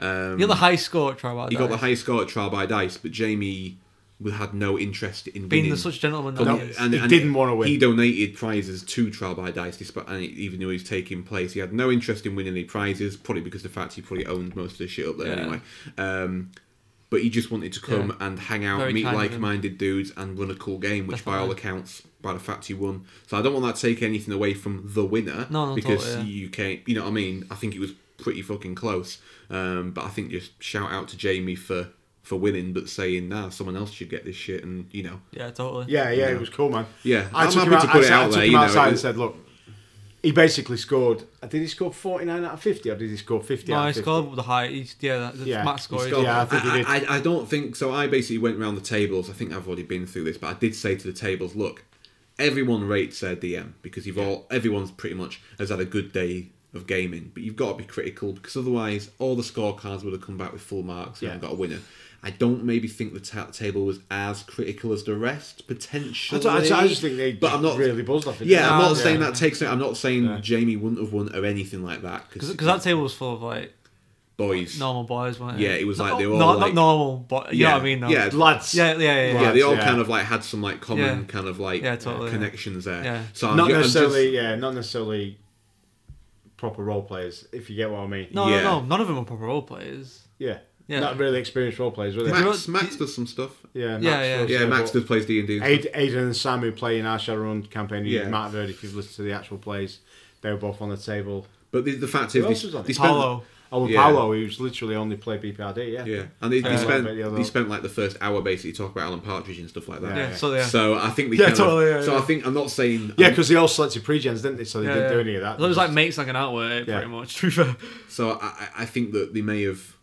Speaker 1: um,
Speaker 2: You're the high score, try about
Speaker 1: he got the
Speaker 2: that.
Speaker 1: highest score at trial by dice, but Jamie w- had no interest in
Speaker 2: Being
Speaker 1: winning.
Speaker 2: the such gentleman that
Speaker 1: But-
Speaker 2: he is.
Speaker 5: He didn't wanna win.
Speaker 1: He donated prizes to Trial by Dice, despite and even though he's taking place, he had no interest in winning any prizes, probably because the fact he probably owned most of the shit up there
Speaker 2: Yeah.
Speaker 1: anyway. Um, but he just wanted to come and hang out,
Speaker 2: Very
Speaker 1: meet
Speaker 2: kind of him.
Speaker 1: like-minded dudes, and run a cool game, which by all
Speaker 2: Definitely.
Speaker 1: accounts, by the fact he won. So I don't want that to take anything away from the winner,
Speaker 2: No, no,
Speaker 1: because
Speaker 2: totally, yeah.
Speaker 1: you can't. You know what I mean? I think it was pretty fucking close. Um, but I think just shout out to Jamie for for winning, but saying, nah, someone else should get this shit, and you know,
Speaker 2: Yeah, totally.
Speaker 5: Yeah, yeah, it was cool, man.
Speaker 1: yeah,
Speaker 5: I
Speaker 1: I'm
Speaker 5: took
Speaker 1: happy
Speaker 5: him out,
Speaker 1: to put
Speaker 5: I,
Speaker 1: it
Speaker 5: sa- I
Speaker 1: out
Speaker 5: took
Speaker 1: there.
Speaker 5: him
Speaker 1: you know,
Speaker 5: outside
Speaker 1: it-
Speaker 5: and said, look, he basically scored. uh, Did he score 49 out of 50 or did he score 50
Speaker 2: No,
Speaker 5: out
Speaker 2: he
Speaker 5: of 50?
Speaker 2: scored with the height. He's, yeah, the
Speaker 5: Yeah,
Speaker 2: max
Speaker 5: he
Speaker 2: score. is-
Speaker 5: scored. Yeah, I think he did.
Speaker 1: I, I, I don't think so. I basically went round the tables. I think I've already been through this, but I did say to the tables, look, everyone rates their DM because you've all everyone's pretty much has had a good day of gaming, but you've got to be critical because otherwise all the scorecards would have come back with full marks and
Speaker 5: Yeah.
Speaker 1: I've got a winner. I don't maybe think the ta- table was as critical as the rest
Speaker 5: I,
Speaker 1: potentially.
Speaker 5: ju- I ju- I just think they
Speaker 1: but I'm not
Speaker 5: really buzzed off it.
Speaker 1: Yeah, I'm
Speaker 2: No,
Speaker 1: not saying
Speaker 2: yeah.
Speaker 1: that takes. I'm not saying
Speaker 5: Yeah.
Speaker 1: Jamie wouldn't have won or anything like that because
Speaker 2: Because that table was full of like
Speaker 1: boys.
Speaker 2: normal boys, wasn't it?
Speaker 1: Yeah, it was like they were
Speaker 2: no,
Speaker 1: all,
Speaker 2: not
Speaker 1: like-
Speaker 2: normal, but you know what I mean. Though.
Speaker 1: Yeah,
Speaker 5: Lads.
Speaker 2: yeah, yeah, yeah. yeah.
Speaker 1: yeah, they all
Speaker 5: Yeah.
Speaker 1: kind of like had some like common
Speaker 2: Yeah.
Speaker 1: kind of like
Speaker 2: Yeah,
Speaker 1: uh,
Speaker 2: totally, yeah.
Speaker 1: connections there.
Speaker 2: Yeah.
Speaker 1: So I'm
Speaker 5: Not
Speaker 1: ju- Oh, I'm
Speaker 5: necessarily,
Speaker 1: just-
Speaker 5: yeah, not necessarily proper role players, if you get what I mean.
Speaker 2: No,
Speaker 1: Yeah.
Speaker 2: no, no, none of them are proper role players.
Speaker 5: Yeah.
Speaker 2: Yeah.
Speaker 5: Not really experienced role players, were they?
Speaker 2: Right.
Speaker 1: Max,
Speaker 2: Do-
Speaker 1: Max does some stuff.
Speaker 5: Yeah, Max
Speaker 2: Yeah, yeah.
Speaker 5: was,
Speaker 1: Yeah, Max
Speaker 5: but
Speaker 1: does plays D and D.
Speaker 5: Aid, Aidan and Sam, who play in our Shadowrun campaign, you
Speaker 1: Yeah.
Speaker 5: might have heard if you've listened to the actual plays, they were both on the table.
Speaker 1: But the, the fact
Speaker 5: Who
Speaker 1: is, they,
Speaker 5: else was on
Speaker 1: they
Speaker 5: it?
Speaker 1: spent
Speaker 2: Paolo.
Speaker 5: Oh, and
Speaker 1: Yeah.
Speaker 5: Paolo, who's literally only played BPRD, yeah.
Speaker 1: yeah, and they, they
Speaker 5: Uh,
Speaker 1: spent
Speaker 5: yeah,
Speaker 1: they
Speaker 5: though.
Speaker 1: spent like the first hour basically talking about Alan Partridge and stuff like that.
Speaker 5: Yeah.
Speaker 2: Yeah, so yeah.
Speaker 1: So I think we
Speaker 6: Yeah,
Speaker 1: kind of-
Speaker 6: totally, yeah,
Speaker 1: so I
Speaker 6: yeah.
Speaker 1: think I'm not saying
Speaker 5: Yeah, because they all selected pre-gens, didn't they? So they
Speaker 2: yeah,
Speaker 5: didn't do
Speaker 2: yeah.
Speaker 5: any of that.
Speaker 2: So it was like mates hanging out with it,
Speaker 5: Yeah.
Speaker 2: pretty much. To be fair.
Speaker 1: So I- I, I think that they may have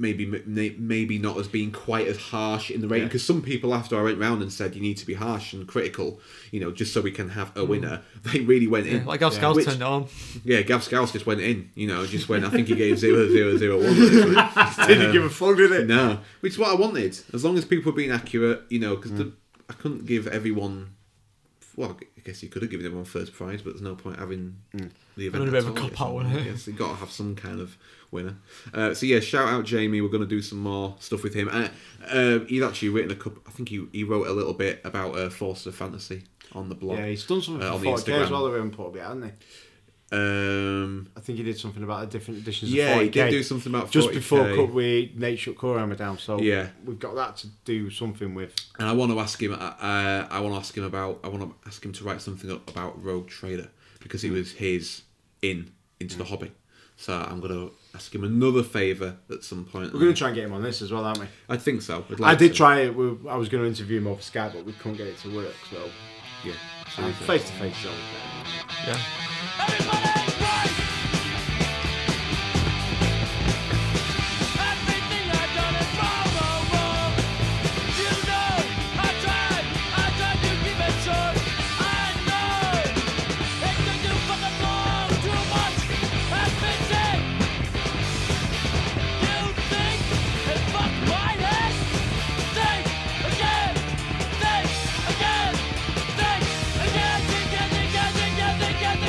Speaker 1: maybe may- maybe not as being quite as harsh in the rating
Speaker 5: Yeah.
Speaker 1: because some people after I went round and said you need to be harsh and critical, you know, just so we can have a winner. They really went in.
Speaker 2: Like our
Speaker 5: Hmm. Yeah.
Speaker 2: scouts
Speaker 1: Which-
Speaker 2: turned it on.
Speaker 1: Yeah, Gav Scouse just went in, you know, just went. I think he gave zero zero zero one. or something.
Speaker 5: didn't give a fuck, did it?
Speaker 1: no, which is what I wanted. As long as people were being accurate, you know, because I couldn't give everyone. Well, I guess you could have given everyone first prize, but there's no point having the event.
Speaker 2: Another
Speaker 1: at
Speaker 2: bit of a
Speaker 1: all,
Speaker 2: cop-out,
Speaker 1: isn't there?
Speaker 2: wasn't it?
Speaker 1: I guess you got to have some kind of winner. Uh, so yeah, shout out Jamie. We're going to do some more stuff with him. Uh, uh, he's actually written a couple. I think he he wrote a little bit about uh, Force of Fantasy on the blog.
Speaker 5: Yeah, he's done something
Speaker 1: Uh, on
Speaker 5: for
Speaker 1: the
Speaker 5: 40k as
Speaker 1: Instagram.
Speaker 5: well that we haven't put a bit, hasn't he?
Speaker 1: um,
Speaker 5: I think he did something about the different editions
Speaker 1: yeah,
Speaker 5: of 40k.
Speaker 1: he did do something about 40K.
Speaker 5: Just before Cup, we Nate shut Corammer down, so
Speaker 1: Yeah. Mm.
Speaker 5: we've got that to do something with.
Speaker 1: and I want to ask him. Uh, I want to ask him about. I want to ask him to write something up about Rogue Trader because he was his in into
Speaker 5: Mm.
Speaker 1: the hobby. So I'm gonna ask him another favour at some point.
Speaker 5: We're going to try and get him on this as well, aren't we?
Speaker 1: I think so. I'd
Speaker 5: I
Speaker 1: like
Speaker 5: did
Speaker 1: to.
Speaker 5: try it. We, I was going to interview him over Skype, but we couldn't get it to work. So
Speaker 1: Yeah. So
Speaker 5: uh,
Speaker 1: he's, uh,
Speaker 5: face to face, is always better.
Speaker 1: Mm.
Speaker 2: Yeah.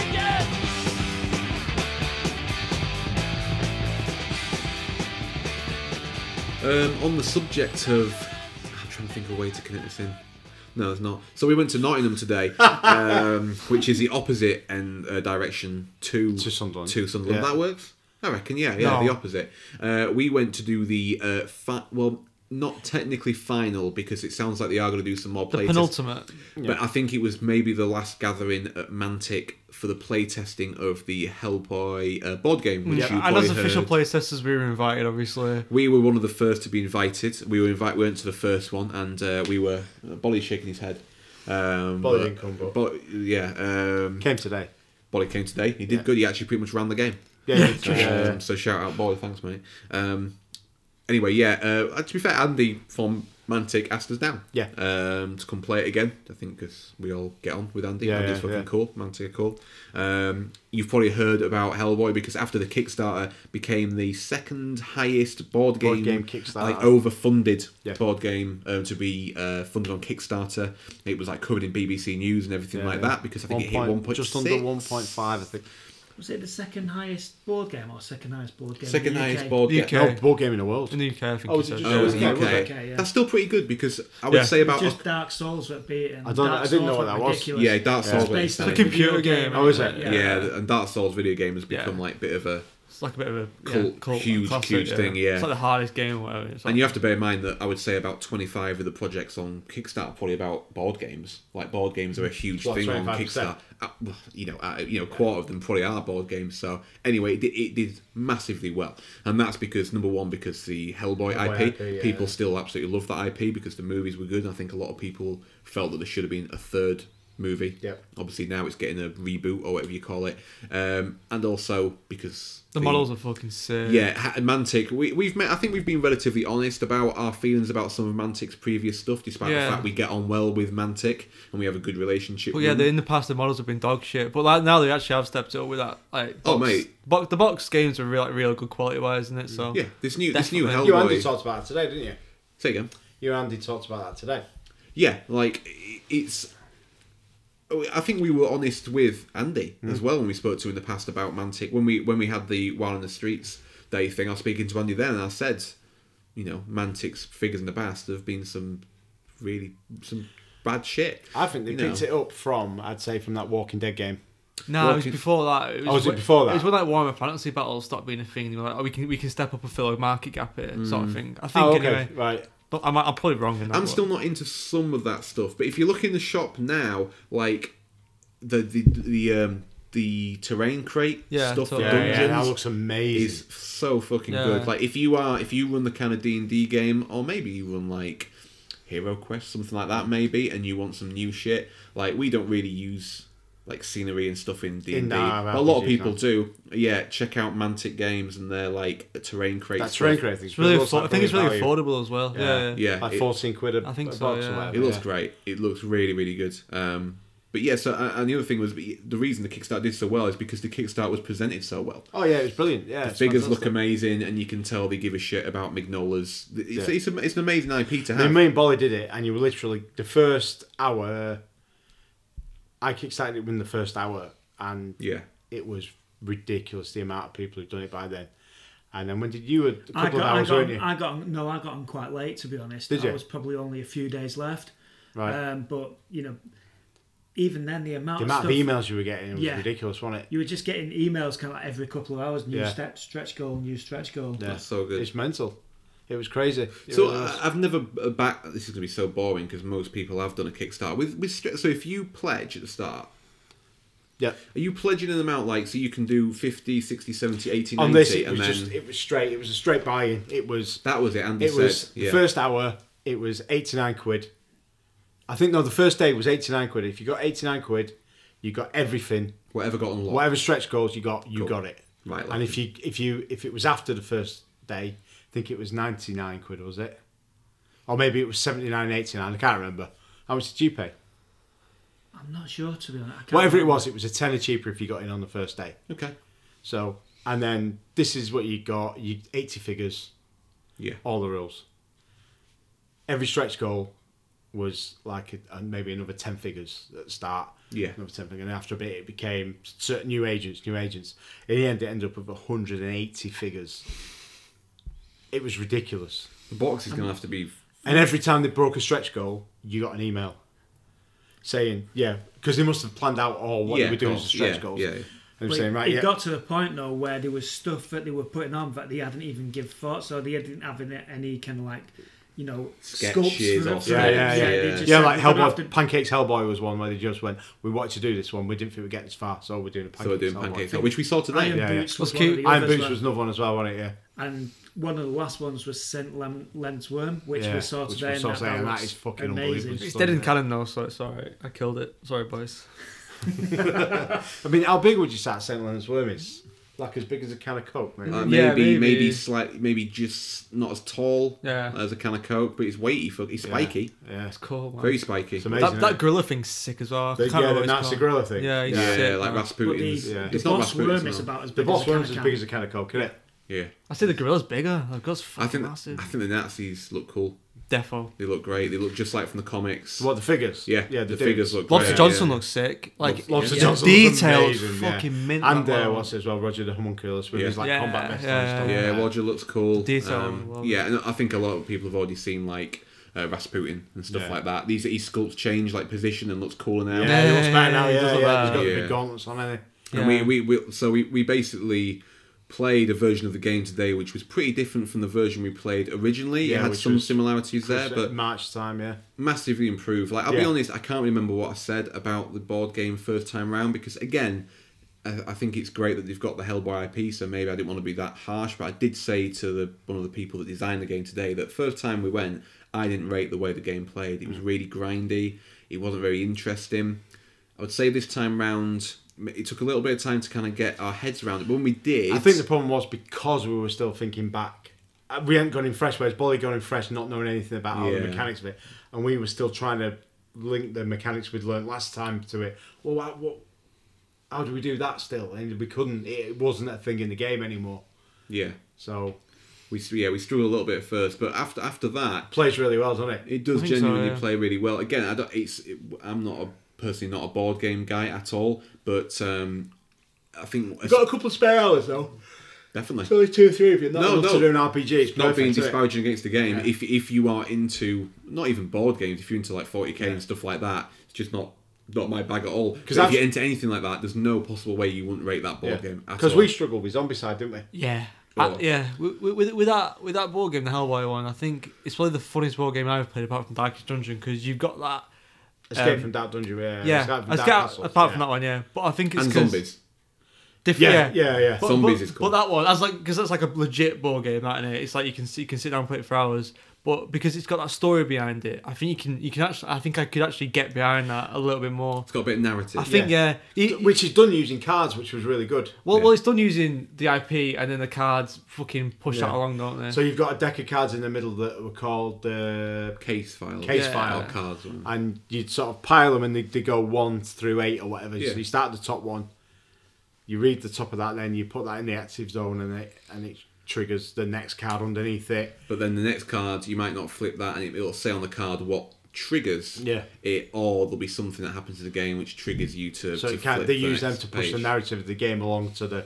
Speaker 7: Again!
Speaker 1: Um, on the subject of, I'm trying to think of a way to connect this in. No, there's not. So we went to Nottingham today, um, which is the opposite and uh, direction to
Speaker 5: To Sunderland.
Speaker 1: To Sunderland,
Speaker 5: Yeah.
Speaker 1: that works. I reckon. Yeah, yeah,
Speaker 2: No.
Speaker 1: the opposite. Uh, we went to do the uh, fi- well, not technically final because it sounds like they are going to do some more
Speaker 2: The
Speaker 1: playtests.
Speaker 2: penultimate.
Speaker 1: But I think it was maybe the last gathering at Mantic for the playtesting of the Hellboy uh, board game, which you
Speaker 2: Yeah, and as
Speaker 1: probably
Speaker 2: official
Speaker 1: heard.
Speaker 2: playtesters, we were invited, obviously.
Speaker 1: We were one of the first to be invited. We were invite. We went to the first one, and uh, we were. Uh, Bolly's shaking his head. Um,
Speaker 5: Bolly didn't come, but-
Speaker 1: Bo- yeah, um,
Speaker 5: Came today.
Speaker 1: Bolly came today. He did
Speaker 5: Yeah.
Speaker 1: good. He actually pretty much ran the game.
Speaker 5: Yeah, yeah, it's- uh,
Speaker 1: Um, so shout out Bolly, thanks mate. Um, anyway, yeah. Uh, to be fair, Andy from Mantic asked us down.
Speaker 5: Yeah.
Speaker 1: Um, to come play it again. I think because we all get on with Andy.
Speaker 5: Yeah,
Speaker 1: Andy's
Speaker 5: yeah,
Speaker 1: fucking
Speaker 5: yeah.
Speaker 1: cool. Mantic are cool. Um, you've probably heard about Hellboy because after the Kickstarter became the second highest board game,
Speaker 5: Board game Kickstarter.
Speaker 1: like overfunded
Speaker 5: Yeah.
Speaker 1: board game um, to be uh, funded on Kickstarter. It was like covered in BBC News and everything
Speaker 5: yeah,
Speaker 1: like
Speaker 5: yeah.
Speaker 1: that because I think
Speaker 5: One
Speaker 1: it hit
Speaker 5: point-
Speaker 1: one point
Speaker 5: just under one point five, I think.
Speaker 4: Was it the second highest board game or second highest board game? in
Speaker 1: Second
Speaker 4: the
Speaker 1: highest
Speaker 4: UK?
Speaker 1: board game.
Speaker 2: UK.
Speaker 5: No board game in the world.
Speaker 2: In the UK, I think
Speaker 5: Oh,
Speaker 2: he
Speaker 5: is it
Speaker 2: said.
Speaker 5: just-
Speaker 1: Oh, it was
Speaker 5: Yeah,
Speaker 1: UK.
Speaker 5: it was
Speaker 4: okay, yeah.
Speaker 1: That's still pretty good because I would
Speaker 2: Yeah.
Speaker 1: say about
Speaker 4: Just Dark Souls that beat it. and
Speaker 5: I don't-
Speaker 4: Dark
Speaker 5: I didn't know
Speaker 4: Souls
Speaker 5: what
Speaker 4: went
Speaker 5: that was.
Speaker 4: ridiculous.
Speaker 1: yeah, Dark Souls.
Speaker 4: It's based
Speaker 1: Yeah.
Speaker 4: on a
Speaker 2: It's a computer
Speaker 4: video
Speaker 2: game.
Speaker 4: game.
Speaker 5: Oh, is
Speaker 4: isn't
Speaker 5: it?
Speaker 1: yeah. and Dark Souls video game has become
Speaker 2: Yeah.
Speaker 1: like a bit of a
Speaker 2: It's like a bit of a yeah,
Speaker 1: Cult- huge,
Speaker 2: classic,
Speaker 1: huge thing, yeah.
Speaker 2: It's like the hardest game or whatever. It's like,
Speaker 1: And you have to bear in mind that I would say about 25 of the projects on Kickstarter are probably about board games. Like board games are a huge
Speaker 5: Well,
Speaker 1: thing on
Speaker 5: 25%.
Speaker 1: Kickstarter. Uh, well, you know, uh, you know, a quarter of them probably are board games. So anyway, it, did- it did massively well, and that's because number one, because the Hellboy,
Speaker 5: Hellboy
Speaker 1: IP,
Speaker 5: IP, yeah.
Speaker 1: people still absolutely love that IP because the movies were good. And I think a lot of people felt that there should have been a third movie.
Speaker 5: Yep.
Speaker 1: Obviously now it's getting a reboot or whatever you call it, um, and also because
Speaker 2: the models are fucking sick.
Speaker 5: Um,
Speaker 1: yeah, Ha- Mantic. We, we've met. I think we've been relatively honest about our feelings about some of Mantic's previous stuff, despite
Speaker 2: Yeah.
Speaker 1: the fact we get on well with Mantic and we have a good relationship.
Speaker 2: But
Speaker 1: with
Speaker 2: yeah,
Speaker 5: Mm-hmm.
Speaker 1: them.
Speaker 2: they, in the past the models have been dog shit, but like now they actually have stepped up with that. Like,
Speaker 1: Oh,
Speaker 2: box,
Speaker 1: mate.
Speaker 2: bo- the box games are real, like, real good quality wise, isn't it? So
Speaker 1: yeah. This new this new
Speaker 2: Definitely.
Speaker 5: You and Andy
Speaker 1: Hellboy.
Speaker 5: talked about that today, didn't you?
Speaker 1: Say again.
Speaker 5: You and Andy talked about that today.
Speaker 1: Yeah, like i- it's. I think we were honest with Andy
Speaker 5: Hmm.
Speaker 1: as well when we spoke to him in the past about Mantic when we when we had the Wild in the Streets Day thing. I was speaking to Andy then, and I said, you know, Mantic's figures in the past have been some really some bad shit.
Speaker 5: I think they
Speaker 1: you
Speaker 5: picked
Speaker 1: know.
Speaker 5: it up from, I'd say, from that Walking Dead game.
Speaker 2: no, it was
Speaker 1: Walking-
Speaker 2: before that. It was,
Speaker 5: Oh, was it
Speaker 2: when-
Speaker 5: before that?
Speaker 2: It was when like Warhammer Fantasy Battles stopped being a thing. They were like, oh, we can we can step up and fill a market gap here, sort of thing. I think
Speaker 5: oh, okay,
Speaker 2: anyway.
Speaker 5: right.
Speaker 2: But I'm, I'm probably wrong in that.
Speaker 1: I'm
Speaker 2: one.
Speaker 1: still not into some of that stuff, but if you look in the shop now, like the the the um, the terrain crate
Speaker 2: Yeah,
Speaker 1: stuff, for
Speaker 2: totally.
Speaker 5: Yeah,
Speaker 1: dungeons
Speaker 5: yeah, that looks amazing.
Speaker 1: is so fucking
Speaker 2: Yeah.
Speaker 1: good. Like if you are if you run the kind of D and D game, or maybe you run like Hero Quest, something like that, maybe, and you want some new shit. Like we don't really use like scenery and stuff in D and D,
Speaker 5: our
Speaker 1: but a lot of
Speaker 5: RPGs
Speaker 1: people
Speaker 5: now.
Speaker 1: do. Yeah, check out Mantic Games and their like terrain crate.
Speaker 5: That's
Speaker 1: stuff.
Speaker 5: really crazy.
Speaker 2: It's really. affo- I think it's really affordable as well. Yeah. yeah.
Speaker 1: Yeah,
Speaker 5: Like
Speaker 1: it-
Speaker 5: 14 quid a,
Speaker 2: I think
Speaker 5: a
Speaker 2: so,
Speaker 5: box
Speaker 2: yeah.
Speaker 5: or whatever.
Speaker 1: It looks
Speaker 5: yeah.
Speaker 1: great. It looks really, really good. Um, but yeah, so and and the other thing was the reason the Kickstarter did so well is because the Kickstarter was presented so well.
Speaker 5: Oh, yeah, it was brilliant. Yeah,
Speaker 1: The
Speaker 5: it's
Speaker 1: figures look
Speaker 5: fantastic.
Speaker 1: amazing, and you can tell they give a shit about Mignola's. It's,
Speaker 5: Yeah.
Speaker 1: it's, a, it's an amazing IP to
Speaker 5: I mean,
Speaker 1: have.
Speaker 5: me and Bolly did it, and you were literally the first hour. I kickstarted it within the first hour, and
Speaker 1: Yeah,
Speaker 5: it was ridiculous the amount of people who've done it by then. And then when did you a couple
Speaker 4: I
Speaker 5: of
Speaker 4: got, I
Speaker 5: hours,
Speaker 4: got,
Speaker 5: weren't you?
Speaker 4: I got, on- no, I got on quite late to be honest.
Speaker 5: Did
Speaker 4: I
Speaker 5: you?
Speaker 4: was probably only a few days left.
Speaker 5: right.
Speaker 2: uh,
Speaker 4: Um, but you know, even then, the amount,
Speaker 5: the amount
Speaker 4: of
Speaker 5: of
Speaker 4: stuff,
Speaker 5: emails you were getting was
Speaker 4: Yeah.
Speaker 5: ridiculous, wasn't it?
Speaker 4: you were just getting emails kind of like every couple of hours, new
Speaker 5: Yeah.
Speaker 4: step, stretch goal, new stretch goal.
Speaker 5: Yeah.
Speaker 1: that's so good.
Speaker 5: It's mental. It was crazy. It
Speaker 1: So uh,
Speaker 5: really was.
Speaker 1: I- I've never b- back. This is gonna be so boring because most people have done a Kickstarter with with. stri- So if you pledge at the start,
Speaker 5: yeah.
Speaker 1: are you pledging an amount like so you can do 50, 60, 70, 80, 90,
Speaker 5: On this, it
Speaker 1: and
Speaker 5: was
Speaker 1: then
Speaker 5: just it was straight. It was a straight buy-in. It was
Speaker 1: that was it. Andy
Speaker 5: it
Speaker 1: said,
Speaker 5: was the
Speaker 1: yeah.
Speaker 5: first hour. It was eighty nine quid. I think no, the first day was eighty nine quid. If you got eighty nine quid, you got everything.
Speaker 1: whatever got unlocked.
Speaker 5: Whatever stretch goals you got, you
Speaker 1: Cool.
Speaker 5: got it.
Speaker 1: Right,
Speaker 5: and
Speaker 1: lovely.
Speaker 5: if you if you if it was after the first day, I think it was ninety nine quid, was it? Or maybe it was seventy nine, eighty nine. I can't remember. How much did you pay?
Speaker 4: I'm not sure to be honest. I can't
Speaker 5: Whatever it
Speaker 4: remember.
Speaker 5: was, it was a tenner cheaper if you got in on the first day.
Speaker 1: Okay.
Speaker 5: So and then this is what you got: you eighty figures,
Speaker 1: Yeah.
Speaker 5: all the rules. Every stretch goal was like a, a- maybe another ten figures at the start.
Speaker 1: Yeah.
Speaker 5: another ten figures, and after a bit, it became certain new agents, new agents. In the end, it ended up with hundred and eighty figures. It was ridiculous.
Speaker 1: The box is gonna
Speaker 5: Um,
Speaker 1: have to be
Speaker 5: And every time they broke a stretch goal, you got an email saying, "Yeah," because they must have planned out all what
Speaker 1: Yeah,
Speaker 5: they were doing
Speaker 1: of
Speaker 5: as
Speaker 1: course.
Speaker 5: stretch
Speaker 1: Yeah,
Speaker 5: goals.
Speaker 1: yeah.
Speaker 5: And they were
Speaker 4: But
Speaker 5: saying,
Speaker 4: it-
Speaker 5: "Right,
Speaker 4: it
Speaker 5: yeah,
Speaker 4: got to the point though where there was stuff that they were putting on that they hadn't even give thought, so they didn't have any, any kind of like, you know, sculpts
Speaker 1: Sketches
Speaker 4: for-
Speaker 1: or
Speaker 4: for
Speaker 5: Yeah,
Speaker 4: it.
Speaker 1: something.
Speaker 5: yeah, yeah.
Speaker 1: Yeah,
Speaker 5: Yeah,
Speaker 4: they
Speaker 1: yeah.
Speaker 4: just
Speaker 5: yeah
Speaker 4: said,
Speaker 5: like
Speaker 4: "We're gonna
Speaker 5: Hellboy,
Speaker 4: have to-
Speaker 5: Pancakes Hellboy was one where they just went, we wanted to do this one, we didn't think we'd get this far, so we're doing a Pancakes
Speaker 1: So we're doing
Speaker 5: Hellboy
Speaker 1: pancakes,
Speaker 5: thing."
Speaker 1: which we saw today.
Speaker 4: Iron
Speaker 5: Yeah, yeah.
Speaker 4: Boots was
Speaker 2: Let's
Speaker 4: one of
Speaker 2: keep-
Speaker 4: the
Speaker 5: Iron
Speaker 4: others,
Speaker 5: Boots
Speaker 4: weren't
Speaker 5: was another one as well, wasn't it? Yeah.
Speaker 4: and one of the last ones was Saint Lem- Lent's Worm, which
Speaker 5: Yeah,
Speaker 4: we saw
Speaker 5: which we
Speaker 4: today,
Speaker 5: saw
Speaker 4: and,
Speaker 5: today,
Speaker 4: that,
Speaker 5: and
Speaker 4: that
Speaker 5: that is fucking
Speaker 4: amazing.
Speaker 5: unbelievable.
Speaker 2: It's dead in canon though, so it's alright. I killed it. Sorry, boys.
Speaker 5: I mean, how big would you say St. Leonard's Worm is? Like as big as a can of Coke, maybe?
Speaker 1: Uh,
Speaker 2: Yeah,
Speaker 1: maybe,
Speaker 2: maybe.
Speaker 1: maybe slight maybe just not as tall uh,
Speaker 2: Yeah.
Speaker 1: as a can of Coke, but it's weighty. For, it's
Speaker 5: Yeah.
Speaker 1: spiky,
Speaker 5: yeah.
Speaker 2: It's cool. Man.
Speaker 1: very spiky.
Speaker 5: It's amazing.
Speaker 2: That,
Speaker 5: isn't
Speaker 2: that
Speaker 5: it?
Speaker 2: gorilla thing's sick as well. I
Speaker 5: The-
Speaker 2: can't
Speaker 5: yeah,
Speaker 2: remember
Speaker 5: the
Speaker 2: what it's
Speaker 5: Nazi
Speaker 2: called.
Speaker 5: gorilla thing.
Speaker 2: Yeah, he's
Speaker 1: yeah, like
Speaker 2: sick. man.
Speaker 4: But the,
Speaker 1: Rasputin's.
Speaker 5: Yeah.
Speaker 4: the
Speaker 1: It's not
Speaker 4: boss
Speaker 1: Rasputin's.
Speaker 4: worm
Speaker 1: No.
Speaker 4: is about as
Speaker 5: The
Speaker 4: big
Speaker 5: boss
Speaker 4: as, a
Speaker 5: worm's as
Speaker 4: can-can.
Speaker 5: big as a can of Coke, isn't it?
Speaker 1: yeah,
Speaker 2: I say the gorilla's bigger. The gorilla's
Speaker 1: I
Speaker 2: fucking
Speaker 1: think
Speaker 2: massive.
Speaker 1: I think the Nazis look cool.
Speaker 2: Defo.
Speaker 1: They look great. They look just like from the comics.
Speaker 5: What, the figures?
Speaker 1: Yeah,
Speaker 5: Yeah,
Speaker 1: the
Speaker 5: dudes.
Speaker 1: figures look.
Speaker 2: Lobster
Speaker 1: great.
Speaker 2: Johnson
Speaker 1: yeah.
Speaker 2: looks sick. Like
Speaker 5: Lobster
Speaker 2: yeah.
Speaker 5: Johnson was
Speaker 2: detailed,
Speaker 5: amazing, yeah.
Speaker 2: fucking mint.
Speaker 5: And uh,
Speaker 2: that
Speaker 5: there
Speaker 2: one.
Speaker 5: was as well Roger the Homunculus with
Speaker 1: Yeah.
Speaker 5: his like
Speaker 2: Yeah,
Speaker 5: combat vest
Speaker 2: yeah,
Speaker 5: and stuff.
Speaker 1: Yeah, Roger looks cool.
Speaker 2: Detail, well-
Speaker 1: Um, yeah, and I think a lot of people have already seen like uh, Rasputin and stuff
Speaker 5: Yeah.
Speaker 1: like that. These he sculpts change like position and looks cooler now.
Speaker 5: Yeah, he looks
Speaker 2: Yeah,
Speaker 5: better now.
Speaker 2: he
Speaker 5: Yeah,
Speaker 2: does
Speaker 5: yeah,
Speaker 2: look
Speaker 5: he's
Speaker 2: bad.
Speaker 5: got the
Speaker 1: Yeah.
Speaker 5: big gauntlets on, hasn't he?
Speaker 1: And
Speaker 2: Yeah.
Speaker 1: we, we, we so we, we basically played a version of the game today which was pretty different from the version we played originally.
Speaker 5: Yeah,
Speaker 1: it had
Speaker 5: which
Speaker 1: some
Speaker 5: was-
Speaker 1: similarities there, but
Speaker 5: March time, yeah.
Speaker 1: massively improved. Like I'll be
Speaker 5: Yeah.
Speaker 1: honest, I can't remember what I said about the board game first time round because again, I, I think it's great that they've got the Hellboy IP. So maybe I didn't want to be that harsh, but I did say to the one of the people that designed the game today that first time we went, I didn't rate the way the game played. It
Speaker 5: Mm.
Speaker 1: was really grindy. It wasn't very interesting. I would say this time round. It took a little bit of time to kind of get our heads around it, but when we did,
Speaker 5: I think the problem was because we were still thinking back. Uh, We hadn't gone in fresh, whereas Bolly gone in fresh, not knowing anything about all the
Speaker 1: Yeah.
Speaker 5: mechanics of it, and we were still trying to link the mechanics we'd learned last time to it. Well, what, what, how do we do that still? And we couldn't. It wasn't a thing in the game anymore.
Speaker 1: yeah,
Speaker 5: So
Speaker 1: we yeah we struggled a little bit at first, but after after that,
Speaker 5: plays really well, doesn't it?
Speaker 1: It does
Speaker 2: I think so,
Speaker 1: genuinely
Speaker 2: yeah.
Speaker 1: play really well. Again, I don't. It's. It, I'm not a personally not a board game guy at all, but um, I think
Speaker 5: We've got a couple of spare hours though. It's
Speaker 1: definitely
Speaker 5: only two or three of you. Not
Speaker 1: No,
Speaker 5: enough
Speaker 1: no.
Speaker 5: to do an RPG. It's
Speaker 1: not being
Speaker 5: perfect, isn't it?
Speaker 1: disparaging against the game.
Speaker 5: Yeah.
Speaker 1: If if you are into not even board games, if you're into like 40k
Speaker 5: Yeah.
Speaker 1: and stuff like that, it's just not not my bag at all.
Speaker 5: 'Cause
Speaker 1: Because if
Speaker 5: I've-
Speaker 1: you're into anything like that, there's no possible way you wouldn't rate that board
Speaker 5: Yeah.
Speaker 1: game at all.
Speaker 5: Because we struggled with Zombicide, didn't we?
Speaker 2: Yeah.
Speaker 1: Sure.
Speaker 2: Uh, yeah, with, with, with that with that board game, the Hellboy one, I think it's probably the funniest board game I've played apart from Darkest Dungeon because you've got that.
Speaker 5: Escape
Speaker 2: Um,
Speaker 5: from Dark Dungeon. Yeah.
Speaker 2: Yeah,
Speaker 5: Escape from
Speaker 2: I
Speaker 5: Dark
Speaker 2: get-
Speaker 5: Castle,
Speaker 2: apart
Speaker 5: yeah.
Speaker 2: from that one, yeah. But I think it's
Speaker 1: and
Speaker 2: 'cause
Speaker 1: zombies.
Speaker 2: Diff-
Speaker 5: Yeah, yeah, yeah.
Speaker 2: But,
Speaker 1: Zombies
Speaker 2: but,
Speaker 1: is cool.
Speaker 2: But that one, that's like because that's like a legit board game, that innit? It's like you can see, you can sit down and play it for hours. But because it's got that story behind it, I think you can you can actually I think I could actually get behind that a little bit more.
Speaker 1: It's got a bit of narrative.
Speaker 2: I think yeah, It- it-
Speaker 5: which is done using cards, which was really good.
Speaker 2: well,
Speaker 1: yeah.
Speaker 2: well, it's done using the IP and then the cards fucking push
Speaker 5: Yeah.
Speaker 2: that along, don't they?
Speaker 5: So you've got a deck of cards in the middle that were called the,
Speaker 1: Case file.
Speaker 5: Case
Speaker 1: or
Speaker 5: file.
Speaker 1: cards. or-
Speaker 5: and you'd sort of pile them, and they, they go one through eight or whatever.
Speaker 1: Yeah.
Speaker 5: So you start at the top one, you read the top of that, then you put that in the active zone, and it and it triggers the next card underneath it.
Speaker 1: But then the next card, you might not flip that, and it- it'll say on the card what triggers
Speaker 5: Yeah.
Speaker 1: it, or there'll be something that happens in the game which triggers you to.
Speaker 5: So
Speaker 1: to
Speaker 5: you can
Speaker 1: flip
Speaker 5: they
Speaker 1: the
Speaker 5: use them
Speaker 1: next
Speaker 5: to push the
Speaker 1: page.
Speaker 5: narrative of the game along to the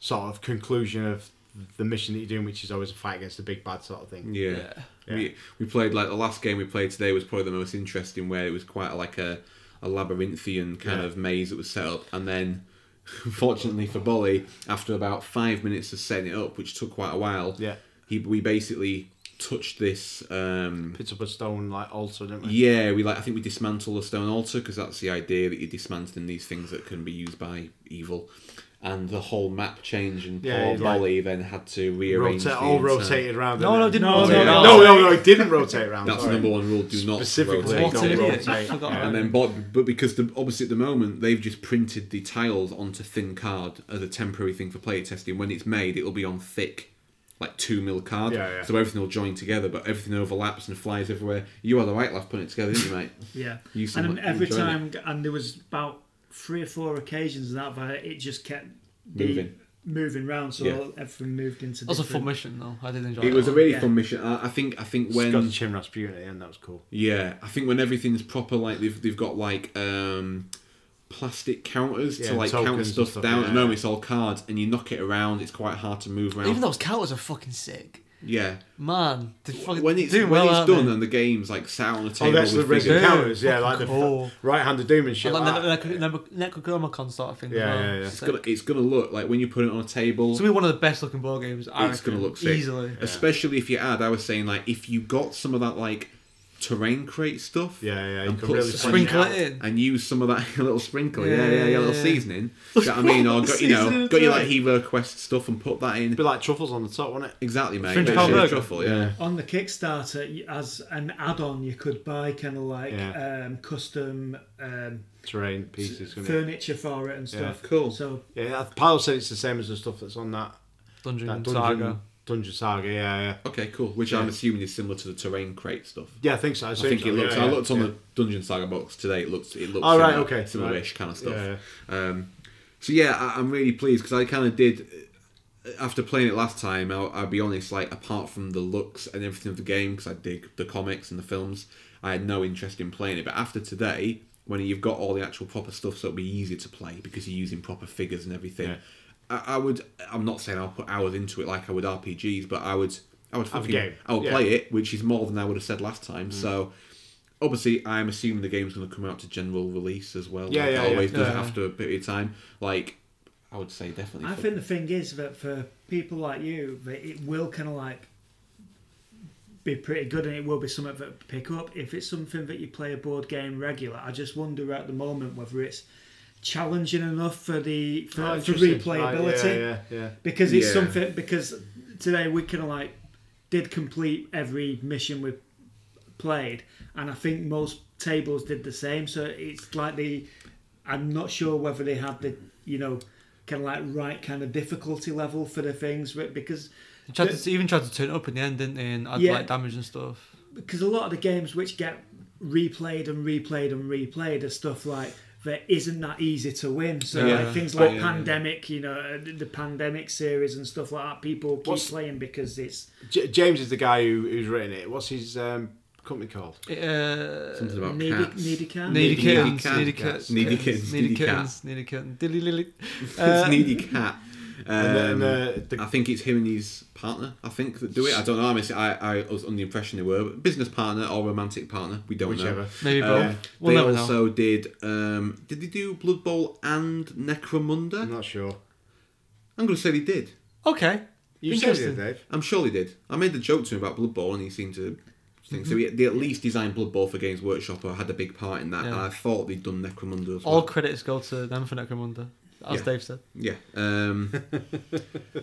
Speaker 5: sort of conclusion of the mission that you're doing, which is always a fight against the big bad sort of thing.
Speaker 1: Yeah.
Speaker 5: Yeah.
Speaker 1: We, we played like the last game we played today was probably the most interesting, where it was quite like a, a labyrinthian kind
Speaker 5: Yeah.
Speaker 1: of maze that was set up, and then. Fortunately for Bolly, after about five minutes of setting it up, which took quite a while,
Speaker 5: Yeah.
Speaker 1: he we basically touched this um,
Speaker 5: Picked up a stone like also, didn't we?
Speaker 1: Yeah, we like. I think we dismantle the stone altar because that's the idea that you're dismantling these things that can be used by evil, and the whole map change. And
Speaker 5: Yeah,
Speaker 1: poor
Speaker 5: it's like-
Speaker 1: Bolly then had to rearrange.
Speaker 5: Rotate,
Speaker 1: the
Speaker 5: all
Speaker 1: entire-
Speaker 5: rotated around.
Speaker 2: No, no,
Speaker 5: and then-
Speaker 2: it didn't
Speaker 4: No,
Speaker 2: rotate
Speaker 1: no,
Speaker 2: it
Speaker 1: no.
Speaker 2: out.
Speaker 5: No, no, no, it didn't rotate around.
Speaker 1: That's the
Speaker 5: sorry.
Speaker 1: number one rule: do not
Speaker 5: Specifically,
Speaker 1: rotate.
Speaker 2: What
Speaker 5: don't
Speaker 2: an idiot.
Speaker 5: rotate.
Speaker 2: I forgot
Speaker 5: Yeah.
Speaker 1: And then, but, but because the obviously at the moment they've just printed the tiles onto thin card as a temporary thing for player testing. When it's made, it'll be on thick, like two mil card.
Speaker 5: Yeah, yeah.
Speaker 1: So everything will join together, but everything overlaps and flies everywhere. You are the right laugh putting it together, didn't you, mate?
Speaker 4: Yeah.
Speaker 1: You
Speaker 4: and
Speaker 1: seem
Speaker 4: then
Speaker 1: like you
Speaker 4: every
Speaker 1: enjoyed it.
Speaker 4: time, and there was about three or four occasions that but it just kept the-
Speaker 1: Moving.
Speaker 4: moving round, so
Speaker 1: Yeah.
Speaker 4: everything moved into.
Speaker 2: That was a
Speaker 4: different-
Speaker 2: fun mission though. I did enjoy.
Speaker 1: It
Speaker 2: that
Speaker 1: was a
Speaker 2: one.
Speaker 1: really
Speaker 4: Yeah.
Speaker 1: fun mission. I, I think I think when
Speaker 5: Got the Chin Rasputin, and that was cool.
Speaker 1: Yeah, I think when everything's proper, like they've they've got like um plastic counters
Speaker 5: Yeah,
Speaker 1: to like
Speaker 5: tokens
Speaker 1: count
Speaker 5: and
Speaker 1: stuff,
Speaker 5: stuff,
Speaker 1: down. At
Speaker 5: yeah.
Speaker 1: the moment, it's all cards, and you knock it around. It's quite hard to move around.
Speaker 2: Even those counters are fucking sick,
Speaker 1: yeah,
Speaker 2: man. They're fucking
Speaker 1: when it's
Speaker 2: doing
Speaker 1: when
Speaker 2: well,
Speaker 1: it's
Speaker 2: aren't they?
Speaker 1: done and the game's like sat on a
Speaker 5: Oh,
Speaker 1: table
Speaker 5: that's the
Speaker 1: with
Speaker 5: resin
Speaker 1: figures.
Speaker 2: Yeah.
Speaker 5: counters, yeah, like the
Speaker 2: Cool.
Speaker 5: right hand of doom and shit.
Speaker 2: And
Speaker 5: like that.
Speaker 2: like the Necro- Necro- Necronomicon sort of thing. as
Speaker 5: Yeah,
Speaker 2: well.
Speaker 5: yeah, yeah.
Speaker 2: Sick.
Speaker 1: It's gonna it's gonna look like when you put it on a table.
Speaker 2: It's gonna be one of the best looking board games. I
Speaker 1: it's
Speaker 2: reckon,
Speaker 1: gonna look sick.
Speaker 2: easily.
Speaker 1: especially if you add. I was saying like if you got some of that like terrain crate stuff.
Speaker 5: Yeah, yeah, you
Speaker 1: and
Speaker 5: can
Speaker 1: put
Speaker 5: really
Speaker 1: some-
Speaker 2: Sprinkle it in.
Speaker 1: and use some of that little sprinkle, yeah,
Speaker 2: Yeah,
Speaker 1: yeah, yeah,
Speaker 2: yeah,
Speaker 1: little
Speaker 2: yeah.
Speaker 1: seasoning. Do you know what I mean? Or got you know,
Speaker 2: Seasoning
Speaker 1: got your
Speaker 2: to
Speaker 1: like
Speaker 2: it.
Speaker 1: hero quest stuff and put that
Speaker 5: It'd be
Speaker 1: in.
Speaker 5: like truffles on the top, wouldn't it?
Speaker 1: Exactly, mate.
Speaker 2: Fringe
Speaker 1: Bit of
Speaker 2: pound
Speaker 1: shit
Speaker 2: burger.
Speaker 1: truffle, yeah.
Speaker 4: on the Kickstarter y- as an add-on. You could buy kind of like
Speaker 5: Yeah.
Speaker 4: um, custom um,
Speaker 5: Terrain pieces. wouldn't it?
Speaker 4: furniture for it and stuff.
Speaker 1: Cool.
Speaker 4: So
Speaker 5: Yeah, Pyle said it's the same as the stuff that's on that,
Speaker 2: Dungeon,
Speaker 5: that dungeon,
Speaker 2: Saga.
Speaker 5: Dungeon Saga, yeah, yeah.
Speaker 1: Okay, cool. Which I'm assuming is similar to the terrain crate stuff.
Speaker 5: Yeah, I think so. I,
Speaker 1: I think it looks. I looked on
Speaker 5: yeah.
Speaker 1: the Dungeon Saga box today. It looks. It looks.
Speaker 5: Oh, right,
Speaker 1: similar,
Speaker 5: okay,
Speaker 1: Similar-ish
Speaker 5: right.
Speaker 1: kind of stuff.
Speaker 5: Yeah,
Speaker 1: Um, so yeah, I, I'm really pleased because I kind of did. After playing it last time, I'll, I'll be honest. Like apart from the looks and everything of the game, because I dig the comics and the films, I had no interest in playing it. But after today, when you've got all the actual proper stuff, so it'll be easier to play because you're using proper figures and everything.
Speaker 5: Yeah.
Speaker 1: I, I would. I'm not saying I'll put hours into it like I would RPGs, but I would. I would
Speaker 5: Have a
Speaker 1: fucking.
Speaker 5: game.
Speaker 1: I would
Speaker 5: Yeah. Mm.
Speaker 1: play it, which is more than I would have said last time. So obviously I'm assuming the game's going to come out to general release as well.
Speaker 5: Yeah,
Speaker 1: like
Speaker 5: yeah,
Speaker 1: it always
Speaker 5: yeah.
Speaker 1: does
Speaker 2: Yeah.
Speaker 1: after a period of time. Like I would say definitely.
Speaker 4: I
Speaker 1: for-
Speaker 4: think the thing is that for people like you, that it will kind of like be pretty good, and it will be something that pick up. If it's something that you play a board game regular, I just wonder at the moment whether it's challenging enough for the for, for replayability
Speaker 5: Ah, yeah, yeah, yeah.
Speaker 4: because it's
Speaker 1: Yeah.
Speaker 4: something because today we kind of like did complete every mission we played and i think most tables did the same so it's like the i'm not sure whether they had the you know kind of like right kind of difficulty level for the things but because
Speaker 2: They tried to, even tried to turn it up in the end, didn't they? And add
Speaker 4: Yeah.
Speaker 2: like damage and stuff.
Speaker 4: because a lot of the games which get replayed and replayed and replayed are stuff like that isn't that easy to win. So
Speaker 1: Yeah.
Speaker 4: like, things
Speaker 1: But-
Speaker 4: like pandemic, you know, uh, the pandemic series and stuff like that, people keep
Speaker 5: What's-
Speaker 4: playing because it's
Speaker 5: J- James is the guy who, who's written it. What's his um, company called?
Speaker 2: Uh,
Speaker 1: something about
Speaker 4: needy,
Speaker 1: cats.
Speaker 4: needy cat.
Speaker 2: Needy
Speaker 1: Needy
Speaker 2: kittens,
Speaker 1: cat.
Speaker 2: needy kittens,
Speaker 1: Needy kittens,
Speaker 2: needy
Speaker 1: needy
Speaker 2: kittens, Uh, needy kittens, dilly lily.
Speaker 1: it's needy cat.
Speaker 5: And then,
Speaker 1: Um,
Speaker 5: uh, the-
Speaker 1: I think it's him and his partner. I think that do it. I don't know. I, mean, I, I was under the impression they were business partner or romantic partner. We don't know.
Speaker 5: whichever.
Speaker 2: Maybe
Speaker 1: Uh,
Speaker 2: both. We'll
Speaker 1: they
Speaker 2: never know.
Speaker 1: also did. Um, did they do Blood Bowl and Necromunda?
Speaker 5: I'm not sure.
Speaker 1: I'm going to say they did.
Speaker 2: Okay.
Speaker 5: You said it,
Speaker 2: Interesting.
Speaker 5: Dave.
Speaker 1: I'm sure they did. I made the joke to him about Blood Bowl, and he seemed to think
Speaker 2: Mm-hmm.
Speaker 1: so. He, they at least designed Blood Bowl for Games Workshop, or had a big part in that.
Speaker 2: Yeah.
Speaker 1: And I thought they'd done Necromunda as well.
Speaker 2: All credits go to them for Necromunda, as
Speaker 1: Yeah.
Speaker 2: Dave said.
Speaker 1: Yeah. Um,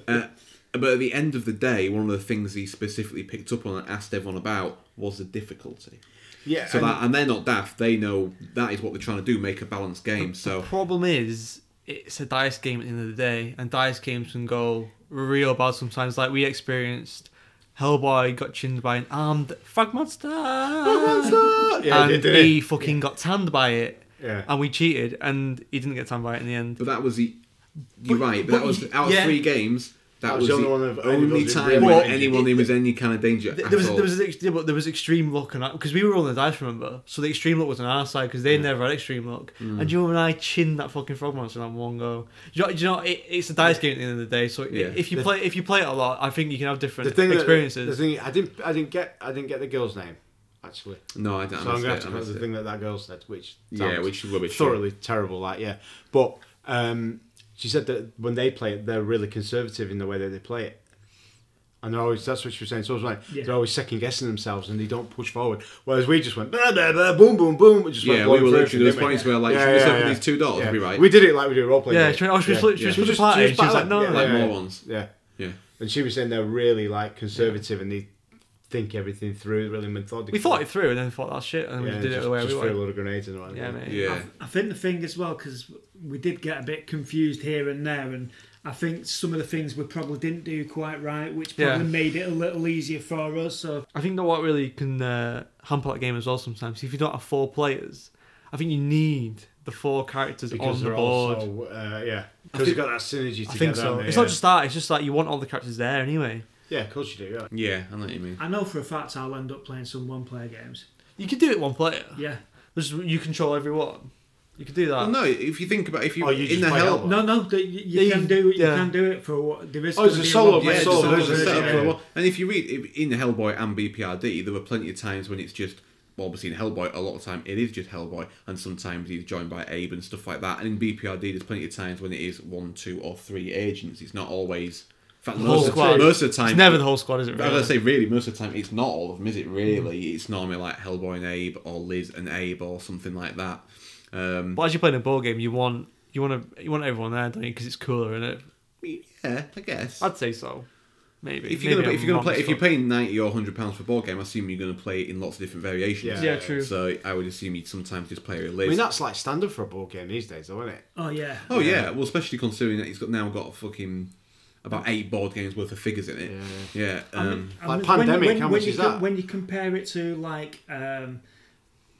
Speaker 1: uh, but at the end of the day, one of the things he specifically picked up on and asked everyone about was the difficulty.
Speaker 5: Yeah.
Speaker 1: So
Speaker 5: and-
Speaker 1: that, and they're not daft. They know that is what they're trying to do: make a balanced game. So
Speaker 2: Problem is, it's a dice game at the end of the day, and dice games can go real bad sometimes. Like we experienced, Hellboy got chinned by an armed frog monster,
Speaker 5: Yeah,
Speaker 2: and
Speaker 5: it did.
Speaker 2: he fucking got tanned by it,
Speaker 5: Yeah.
Speaker 2: and we cheated, and he didn't get tanned by it in the end.
Speaker 1: But that was the. You're
Speaker 2: But-
Speaker 1: right. But,
Speaker 2: but
Speaker 1: that was
Speaker 2: you-
Speaker 1: out of
Speaker 2: yeah.
Speaker 1: three games. That,
Speaker 5: That
Speaker 1: was, the
Speaker 5: one of-
Speaker 1: only
Speaker 5: anyone's in
Speaker 1: time
Speaker 5: real
Speaker 1: when
Speaker 5: danger.
Speaker 1: anyone in was any kind of danger.
Speaker 2: Th-
Speaker 1: at
Speaker 2: There was,
Speaker 1: all.
Speaker 2: there was ex- yeah, but there was extreme luck on that because we were rolling the dice, remember? So the extreme luck was on our side because they never had extreme luck.
Speaker 5: Mm.
Speaker 2: And you and I chinned that fucking frog monster in that one go. Do you know? do you know it, it's a dice game at the end of the day. So
Speaker 1: Yeah.
Speaker 2: if you
Speaker 5: The-
Speaker 2: play if you play it a lot, I think you can have
Speaker 5: the
Speaker 2: different
Speaker 5: thing that-
Speaker 2: experiences.
Speaker 5: the thing I didn't I didn't get I didn't get the girl's name actually.
Speaker 1: no, I
Speaker 5: So
Speaker 1: don't.
Speaker 5: I'm
Speaker 1: I
Speaker 5: gonna
Speaker 1: missed it,
Speaker 5: have to
Speaker 1: I
Speaker 5: remember
Speaker 1: missed
Speaker 5: the
Speaker 1: it.
Speaker 5: thing that that girl said, which
Speaker 1: Yeah,
Speaker 5: sounds
Speaker 1: which is rubbish.
Speaker 5: thoroughly terrible. Like yeah, but um, she said that when they play it, they're really conservative in the way that they play it. And they're always, that's what she was saying. So I was like,
Speaker 4: Yeah.
Speaker 5: they're always second guessing themselves and they don't push forward. Whereas we just went, blah, blah, blah, boom, boom, boom. We just
Speaker 1: Yeah, we
Speaker 5: went blowing
Speaker 1: were
Speaker 5: through
Speaker 1: literally- there was
Speaker 5: everything,
Speaker 1: points
Speaker 5: didn't we?
Speaker 1: where, like, should we open these two doors? It'd be right.
Speaker 5: We did it like we do a role playing.
Speaker 2: Yeah,
Speaker 5: game.
Speaker 2: she went, oh, should we split- should we split
Speaker 5: Just-
Speaker 2: the party?
Speaker 5: just
Speaker 2: She was like,
Speaker 5: battle it.
Speaker 2: no,
Speaker 5: Yeah,
Speaker 1: like
Speaker 5: yeah,
Speaker 1: more
Speaker 5: yeah.
Speaker 1: ones.
Speaker 5: Yeah.
Speaker 1: Yeah.
Speaker 5: And she was saying they're really like conservative and they think everything through really methodical.
Speaker 2: we thought it through and then thought that's shit, and we did
Speaker 5: just,
Speaker 2: it the way
Speaker 5: just
Speaker 2: we
Speaker 5: threw a
Speaker 2: wanted.
Speaker 5: lot of grenades and whatever.
Speaker 2: Yeah, mate.
Speaker 1: Yeah.
Speaker 4: I think the thing as well, because we did get a bit confused here and there, and I think some of the things we probably didn't do quite right, which
Speaker 2: Yeah.
Speaker 4: probably made it a little easier for us. So
Speaker 2: I think that what really can uh, hamper that game as well sometimes. If you don't have four players, I think you need the four characters on
Speaker 5: Because
Speaker 2: the
Speaker 5: they're
Speaker 2: board.
Speaker 5: also, uh, yeah,
Speaker 2: I
Speaker 5: because
Speaker 2: think-
Speaker 5: you've got that synergy together.
Speaker 2: I think so.
Speaker 5: haven't they?
Speaker 2: It's
Speaker 5: yeah.
Speaker 2: not just that. It's just like you want all the characters there anyway.
Speaker 5: yeah, of course you do. Yeah.
Speaker 1: Yeah, I know what you
Speaker 5: Uh,
Speaker 1: mean.
Speaker 4: I know for a fact I'll end up playing some one-player games.
Speaker 2: You could do it one player.
Speaker 4: Yeah.
Speaker 2: There's, you control everyone. You could do that.
Speaker 1: Well, no, if you think about if you,
Speaker 5: Oh, you
Speaker 1: in
Speaker 5: just
Speaker 1: the
Speaker 5: play
Speaker 1: hell,
Speaker 5: Hellboy.
Speaker 4: No, no, the, you, you
Speaker 2: Yeah,
Speaker 4: can
Speaker 2: you-
Speaker 4: do you
Speaker 2: yeah.
Speaker 4: can do it for what there is.
Speaker 5: Oh, it's
Speaker 4: gonna
Speaker 5: a
Speaker 4: be
Speaker 5: solo-
Speaker 4: lot-
Speaker 1: yeah,
Speaker 5: it's
Speaker 1: it's
Speaker 5: all-
Speaker 1: all
Speaker 5: there's a
Speaker 1: set up
Speaker 5: yeah.
Speaker 1: for a while. And if you read if- in Hellboy and BPRD, there were plenty of times when it's just well, obviously in Hellboy, a lot of time it is just Hellboy, and sometimes he's joined by Abe and stuff like that. And in BPRD, there's plenty of times when it is one, two, or three agents. It's not always. In fact,
Speaker 2: whole
Speaker 1: most, of,
Speaker 2: squad.
Speaker 1: most of the time,
Speaker 2: It's never the whole squad, is it?
Speaker 1: But
Speaker 2: Really?
Speaker 1: As I say, really, most of the time, it's not all of them, is it? Really, it's normally like Hellboy and Abe, or Liz and Abe, or something like that. Um,
Speaker 2: but as you're playing a ball game, you want you want to you want everyone there, don't you? Because it's cooler, isn't it?
Speaker 1: yeah, I guess.
Speaker 2: I'd say so. Maybe.
Speaker 1: if you're
Speaker 2: Maybe
Speaker 1: gonna, if
Speaker 2: I'm
Speaker 1: you're gonna
Speaker 2: wrong
Speaker 1: play
Speaker 2: as
Speaker 1: if you're
Speaker 2: fuck.
Speaker 1: paying ninety or hundred pounds for a board game, I assume you're gonna play it in lots of different variations.
Speaker 5: Yeah,
Speaker 2: Yeah, true.
Speaker 1: So I would assume you'd sometimes just play a
Speaker 5: I
Speaker 1: list.
Speaker 5: mean that's like standard for a board game these days, though, isn't it?
Speaker 4: Oh yeah.
Speaker 1: oh yeah. well, especially considering that he's got now got fucking about eight board games worth of figures in it. Yeah.
Speaker 4: I
Speaker 1: um,
Speaker 4: mean- I
Speaker 5: Like
Speaker 4: mean,
Speaker 5: Pandemic, how much
Speaker 4: you
Speaker 5: is
Speaker 4: com-
Speaker 5: that?
Speaker 4: When you compare it to like, um,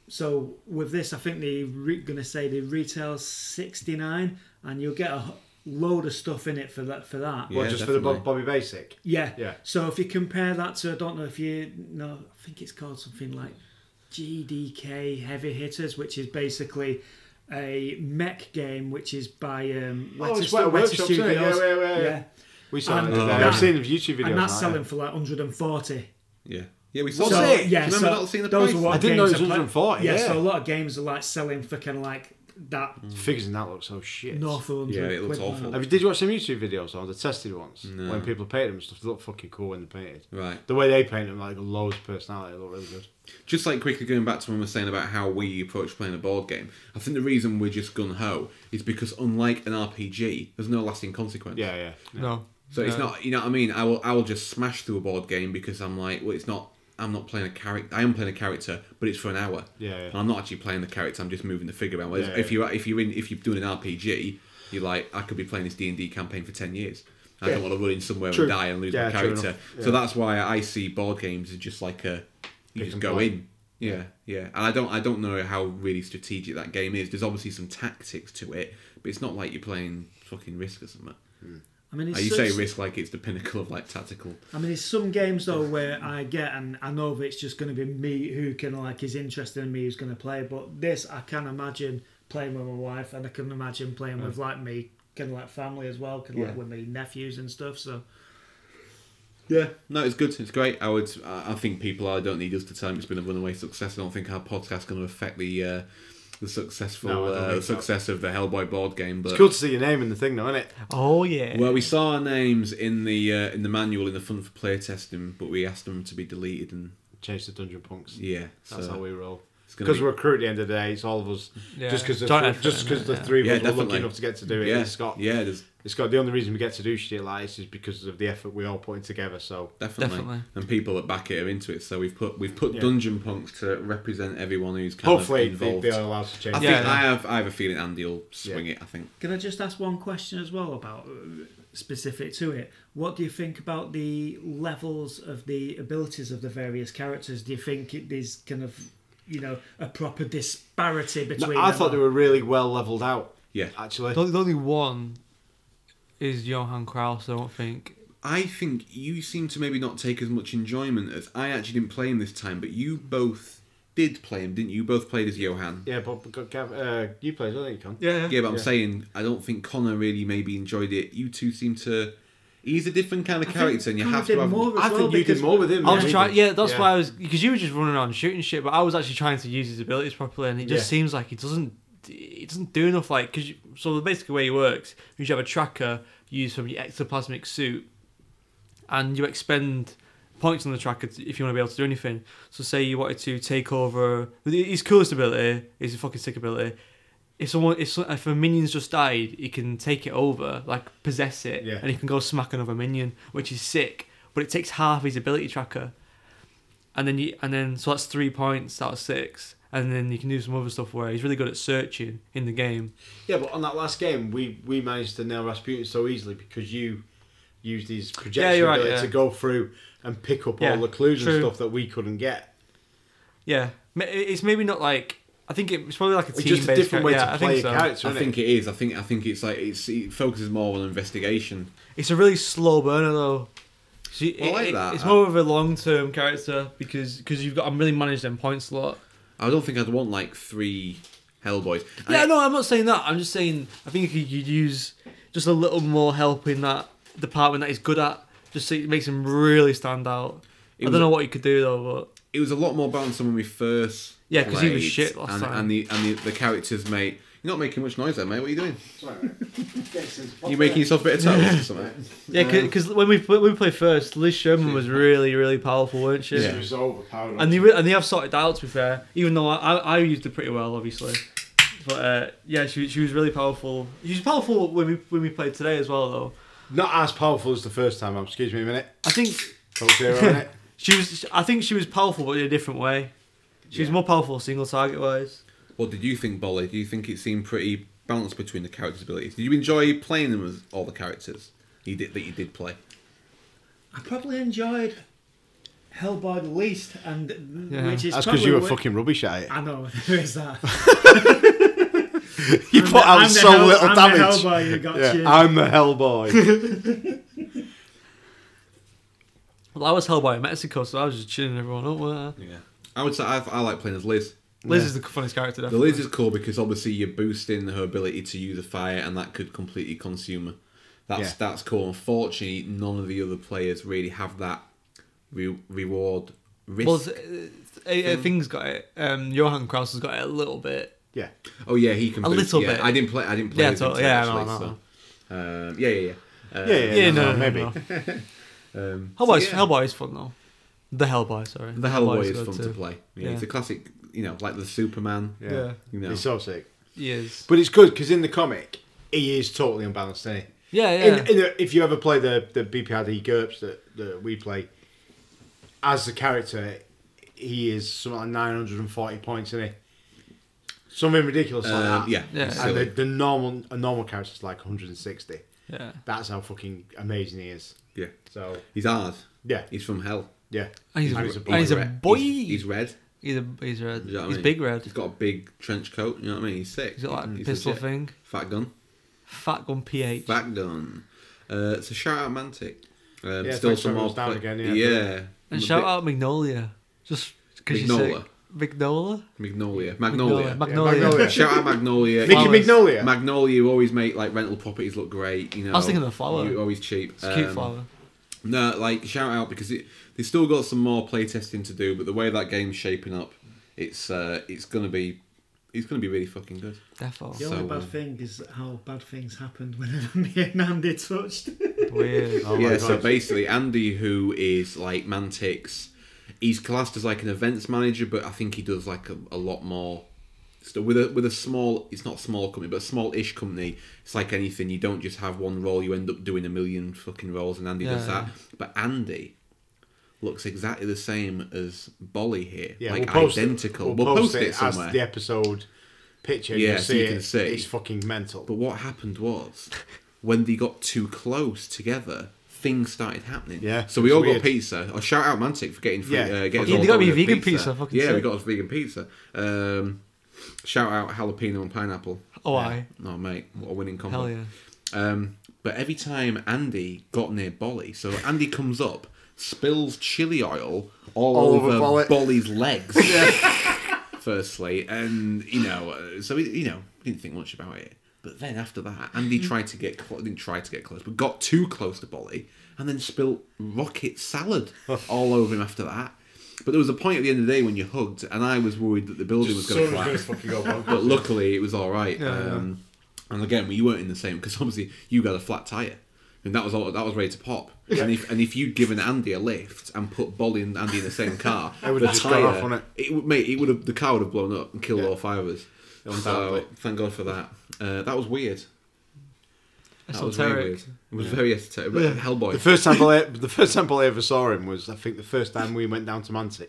Speaker 4: so with this, I think they're re- going to say they retail sixty nine, and you'll get a h- load of stuff in it for that. For that,
Speaker 1: Yeah,
Speaker 5: well, just for the Bob,
Speaker 1: definitely.
Speaker 5: Bobby Basic.
Speaker 4: yeah.
Speaker 5: Yeah.
Speaker 4: So if you compare that to, I don't know if you know, I think it's called something like GDK Heavy Hitters, which is basically a mech game, which is by um,
Speaker 5: Oh, it's
Speaker 4: Weta
Speaker 5: Weta
Speaker 4: Weta
Speaker 5: Workshops, isn't it? Yeah,
Speaker 4: Studios.
Speaker 5: yeah, yeah, yeah. We saw
Speaker 4: And
Speaker 5: it. today.
Speaker 1: that-
Speaker 5: I've seen the YouTube videos.
Speaker 4: And that's
Speaker 5: like
Speaker 4: selling for like 140.
Speaker 1: yeah. Yeah. We
Speaker 5: So-
Speaker 1: saw.
Speaker 5: Was
Speaker 1: it.
Speaker 5: it?
Speaker 1: Do you remember not seeing the
Speaker 4: those
Speaker 1: price?
Speaker 4: are what
Speaker 5: I didn't know
Speaker 4: games
Speaker 5: it was
Speaker 4: are pla-
Speaker 5: 140, yeah.
Speaker 4: so a lot of games are like selling for kind of like that
Speaker 5: Figures in that look so shit.
Speaker 4: Northland.
Speaker 1: Yeah, it looks awful.
Speaker 5: Have you did you watch some YouTube videos on the tested ones
Speaker 1: No.
Speaker 5: when people painted them and stuff? They look fucking cool when they painted.
Speaker 1: Right.
Speaker 5: The way they paint them, like loads of personality, they look really good.
Speaker 1: Just like quickly going back to when we were saying about how we approach playing a board game, I think the reason we're just gun ho is because unlike an RPG, there's no lasting consequence.
Speaker 5: Yeah, yeah. yeah.
Speaker 2: No.
Speaker 1: So it's not you know what I mean. I will I will just smash through a board game because I'm like, well, it's not. I'm not playing a character. I am playing a character, but it's for an hour.
Speaker 5: Yeah, yeah.
Speaker 1: And I'm not actually playing the character. I'm just moving the figure around. Whereas
Speaker 5: Yeah,
Speaker 1: if
Speaker 5: yeah.
Speaker 1: you're if you're in if you're doing an RPG, you're like, I could be playing this D and D campaign for ten years. I don't
Speaker 5: Yeah.
Speaker 1: want to run in somewhere
Speaker 5: True.
Speaker 1: and die and lose
Speaker 5: Yeah,
Speaker 1: my
Speaker 5: true
Speaker 1: character.
Speaker 5: enough. Yeah.
Speaker 1: So that's why I see board games as just like a you
Speaker 5: Pick
Speaker 1: just
Speaker 5: and
Speaker 1: go
Speaker 5: play.
Speaker 1: in. Yeah, yeah. And I don't I don't know how really strategic that game is. There's obviously some tactics to it, but it's not like you're playing fucking Risk or something.
Speaker 4: I mean, it's
Speaker 1: Uh, you
Speaker 4: such-
Speaker 1: say risk like it's the pinnacle of like tactical.
Speaker 4: I mean, there's some games though where I get and I know that it's just going to be me who can like is interested in me who's going to play. But this I can imagine playing with my wife, and I can imagine playing with like me kind of like family as well, kind of like
Speaker 1: Yeah.
Speaker 4: with my nephews and stuff. So
Speaker 1: Yeah, no, it's good. It's great. I would. I I think people. I don't need us to tell them it's been a runaway success. I don't think our podcast's going to affect the uh, the successful
Speaker 5: No, I don't
Speaker 1: uh,
Speaker 5: think so.
Speaker 1: success of the Hellboy board game. But
Speaker 5: It's cool to see your name in the thing, though, isn't it?
Speaker 6: Oh yeah.
Speaker 1: well, we saw our names in the uh, in the manual in the fun for play testing, but we asked them to be deleted, and
Speaker 5: Change the dungeon punks.
Speaker 1: yeah,
Speaker 5: That's
Speaker 1: so
Speaker 5: how we roll.
Speaker 1: it's gonna
Speaker 5: Because
Speaker 1: be-
Speaker 5: we're a crew at the end of the day, it's all of us.
Speaker 2: Yeah.
Speaker 5: Just because
Speaker 2: Don't
Speaker 5: the,
Speaker 2: effort
Speaker 5: just
Speaker 2: in
Speaker 5: 'cause
Speaker 2: it,
Speaker 5: the
Speaker 2: yeah.
Speaker 5: three of
Speaker 1: Yeah,
Speaker 5: us were lucky
Speaker 1: definitely.
Speaker 5: enough to get to do it.
Speaker 1: yeah,
Speaker 5: It's got,
Speaker 1: yeah, there's
Speaker 5: it's got the only reason we get to do shit like this is because of the effort we all put in together. So
Speaker 1: definitely.
Speaker 2: Definitely.
Speaker 1: and people that back it are into it. So we've put we've put
Speaker 5: Yeah.
Speaker 1: dungeon punks to represent everyone who's kind
Speaker 5: hopefully
Speaker 1: of
Speaker 5: they,
Speaker 1: involved.
Speaker 5: they are allowed to change.
Speaker 1: I
Speaker 5: it.
Speaker 1: think
Speaker 2: Yeah.
Speaker 1: I have I have a feeling Andy'll swing it. I think.
Speaker 4: Can I just ask one question as well about uh, specific to it? What do you think about the levels of the abilities of the various characters? Do you think it is kind of you know a proper disparity
Speaker 5: No,
Speaker 4: between?
Speaker 5: I
Speaker 4: them
Speaker 5: thought they
Speaker 4: all?
Speaker 5: were really well leveled out.
Speaker 1: Yeah.
Speaker 5: Actually,
Speaker 2: The only, the only one is Johan Kraus, I don't think.
Speaker 1: I think you seem to maybe not take as much enjoyment as I actually didn't play him this time, but you both did play him, didn't you? You both played as Johan.
Speaker 5: yeah, but but Gav, uh, you played, I think you can.
Speaker 2: Yeah.
Speaker 1: Yeah, but I'm
Speaker 5: Yeah.
Speaker 1: saying I don't think Connor really maybe enjoyed it. You two seem to. He's a different kind of
Speaker 4: I think
Speaker 1: character, and you
Speaker 4: Connor
Speaker 1: have
Speaker 4: did
Speaker 1: to have.
Speaker 4: more
Speaker 5: I
Speaker 4: as well
Speaker 5: think you did
Speaker 4: because-
Speaker 5: more with him.
Speaker 2: I was
Speaker 5: than we
Speaker 2: trying,
Speaker 5: did.
Speaker 2: yeah, that's
Speaker 5: Yeah.
Speaker 2: why I was because you were just running around shooting shit, but I was actually trying to use his abilities properly, and it just
Speaker 5: Yeah.
Speaker 2: seems like he doesn't, he doesn't do enough. Like, cause you, so the basic way he works is you have a tracker used from your exoplasmic suit, and you expend points on the tracker to- if you want to be able to do anything. So, say you wanted to take over his coolest ability, his fucking sick ability. If someone, if, so- if a minion's just died, he can take it over, like possess it,
Speaker 5: Yeah.
Speaker 2: and he can go smack another minion, which is sick. But it takes half his ability tracker and then you and then so that's three points out of six and then you can do some other stuff where he's really good at searching in the game
Speaker 5: Yeah, but on that last game, we we managed to nail Rasputin so easily because you used his projection
Speaker 2: you're right,
Speaker 5: ability
Speaker 2: yeah.
Speaker 5: to go through and pick up
Speaker 2: Yeah,
Speaker 5: all the clues
Speaker 2: true.
Speaker 5: and stuff that we couldn't get.
Speaker 2: yeah Ma- it's maybe not like i think it's probably like a
Speaker 5: It's
Speaker 2: team
Speaker 5: just a different way to play a character.
Speaker 1: I
Speaker 5: isn't
Speaker 1: think
Speaker 5: it?
Speaker 1: it is. I think I think it's like it's, it focuses more on investigation.
Speaker 2: it's a really slow burner though so you-
Speaker 1: I like
Speaker 2: it-
Speaker 1: that.
Speaker 2: it's more of a long-term character because because you've got i'm really managed them points a lot
Speaker 1: I don't think I'd want like three Hellboys. And
Speaker 2: yeah
Speaker 1: it-
Speaker 2: no i'm not saying that i'm just saying i think you could use just a little more help in that department that he's good at just so it makes him really stand out
Speaker 1: It
Speaker 2: i
Speaker 1: was-
Speaker 2: don't know what you could do though but
Speaker 1: it was a lot more balanced than when we first.
Speaker 2: Yeah, 'cause he was
Speaker 1: played,
Speaker 2: shit last
Speaker 1: and,
Speaker 2: time.
Speaker 1: And the and the, the characters, mate. You're not making much noise there, mate. What are you doing?
Speaker 5: Sorry.
Speaker 1: You're making yourself a bit of toast or something.
Speaker 2: Yeah, because when we when we played first, Liz Sherman was really really powerful, weren't she?
Speaker 1: Yeah.
Speaker 5: was overpowered.
Speaker 2: And they re- and they have sorted that out to be fair. Even though I, I, I used it pretty well, obviously. But uh, yeah, she she was really powerful. She was powerful when we when we played today as well, though.
Speaker 5: Not as powerful as the first time. um, Excuse me a minute.
Speaker 2: I think
Speaker 5: Coke Zero, innit?
Speaker 2: she was I think she was powerful, but in a different way. She was
Speaker 5: Yeah.
Speaker 2: more powerful single target wise.
Speaker 1: What did you think, Bolly? Do you think it seemed pretty balanced between the characters' abilities? Did you enjoy playing them as all the characters you did that you did play?
Speaker 4: I probably enjoyed Hellboy the least, and uh,
Speaker 2: Yeah.
Speaker 4: which is
Speaker 5: That's
Speaker 4: probably
Speaker 5: because you were
Speaker 4: wh-
Speaker 5: fucking rubbish at it.
Speaker 4: I know there is that.
Speaker 5: You
Speaker 4: I'm
Speaker 5: put
Speaker 4: the-
Speaker 5: out
Speaker 4: I'm the
Speaker 5: so
Speaker 4: Hell-
Speaker 5: little
Speaker 4: I'm the
Speaker 5: damage.
Speaker 4: Hellboy who got
Speaker 5: Yeah,
Speaker 4: you.
Speaker 5: I'm the Hellboy.
Speaker 2: Well, I was held by Mexico, so I was just chilling everyone up. weren't I?
Speaker 1: Yeah, I would say I, I like playing as Liz.
Speaker 2: Liz is the funniest character.
Speaker 1: The
Speaker 2: Definitely.
Speaker 1: Liz is cool because obviously you're boosting her ability to use a fire, and that could completely consume her. That's
Speaker 5: Yeah.
Speaker 1: that's cool. Unfortunately, none of the other players really have that re- reward risk. Mm.
Speaker 2: Well, th- th- uh, uh, things got it. Um, Johan Kraus has got it a little bit.
Speaker 5: Yeah.
Speaker 1: Oh yeah, he can
Speaker 2: A
Speaker 1: boot.
Speaker 2: little
Speaker 1: yeah,
Speaker 2: bit.
Speaker 1: I didn't play. I didn't play.
Speaker 2: Yeah,
Speaker 1: with him
Speaker 2: totally.
Speaker 1: today,
Speaker 2: Yeah,
Speaker 1: actually,
Speaker 2: no,
Speaker 1: so.
Speaker 2: no,
Speaker 1: Um, yeah, yeah, yeah. Uh,
Speaker 5: Yeah, yeah,
Speaker 2: yeah,
Speaker 5: no,
Speaker 2: no,
Speaker 5: no,
Speaker 2: maybe.
Speaker 5: maybe.
Speaker 1: Um, so,
Speaker 2: Hellboy, is
Speaker 1: yeah.
Speaker 2: Hellboy is fun though. The Hellboy, sorry.
Speaker 1: The Hellboy is
Speaker 2: good
Speaker 1: fun to
Speaker 2: too.
Speaker 1: play. Yeah,
Speaker 2: Yeah.
Speaker 1: it's a classic. You know, like the Superman.
Speaker 5: Yeah.
Speaker 2: Yeah.
Speaker 1: You know.
Speaker 5: It's so sick.
Speaker 2: He is.
Speaker 5: But it's good because in the comic, he is totally unbalanced, isn't he?
Speaker 2: Yeah, yeah.
Speaker 5: In, in the, if you ever play the the BPRD GURPS that, that we play, as the character, he is something like 940 points, isn't he? Something ridiculous like
Speaker 1: Um,
Speaker 5: that.
Speaker 1: yeah.
Speaker 2: Yeah.
Speaker 1: it's
Speaker 5: And the,
Speaker 1: silly.
Speaker 5: the normal a normal character's like 160.
Speaker 2: yeah.
Speaker 5: That's how fucking amazing he is.
Speaker 1: Yeah.
Speaker 5: So
Speaker 1: He's hard.
Speaker 5: yeah,
Speaker 1: He's from hell.
Speaker 5: yeah,
Speaker 2: And he's,
Speaker 5: And
Speaker 2: a,
Speaker 5: he's a
Speaker 2: and he's a
Speaker 1: re-
Speaker 2: boy.
Speaker 1: He's, he's red.
Speaker 2: He's a he's red.
Speaker 1: You know what I
Speaker 2: he's
Speaker 1: mean?
Speaker 2: big red.
Speaker 1: He's got a big trench coat. You know what I mean? He's sick.
Speaker 2: He's got like a
Speaker 1: He's
Speaker 2: pistol
Speaker 1: legit.
Speaker 2: thing.
Speaker 1: Fat gun.
Speaker 2: Fat gun PH.
Speaker 1: Fat gun. Uh, so shout out Mantic. Um,
Speaker 5: Yeah,
Speaker 1: still
Speaker 5: thanks
Speaker 1: some
Speaker 5: for
Speaker 1: more.
Speaker 5: having us
Speaker 1: play-
Speaker 5: down again, yeah.
Speaker 1: yeah.
Speaker 2: and
Speaker 1: Magnolia.
Speaker 2: shout out Magnolia. Just because you said
Speaker 1: Mignola.
Speaker 2: Magnolia.
Speaker 1: Magnolia. Magnolia.
Speaker 2: Magnolia.
Speaker 5: Magnolia.
Speaker 1: Shout out Magnolia.
Speaker 5: Mickey
Speaker 2: Flowers.
Speaker 5: Magnolia.
Speaker 1: Magnolia, you always make like rental properties look great. You know,
Speaker 2: I was thinking of the flower.
Speaker 1: You're always cheap.
Speaker 2: It's a cute
Speaker 1: Um,
Speaker 2: flower.
Speaker 1: No, like shout out because it they still got some more playtesting to do, but the way that game's shaping up, it's uh, it's gonna be it's gonna be really fucking good.
Speaker 2: Defo.
Speaker 4: The only
Speaker 1: So,
Speaker 4: bad
Speaker 1: um,
Speaker 4: thing is how bad things happened whenever me and Andy touched.
Speaker 2: Weird.
Speaker 5: Oh my
Speaker 1: yeah, so
Speaker 5: God.
Speaker 1: basically Andy, who is like Mantix, he's classed as like an events manager, but I think he does like a, a lot more. So with a with a small, it's not a small company, but a small-ish company. It's like anything. You don't just have one role; you end up doing a million fucking roles. And Andy does
Speaker 2: Yeah.
Speaker 1: that. But Andy looks exactly the same as Bolly here,
Speaker 5: yeah.
Speaker 1: like
Speaker 5: we'll post
Speaker 1: identical.
Speaker 5: It.
Speaker 1: We'll, post, it, somewhere.
Speaker 5: as the episode picture.
Speaker 1: Yeah,
Speaker 5: you'll
Speaker 1: so
Speaker 5: see
Speaker 1: you
Speaker 5: it.
Speaker 1: can see.
Speaker 5: It's fucking mental.
Speaker 1: But what happened was, when they got too close together, things started happening.
Speaker 5: Yeah,
Speaker 1: So we
Speaker 5: it's
Speaker 1: all
Speaker 5: weird.
Speaker 1: got pizza. Oh, shout out Mantic for getting free.
Speaker 5: Yeah.
Speaker 1: Uh, getting us
Speaker 2: Yeah,
Speaker 1: all
Speaker 2: they got me
Speaker 1: down with
Speaker 2: vegan pizza, fucking
Speaker 1: yeah, we
Speaker 2: sick.
Speaker 1: got us vegan pizza. Um, shout out jalapeno and pineapple.
Speaker 2: Oh, aye.
Speaker 1: Oh mate, what a winning combo.
Speaker 2: Hell yeah.
Speaker 1: Um, but every time Andy got near Bolly, so Andy comes up, spills chili oil all,
Speaker 5: All over
Speaker 1: over,
Speaker 5: Bolly.
Speaker 1: Bolly's legs. Firstly, and you know, uh, so he, you know, didn't think much about it. But then after that, Andy
Speaker 5: Mm.
Speaker 1: tried to get clo- didn't try to get close, but got too close to Bolly, and then spilt rocket salad all over him after that. But there was a point at the end of the day when you hugged, and I was worried that the building was going to collapse
Speaker 5: fucking go bonkers.
Speaker 1: but luckily it was all right. um, And again, we weren't in the same because obviously you got a flat tire, and that was all that was ready to pop. And if and if you'd given Andy a lift and put Bolly and Andy in the same car,
Speaker 5: They would've
Speaker 1: the
Speaker 5: just gone off on it.
Speaker 1: would, mate, it would have the car would have blown up and killed
Speaker 5: Yeah.
Speaker 1: all five of us. So
Speaker 5: Undoubtedly.
Speaker 1: thank God for that. Uh, that was weird. That was very weird.
Speaker 2: Esoteric.
Speaker 1: It was very esoteric. But Hellboy.
Speaker 5: The first time I e-, the first time I ever saw him was I think the first time we went down to Mantic,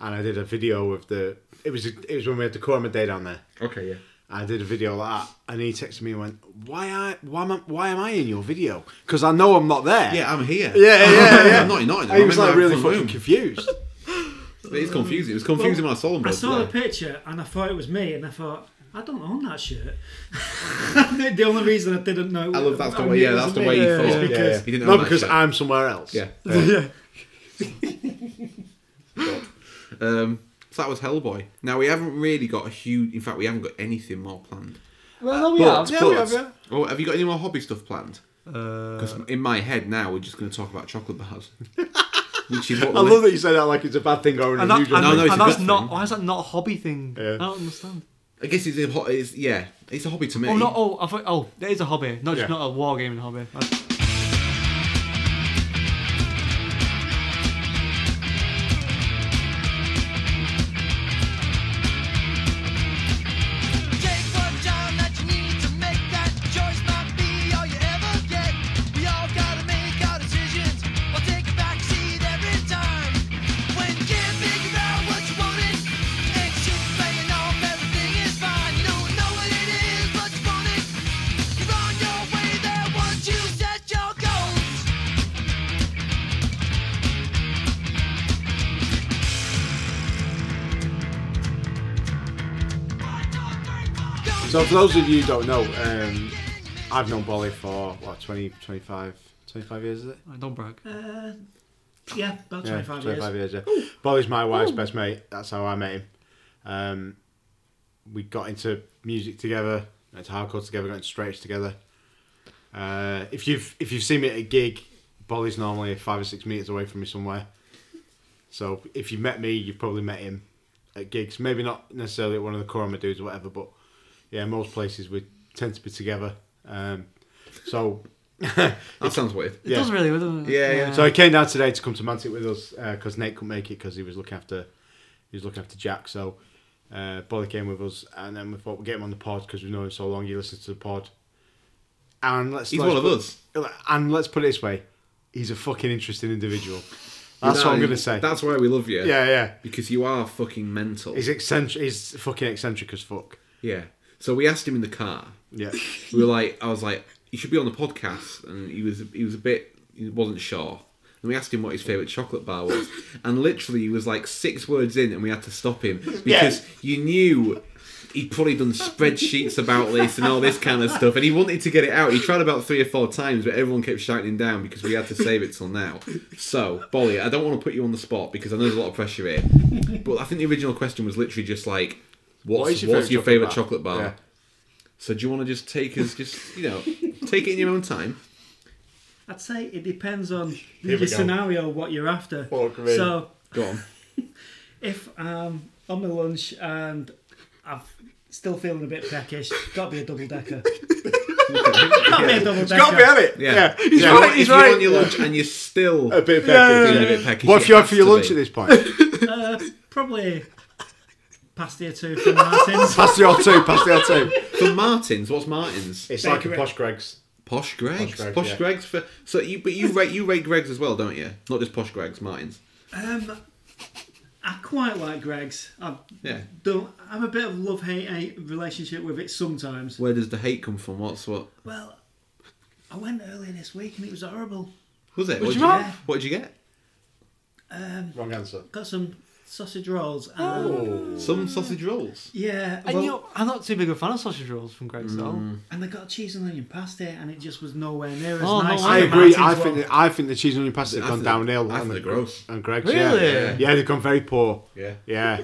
Speaker 5: and I did a video of the. It was it was when we had the Corma Day down there.
Speaker 1: okay, yeah.
Speaker 5: I did a video like that, and he texted me and went, "Why I why am I, why am I in your video? Because I know I'm not there."
Speaker 1: Yeah, I'm here.
Speaker 5: Yeah, yeah, yeah.
Speaker 1: I'm not in Nottingham.
Speaker 5: And he
Speaker 1: I'm
Speaker 5: was
Speaker 1: in
Speaker 5: like
Speaker 1: my
Speaker 5: really
Speaker 1: front
Speaker 5: fucking
Speaker 1: room.
Speaker 5: confused.
Speaker 1: It's confusing. It was confusing when I saw him.
Speaker 4: I saw the
Speaker 1: today.
Speaker 4: picture and I thought it was me, and I thought I don't own that shirt. the only reason I didn't know.
Speaker 1: I love that's the
Speaker 4: knew
Speaker 1: way.
Speaker 4: it
Speaker 1: Yeah, that's
Speaker 4: wasn't
Speaker 1: the
Speaker 4: me.
Speaker 1: way
Speaker 5: Yeah,
Speaker 1: he
Speaker 5: yeah,
Speaker 1: thought.
Speaker 5: yeah, yeah.
Speaker 1: He didn't
Speaker 5: no,
Speaker 1: own that
Speaker 5: because
Speaker 1: shirt.
Speaker 5: I'm somewhere else.
Speaker 1: Yeah. um, so that was Hellboy. Now we haven't really got a huge. In fact, we haven't got anything more planned.
Speaker 2: Well, no, we
Speaker 1: But-
Speaker 2: have.
Speaker 5: yeah, we
Speaker 1: but-
Speaker 5: have, yeah.
Speaker 1: Oh, have you got any more hobby stuff planned?
Speaker 2: Uh,
Speaker 1: Because in my head now, we're just going to talk about chocolate bars, which is what
Speaker 5: I love that you say that like it's a bad thing or an
Speaker 2: and that, and,
Speaker 5: unusual.
Speaker 1: No, no,
Speaker 5: thing.
Speaker 1: it's
Speaker 2: and
Speaker 1: a
Speaker 2: that's
Speaker 1: good
Speaker 2: not.
Speaker 1: thing.
Speaker 2: Why is that not a hobby thing?
Speaker 5: Yeah.
Speaker 2: I don't understand.
Speaker 1: I guess it's, a ho- it's yeah, it's a hobby to me.
Speaker 2: Oh no! Oh, I thought, oh, that is a hobby. Not just
Speaker 5: Yeah.
Speaker 2: not a wargaming hobby. That's-
Speaker 7: Take what time that you need to make that choice might be all you ever get. We all gotta make our decisions. We'll take a back seat every time. When you can't figure out what you wanted, and you playing off everything is fine. You don't know what it is, but you want it. You're on your way there once you set your goals.
Speaker 5: So for those of you who don't know, um, I've known Bolly for what 20, 25, 25 years is it?
Speaker 2: don't brag.
Speaker 4: Uh, yeah, about
Speaker 5: Yeah,
Speaker 4: 25, years.
Speaker 5: years. yeah. Bolly's my wife's best mate. That's how I met him. Um, we got into music together, got into hardcore together, got into straights together. Uh, if you've if you've seen me at a gig, Bolly's normally five or six meters away from me somewhere. So if you met me, you've probably met him at gigs. Maybe not necessarily at one of the Coroma dudes or whatever, but yeah, most places we tend to be together. Um, so
Speaker 1: That sounds weird.
Speaker 2: It does really, doesn't it?
Speaker 1: Yeah, yeah.
Speaker 5: So he came down today to come to Mantic with us because Nate couldn't make it because he was looking after he was looking after Jack. So uh, Bolly came with us, and then we thought we'd get him on the pod because we've known him so long. He listens to the pod, and let's
Speaker 1: He's
Speaker 5: let's
Speaker 1: one of
Speaker 5: put-
Speaker 1: us.
Speaker 5: And let's put it this way, he's a fucking interesting individual. That's
Speaker 1: You know,
Speaker 5: what I'm gonna say.
Speaker 1: That's why we love you.
Speaker 5: yeah, yeah.
Speaker 1: Because you are fucking mental.
Speaker 5: He's eccentric. He's fucking eccentric as fuck.
Speaker 1: Yeah. So we asked him in the car.
Speaker 5: Yeah,
Speaker 1: We were like, I was like, you should be on the podcast, and he was he was a bit he wasn't sure. And we asked him what his favorite chocolate bar was, and literally he was like six words in, and we had to stop him because you knew. He'd probably done spreadsheets about this and all this kind of stuff, and he wanted to get it out. He tried about three or four times, but everyone kept shouting him down because we had to save it till now. So, Bolly, I don't want to put you on the spot because I know there's a lot of pressure here, but I think the original question was literally just like, "What's,
Speaker 5: What is your
Speaker 1: what's
Speaker 5: favourite
Speaker 1: your
Speaker 5: chocolate
Speaker 1: favorite
Speaker 5: bar?
Speaker 1: chocolate bar?"
Speaker 5: Yeah.
Speaker 1: So do you want to just take us, just you know, take it in your own time?
Speaker 4: I'd say it depends on
Speaker 5: we go.
Speaker 4: the scenario, what you're after.
Speaker 5: Fuck me.
Speaker 4: So
Speaker 1: Go on.
Speaker 4: if I'm on my lunch and I'm still feeling a bit peckish, got to be a double decker. got to be a double
Speaker 5: got me
Speaker 4: decker.
Speaker 5: at it.
Speaker 1: Yeah.
Speaker 5: Yeah,
Speaker 1: He's
Speaker 5: yeah.
Speaker 1: right. He's right. on your lunch and you're still
Speaker 5: A bit
Speaker 1: feeling
Speaker 5: peckish.
Speaker 1: a bit peckish.
Speaker 5: What if you
Speaker 1: it
Speaker 5: had for your
Speaker 1: has to
Speaker 5: lunch
Speaker 1: be.
Speaker 5: at this point?
Speaker 4: Uh, probably pasty or two from Martin's.
Speaker 5: Pass the R2, pass the R2.
Speaker 1: For Martins, what's Martins?
Speaker 5: It's
Speaker 4: like a Bakery.
Speaker 5: Posh Greg's.
Speaker 1: Posh Greg's. Posh,
Speaker 5: Posh Greg, yeah.
Speaker 1: Greg's for so you, but you rate you rate Greg's as well, don't you? Not just Posh Greg's, Martins.
Speaker 4: Um, I quite like Greg's. I
Speaker 1: Yeah.
Speaker 4: don't. I'm a bit of love hate relationship with it sometimes.
Speaker 1: Where does the hate come from? What's what?
Speaker 4: Well, I went earlier this week and it was horrible.
Speaker 1: Was it?
Speaker 2: Would
Speaker 1: What'd
Speaker 2: you
Speaker 1: get?
Speaker 2: have?
Speaker 1: What did you get?
Speaker 5: Wrong answer.
Speaker 4: Got some sausage rolls. And,
Speaker 1: Some sausage rolls.
Speaker 4: Yeah,
Speaker 2: And
Speaker 4: well,
Speaker 2: you know, I'm not too big a fan of sausage rolls from Greg's
Speaker 1: Mm.
Speaker 2: though.
Speaker 4: and they got cheese and onion pasta, and it just was nowhere near as
Speaker 2: Oh,
Speaker 4: nice.
Speaker 2: no,
Speaker 4: as
Speaker 5: I
Speaker 4: the
Speaker 5: agree.
Speaker 4: Martin's
Speaker 5: I
Speaker 4: one.
Speaker 5: think that, I think the cheese and onion pasta
Speaker 1: I
Speaker 5: have gone
Speaker 1: think-
Speaker 5: downhill.
Speaker 1: I
Speaker 5: on
Speaker 1: think
Speaker 5: the,
Speaker 1: they're gross.
Speaker 5: And Greg's,
Speaker 2: Really?
Speaker 5: yeah. Yeah, they've gone very poor.
Speaker 1: Yeah.
Speaker 5: Yeah.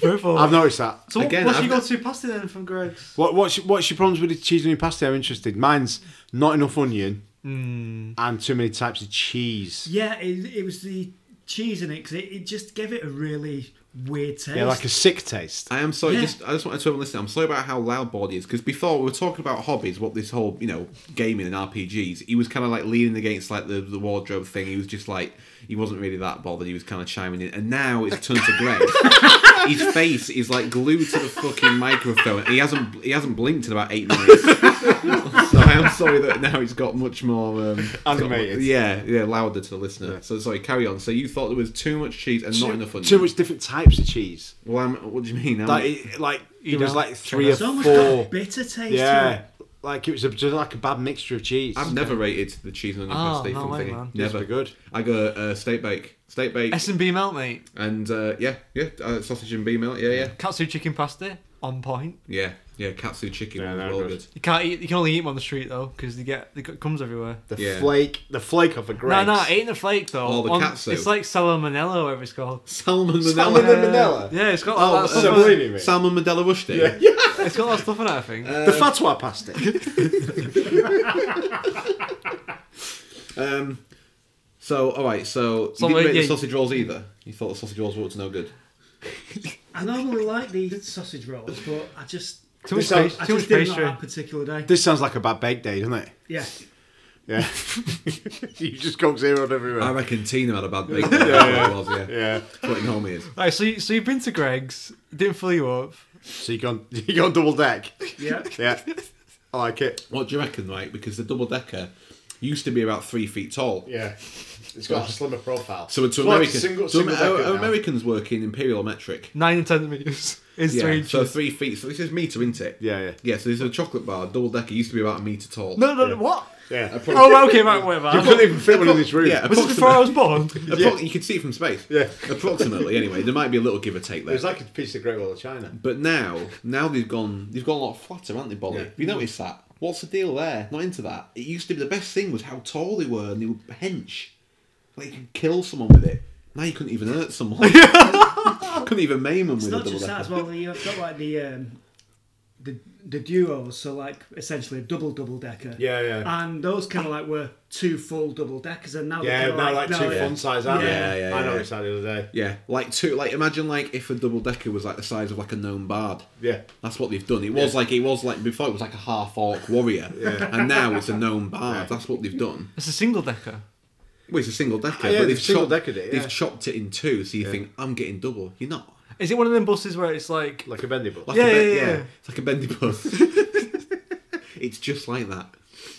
Speaker 2: Very full.
Speaker 5: I've noticed that.
Speaker 2: so what-
Speaker 1: Again,
Speaker 2: what's
Speaker 1: I've
Speaker 2: your
Speaker 1: got-
Speaker 2: go-to pasta then from Greg's?
Speaker 5: What, what's, what's your problems with the cheese and onion pasta? I'm interested. Mine's not enough onion and too many types of cheese.
Speaker 4: Yeah, it, it was the cheese in it because it, it just gave it a really weird taste.
Speaker 5: Yeah, like a sick taste.
Speaker 1: I am sorry.
Speaker 4: Yeah.
Speaker 1: Just I just wanted to everyone listening. I'm sorry about how loud Body is because before we were talking about hobbies, what this whole you know gaming and RPGs. He was kind of like leaning against like the, the wardrobe thing. He was just like he wasn't really that bothered. He was kind of chiming in, and now it's turned to Greg. His face is like glued to the fucking microphone. He hasn't he hasn't blinked in about eight minutes. so I am sorry that now it's got much more um, it's got mu-
Speaker 5: Animated.
Speaker 1: yeah, yeah, louder to the listener.
Speaker 5: Yeah.
Speaker 1: So sorry, carry on. So you thought there was too much cheese and not enough onion. Mm.
Speaker 5: Too much different types of cheese.
Speaker 1: Well, I'm, what do you mean? I'm-
Speaker 5: Like, it, like it was
Speaker 2: don't-
Speaker 5: like three or
Speaker 4: it's almost got
Speaker 5: four.
Speaker 4: a bitter taste. To
Speaker 5: Yeah.
Speaker 4: it.
Speaker 5: Like it was a, just like a bad mixture of cheese.
Speaker 1: I've never rated the cheese and onion
Speaker 2: Oh,
Speaker 1: pasta
Speaker 2: no
Speaker 1: from
Speaker 2: way,
Speaker 1: thingy.
Speaker 2: man.
Speaker 5: Used to
Speaker 1: Never
Speaker 5: be good.
Speaker 1: I go uh, steak bake, steak bake,
Speaker 2: S and B melt, mate.
Speaker 1: and uh, yeah, yeah, uh, sausage and bean melt. Yeah, yeah,
Speaker 2: Katsu chicken pasta on point.
Speaker 1: yeah, yeah. Katsu chicken
Speaker 5: Yeah,
Speaker 1: was
Speaker 5: they're
Speaker 1: well
Speaker 5: good.
Speaker 1: good.
Speaker 2: You can't eat. You can only eat them on the street though, because they get they got- comes everywhere.
Speaker 5: The
Speaker 1: Yeah.
Speaker 5: flake, the flake of a Greg's.
Speaker 2: No, no, it ain't a flake though.
Speaker 1: Oh, the
Speaker 2: On-
Speaker 1: katsu.
Speaker 2: It's like salmonella, whatever it's called.
Speaker 1: Salmon
Speaker 5: Salmon
Speaker 1: Mandela.
Speaker 5: and Manila.
Speaker 2: Yeah, it's got
Speaker 1: Oh,
Speaker 2: all that
Speaker 1: uh,
Speaker 2: stuff. In,
Speaker 5: Sablini, mate.
Speaker 1: Salmon Mandela rushed it.
Speaker 5: Yeah.
Speaker 2: it's got all that stuff in it. I think.
Speaker 4: Uh,
Speaker 5: the fatwa pasta.
Speaker 1: Um, so all right, so,
Speaker 2: So,
Speaker 1: you didn't
Speaker 2: uh,
Speaker 1: rate
Speaker 2: yeah.
Speaker 1: the sausage rolls either. You thought the sausage rolls were up to no good.
Speaker 4: I normally like the sausage rolls, but I just
Speaker 2: too much,
Speaker 5: this sounds-
Speaker 2: pas-
Speaker 4: I
Speaker 2: too
Speaker 4: just
Speaker 2: much
Speaker 4: didn't like
Speaker 2: pastry.
Speaker 4: that particular day.
Speaker 5: This sounds like a bad bake day, doesn't it?
Speaker 4: Yeah,
Speaker 5: Yeah. you just go zeroed everywhere.
Speaker 1: I reckon Tina had a bad bake.
Speaker 5: yeah.
Speaker 1: It was, yeah.
Speaker 5: yeah.
Speaker 1: That's what it normally is.
Speaker 2: Right, so you, so you've been to Greg's, didn't fill you up.
Speaker 5: So you go on, you go on double deck.
Speaker 4: yeah.
Speaker 5: Yeah. I like it.
Speaker 1: What do you reckon, right? Because the double decker used to be about three feet tall.
Speaker 5: Yeah. It's got a slimmer profile.
Speaker 1: So to
Speaker 5: like
Speaker 1: Americans,
Speaker 5: single-
Speaker 1: to Amer-
Speaker 5: single decker
Speaker 1: our- our
Speaker 5: now.
Speaker 1: Americans work in imperial metric.
Speaker 2: Nine and ten meters is
Speaker 1: Yeah,
Speaker 2: three inches.
Speaker 1: so three feet. So this is meter, isn't it?
Speaker 5: Yeah, yeah.
Speaker 1: Yeah, so this is a chocolate bar, double decker. Used to be about a meter tall.
Speaker 2: no, no, no, what?
Speaker 5: Yeah.
Speaker 2: Oh, right, okay, right, whatever.
Speaker 5: You couldn't even fit one in this room.
Speaker 1: Yeah,
Speaker 2: was this before I was born?
Speaker 1: Appro- You could see it from space.
Speaker 5: Yeah.
Speaker 1: approximately. Anyway, there might be a little give or take
Speaker 5: It
Speaker 1: there.
Speaker 5: was like a piece of Great Wall of China.
Speaker 1: but now, now they've gone, they've gone a lot flatter, haven't they, Bolly?
Speaker 5: Yeah.
Speaker 1: Have You noticed that? What's the deal there? Not into that. It used to be the best thing was how tall they were and they were hench. Like you could kill someone with it. Now you couldn't even hurt someone. couldn't even maim them
Speaker 4: It's
Speaker 1: with a
Speaker 4: not
Speaker 1: double
Speaker 4: just that as
Speaker 1: decker.
Speaker 4: well. You've got like the um, the the duos, so like essentially a double double decker.
Speaker 5: Yeah, yeah.
Speaker 4: And those kind of like were two full double deckers, and now
Speaker 5: yeah,
Speaker 4: they're kinda
Speaker 5: now like
Speaker 4: now
Speaker 5: two
Speaker 4: they're-
Speaker 5: fun size, aren't
Speaker 1: Yeah,
Speaker 5: they?
Speaker 1: yeah,
Speaker 5: I
Speaker 1: yeah.
Speaker 5: noticed that the other day.
Speaker 1: Yeah, like two. Like imagine like if a double decker was like the size of like a gnome bard.
Speaker 5: Yeah.
Speaker 1: That's what they've done. It was like it was like before it was like a half orc warrior,
Speaker 5: Yeah.
Speaker 1: and now it's a gnome bard. That's what they've done.
Speaker 2: It's a single decker.
Speaker 1: Well, it's a single decker,
Speaker 5: Ah, yeah,
Speaker 1: but they've
Speaker 5: they've single
Speaker 1: chopped,
Speaker 5: deckered it, yeah.
Speaker 1: They've chopped it in two, so you think I'm getting double. You're not.
Speaker 2: Is it one of them buses where it's like,
Speaker 5: Like a bendy bus.
Speaker 1: Like
Speaker 2: Yeah,
Speaker 1: a ben-
Speaker 2: yeah, yeah.
Speaker 1: It's like a bendy bus. it's just like that.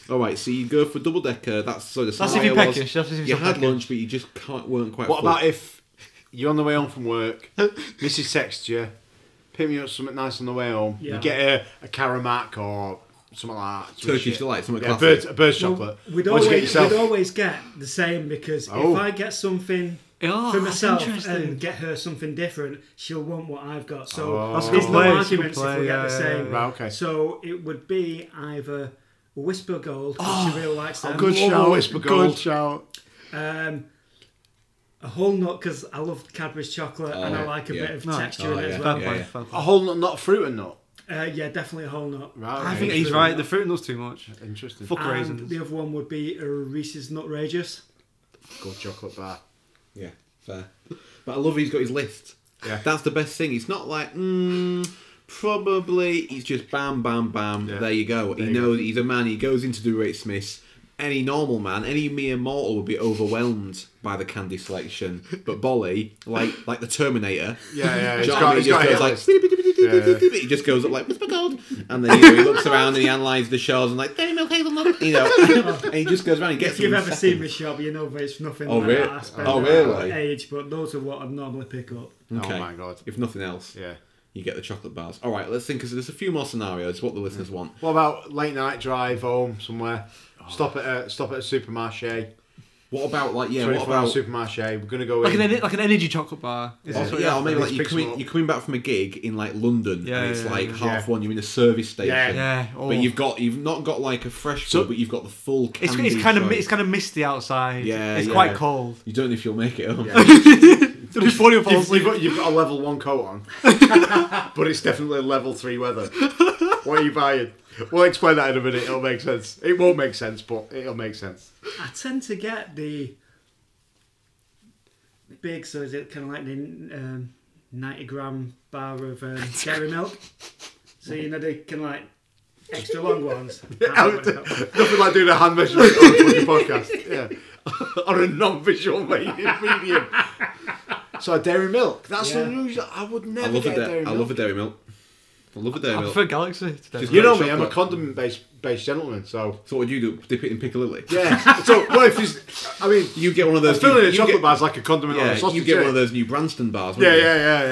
Speaker 1: All right, so you go for double decker. That's so the
Speaker 2: That's if you're
Speaker 1: scenario was
Speaker 2: peckish, that's if you're
Speaker 1: you had
Speaker 2: peckish.
Speaker 1: lunch, but you just can't, weren't quite.
Speaker 5: What
Speaker 1: full.
Speaker 5: about if you're on the way home from work, Mrs. texts you, pick me up something nice on the way home,
Speaker 4: Yeah.
Speaker 5: you get her a Karamak or something like that. some
Speaker 1: Turkish
Speaker 5: shit.
Speaker 1: delight, something
Speaker 5: yeah,
Speaker 1: classic.
Speaker 5: bird, a bird
Speaker 4: Well,
Speaker 5: chocolate.
Speaker 4: We'd
Speaker 5: Or just
Speaker 4: always,
Speaker 5: get yourself-
Speaker 4: we'd always get the same because
Speaker 5: Oh.
Speaker 4: if I get something
Speaker 2: oh,
Speaker 4: for
Speaker 2: that's
Speaker 4: myself
Speaker 2: interesting.
Speaker 4: and get her something different, she'll want what I've got. So
Speaker 5: Oh. That's a
Speaker 4: there's
Speaker 5: good
Speaker 4: no
Speaker 2: play, that's a good
Speaker 4: arguments if
Speaker 2: play,
Speaker 4: we get
Speaker 2: yeah,
Speaker 4: the same.
Speaker 2: yeah,
Speaker 5: yeah. Right, okay.
Speaker 4: So it would be either a Whisper Gold, because
Speaker 2: Oh.
Speaker 4: she really likes them.
Speaker 5: Oh, Good shout, Whisper
Speaker 2: Gold.
Speaker 5: Gold. shout.
Speaker 4: Um, a whole nut because I love Cadbury's chocolate and I
Speaker 1: yeah,
Speaker 4: like a
Speaker 1: yeah.
Speaker 4: bit of
Speaker 2: Oh, Nice.
Speaker 4: texture
Speaker 1: Oh,
Speaker 4: in it
Speaker 1: yeah.
Speaker 4: as
Speaker 2: Fair
Speaker 4: well.
Speaker 1: Yeah,
Speaker 2: play,
Speaker 1: yeah.
Speaker 2: fair play.
Speaker 5: A whole nut, not fruit and nut.
Speaker 4: Uh, yeah, definitely a whole nut.
Speaker 5: Right,
Speaker 2: I
Speaker 5: okay.
Speaker 2: think he's right. The fruit nut's too much.
Speaker 5: Interesting.
Speaker 2: Fuck
Speaker 4: And
Speaker 2: raisins.
Speaker 4: the other one would be a Reese's Nutrageous.
Speaker 5: Gold chocolate bar.
Speaker 1: Yeah, fair. But I love he's got his list.
Speaker 5: Yeah.
Speaker 1: That's the best thing. It's not like, mm, probably, it's just bam, bam, bam,
Speaker 5: Yeah.
Speaker 1: there you go.
Speaker 5: There
Speaker 1: he
Speaker 5: you go.
Speaker 1: knows he's a man, he goes into Do Rate Smith's. Any normal man, any mere mortal would be overwhelmed by the candy selection. But Bolly, like like the Terminator,
Speaker 5: Yeah, yeah.
Speaker 1: do
Speaker 5: He's
Speaker 1: you know what I
Speaker 5: got,
Speaker 1: mean?
Speaker 5: he's got
Speaker 1: He
Speaker 5: his
Speaker 1: goes
Speaker 5: like,
Speaker 1: like, he just goes up like, what's my gold? And then you know, he looks around and he analyses the shells and like, dairy milk hazelnut, you know. and he just goes around and gets
Speaker 4: If you've
Speaker 1: them in
Speaker 4: ever
Speaker 1: seconds.
Speaker 4: seen my shop, you know that it's nothing
Speaker 1: Oh,
Speaker 4: like
Speaker 1: really?
Speaker 4: that. I spend
Speaker 1: Oh,
Speaker 4: a lot of
Speaker 1: really?
Speaker 4: age, but those are what I normally pick up.
Speaker 1: Okay.
Speaker 5: Oh my god.
Speaker 1: If nothing else,
Speaker 5: Yeah.
Speaker 1: you get the chocolate bars. All right, let's think. Because there's a few more scenarios. What the listeners want.
Speaker 5: What about late night drive home somewhere? Stop at a stop at a supermarché.
Speaker 1: What about like yeah?
Speaker 5: Twenty
Speaker 1: What
Speaker 5: four hour
Speaker 1: about
Speaker 5: supermarché. We're gonna go
Speaker 2: Like
Speaker 5: in.
Speaker 2: an ener- like an energy chocolate bar. Is
Speaker 1: Oh,
Speaker 2: it?
Speaker 1: yeah, or maybe like
Speaker 5: Let's
Speaker 1: you're
Speaker 5: pick some
Speaker 1: coming,
Speaker 5: up.
Speaker 1: you're coming back from a gig in like London,
Speaker 2: Yeah,
Speaker 1: and it's
Speaker 2: yeah,
Speaker 1: like
Speaker 2: yeah.
Speaker 1: half
Speaker 5: Yeah.
Speaker 1: one. You're in a service station,
Speaker 5: Yeah.
Speaker 2: Yeah, oh.
Speaker 1: but you've got you've not got like a fresh
Speaker 5: So-
Speaker 1: food, but you've got the full. Candy
Speaker 2: It's, it's kind of
Speaker 1: choice.
Speaker 2: it's kind of misty outside.
Speaker 1: Yeah,
Speaker 2: it's
Speaker 1: yeah.
Speaker 2: quite cold.
Speaker 1: You don't know if you'll make it home.
Speaker 2: Before you fall
Speaker 5: You've, you've
Speaker 2: asleep.
Speaker 5: got, you've got a level one coat on, but it's definitely level three weather. What are you buying? We'll explain that in a minute. It'll make sense. It won't make sense, but it'll make sense.
Speaker 4: I tend to get the big, so is it kind of like the um, 90 gram bar of um, dairy milk? So, you know, they can like extra long ones.
Speaker 5: Nothing like doing a hand measurement on a fucking podcast. Yeah. on a non visual medium. So, a dairy milk. That's
Speaker 4: Yeah.
Speaker 5: unusual. I would
Speaker 1: I
Speaker 5: never
Speaker 1: love a
Speaker 5: get a
Speaker 1: da-
Speaker 5: dairy
Speaker 1: I
Speaker 5: milk.
Speaker 1: love a dairy milk. I love a dairy
Speaker 2: I
Speaker 1: milk.
Speaker 2: prefer Galaxy today.
Speaker 1: Just-
Speaker 5: you know me, I'm a
Speaker 1: Chocolate.
Speaker 5: condiment based, based gentleman, so.
Speaker 1: So what do you do? Dip it in piccalilli.
Speaker 5: Yeah. so, what if he's. I mean,
Speaker 1: You get one of those.
Speaker 5: filling
Speaker 1: you,
Speaker 5: a
Speaker 1: you
Speaker 5: chocolate
Speaker 1: get,
Speaker 5: bar's like a condiment on a
Speaker 1: Yeah,
Speaker 5: sausage.
Speaker 1: you get one
Speaker 5: yeah.
Speaker 1: of those new Branston bars.
Speaker 5: Yeah,
Speaker 1: wouldn't you?
Speaker 5: yeah, yeah,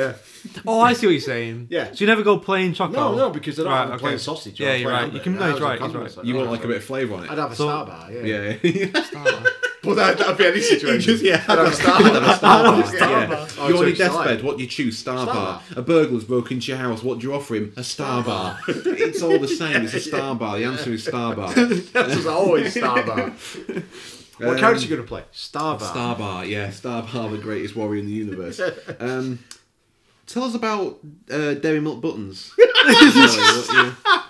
Speaker 5: yeah.
Speaker 2: oh, I see what you're saying.
Speaker 5: Yeah.
Speaker 2: So you never go plain chocolate.
Speaker 5: No, no, because I don't
Speaker 2: Right,
Speaker 5: have a plain
Speaker 2: okay.
Speaker 5: sausage.
Speaker 2: Yeah, you're right. You can- no, he's right, he's right.
Speaker 1: You want like a bit of flavour on it.
Speaker 5: I'd have a
Speaker 2: So-
Speaker 5: star bar, yeah.
Speaker 1: Yeah. yeah.
Speaker 5: But that'd, that'd be any situation.
Speaker 1: just- yeah.
Speaker 5: I'd have a star bar. I'd have a star bar. Yeah. Or
Speaker 1: You're on your
Speaker 5: Turkish delight.
Speaker 1: deathbed. What do you choose? Star,
Speaker 5: Star
Speaker 1: bar. A burglar's broken into your house. What do you offer him? A star bar. it's all the same. It's a star bar. The answer is star bar.
Speaker 5: That's just always star bar.
Speaker 1: Um,
Speaker 5: What character you going to play? Star bar.
Speaker 1: Star bar. Um, Yeah, star bar, the greatest warrior in the universe. Um, tell us about uh, dairy milk buttons. Sorry, what, are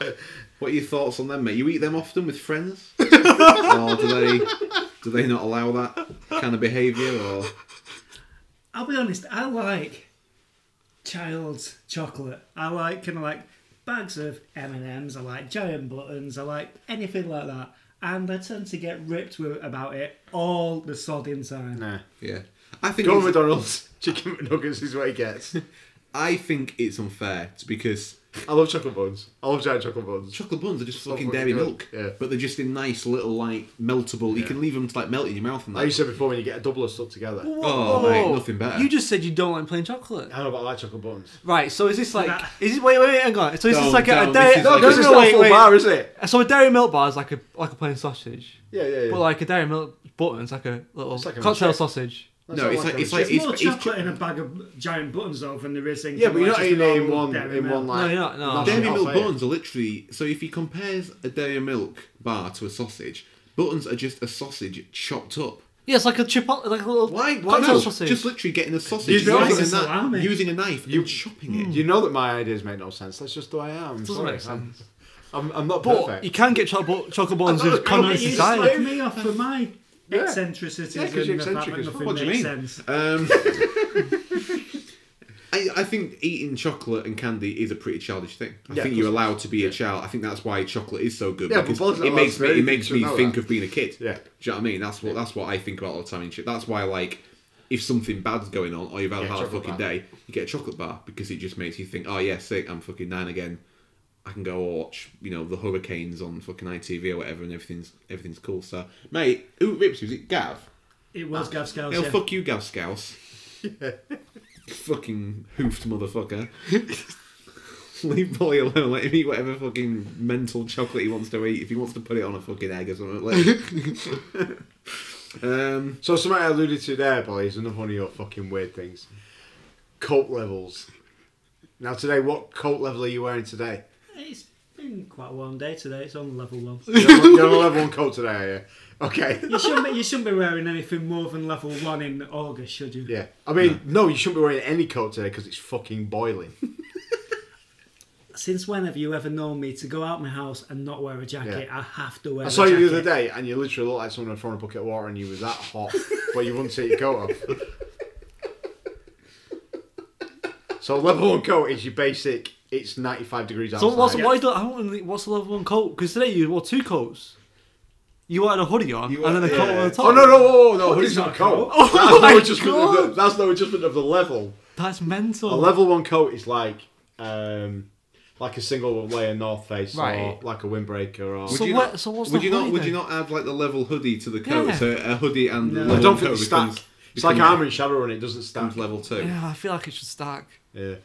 Speaker 1: your- what are your thoughts on them, mate? You eat them often with friends, or do they do they not allow that kind of behaviour? Or
Speaker 4: I'll be honest, I like child's chocolate. I like kind of like bags of M&Ms, I like giant buttons, I like anything like that. And I tend to get ripped with, about it all the sodding time.
Speaker 5: Nah.
Speaker 1: yeah, I think
Speaker 5: Go
Speaker 1: it's-
Speaker 5: McDonald's. Chicken McNuggets is what he gets.
Speaker 1: I think it's unfair it's because
Speaker 5: I love chocolate buns. I love giant chocolate buns.
Speaker 1: chocolate buns are just fucking
Speaker 5: fucking
Speaker 1: dairy
Speaker 5: good.
Speaker 1: milk,
Speaker 5: Yeah.
Speaker 1: but they're just in nice little like meltable. You can leave them to like melt in your mouth and that.
Speaker 5: Like you said before, when you get a double stuck together.
Speaker 1: Oh, mate, nothing better.
Speaker 2: You just said you don't like plain chocolate.
Speaker 5: I don't know about like chocolate buns.
Speaker 2: Right, so is this like is this wait wait wait hang on. So is
Speaker 1: Down,
Speaker 2: this like a,
Speaker 1: down,
Speaker 2: a dairy
Speaker 1: this is No, like-
Speaker 5: Because it's not a full bar, is it?
Speaker 2: So a dairy milk bar is like a like a plain sausage.
Speaker 5: Yeah, yeah, yeah.
Speaker 2: But like a dairy milk button's like a little
Speaker 5: like a
Speaker 2: cocktail
Speaker 5: milkshake.
Speaker 2: sausage.
Speaker 5: That's
Speaker 1: No,
Speaker 5: not
Speaker 1: it's like-
Speaker 5: having
Speaker 1: it's
Speaker 5: a
Speaker 1: like-
Speaker 5: chicken.
Speaker 4: There's more
Speaker 1: It's- it's-
Speaker 4: chocolate in a bag of giant buttons though than there is in.
Speaker 5: Yeah, but you're
Speaker 4: like,
Speaker 5: not
Speaker 4: just
Speaker 5: eating it in
Speaker 4: normal
Speaker 5: one
Speaker 4: dairy
Speaker 5: in
Speaker 4: milk.
Speaker 5: one like.
Speaker 2: No, you're not, no.
Speaker 5: I'll
Speaker 2: Dairy
Speaker 1: Dairy
Speaker 5: say
Speaker 1: milk
Speaker 5: it.
Speaker 1: buns are literally so if he compares a dairy milk bar to a sausage, buttons are just a sausage chopped up.
Speaker 2: Yeah, it's like a chip like a little
Speaker 1: Why? Why
Speaker 2: cocktail
Speaker 1: no?
Speaker 2: sausage.
Speaker 1: Just literally getting a sausage,
Speaker 5: You know
Speaker 1: using,
Speaker 5: it's
Speaker 1: a na-
Speaker 4: salami.
Speaker 1: using a knife, you Mm. chopping it.
Speaker 5: You know that my ideas make no sense. That's just the way I am.
Speaker 2: Doesn't
Speaker 5: Sorry.
Speaker 2: make sense.
Speaker 5: I'm- I'm, I'm not
Speaker 2: But
Speaker 5: perfect.
Speaker 2: you can get chocolate, chocolate buns with condiments
Speaker 4: You
Speaker 2: inside.
Speaker 4: slack me off for my eccentricities
Speaker 5: Yeah, 'cause you're
Speaker 4: and the fact
Speaker 5: eccentric
Speaker 4: that
Speaker 5: as
Speaker 1: fuck.
Speaker 4: nothing
Speaker 1: What do you
Speaker 4: makes
Speaker 1: mean?
Speaker 4: sense.
Speaker 5: Uh,
Speaker 1: Um, I, I think eating chocolate and candy is a pretty childish thing. I
Speaker 5: Yeah,
Speaker 1: think
Speaker 5: of
Speaker 1: you're
Speaker 5: course.
Speaker 1: allowed to be a child. I think that's why chocolate is so good.
Speaker 5: Yeah, but
Speaker 1: because
Speaker 5: balls are
Speaker 1: it makes me,
Speaker 5: raspberry,
Speaker 1: it makes
Speaker 5: you
Speaker 1: me
Speaker 5: know
Speaker 1: think
Speaker 5: that.
Speaker 1: of being a kid.
Speaker 5: Yeah.
Speaker 1: Do you know what I mean? That's what that's what I think about all the time and shit. That's why like if something bad's going on or you've had
Speaker 5: Yeah,
Speaker 1: a hard
Speaker 5: chocolate
Speaker 1: fucking
Speaker 5: bar.
Speaker 1: day, you get a chocolate bar because it just makes you think, oh yeah, sick, I'm fucking nine again. I can go watch, you know, the Hurricanes on fucking ITV or whatever, and everything's everything's cool. So, mate, who rips? you? Was it Gav?
Speaker 4: It
Speaker 5: uh,
Speaker 4: was Gav Scales,
Speaker 1: Oh,
Speaker 4: yeah.
Speaker 1: fuck you, Gav Scouse. fucking hoofed motherfucker. Leave Boy alone. Let him eat whatever fucking mental chocolate he wants to eat. If he wants to put it on a fucking egg or something, let him. um,
Speaker 5: So something I alluded to there, Bolly, is another one of your fucking weird things. Cult levels. Now today, what cult level are you wearing today?
Speaker 4: It's been quite a warm day today. It's on level one.
Speaker 5: You're on, you're on a level one cult today, are you? Okay.
Speaker 4: You shouldn't, be, you shouldn't be wearing anything more than level one in August, should you?
Speaker 5: Yeah. I mean, no, you shouldn't be wearing any coat today because it's fucking boiling.
Speaker 4: Since when have you ever known me to go out my house and not wear a jacket?
Speaker 5: Yeah.
Speaker 4: I have to wear
Speaker 5: I
Speaker 4: a
Speaker 5: saw you the other
Speaker 4: jacket.
Speaker 5: day, and you literally looked like someone had thrown a bucket of water, and you were that hot, but you wouldn't take your coat off. So level one coat is your basic. It's ninety five degrees outside.
Speaker 2: So what's, why do I don't want to- what's the level one coat? Because today you wore two coats. You had a hoodie on
Speaker 1: You
Speaker 2: and
Speaker 1: wore-
Speaker 2: then a coat
Speaker 1: yeah.
Speaker 2: on the top.
Speaker 5: Oh no no whoa, whoa, no! Hoodie's
Speaker 4: not
Speaker 5: not a coat.
Speaker 4: coat.
Speaker 5: that's
Speaker 2: Oh my
Speaker 5: no adjustment. Of the,
Speaker 2: God. Oh.
Speaker 5: that's no adjustment of the level.
Speaker 2: That's
Speaker 5: A
Speaker 2: mental.
Speaker 5: level one coat is like, um, like a single layer North Face, or
Speaker 2: Right.
Speaker 5: like a windbreaker, or
Speaker 1: would
Speaker 2: So
Speaker 1: you
Speaker 2: what-
Speaker 1: not,
Speaker 2: so what's
Speaker 1: would
Speaker 2: the
Speaker 1: you not?
Speaker 2: hoodie
Speaker 1: Would you
Speaker 2: then?
Speaker 1: not add like the level hoodie to the coat?
Speaker 2: Yeah.
Speaker 1: So a hoodie and
Speaker 5: I
Speaker 1: level
Speaker 5: don't
Speaker 1: coat
Speaker 5: think it's
Speaker 1: becomes,
Speaker 5: stack. It's like
Speaker 1: becomes-
Speaker 5: armor and shadow on it doesn't stack.
Speaker 1: becomes level two.
Speaker 2: yeah, I feel like it should stack.
Speaker 5: Yeah,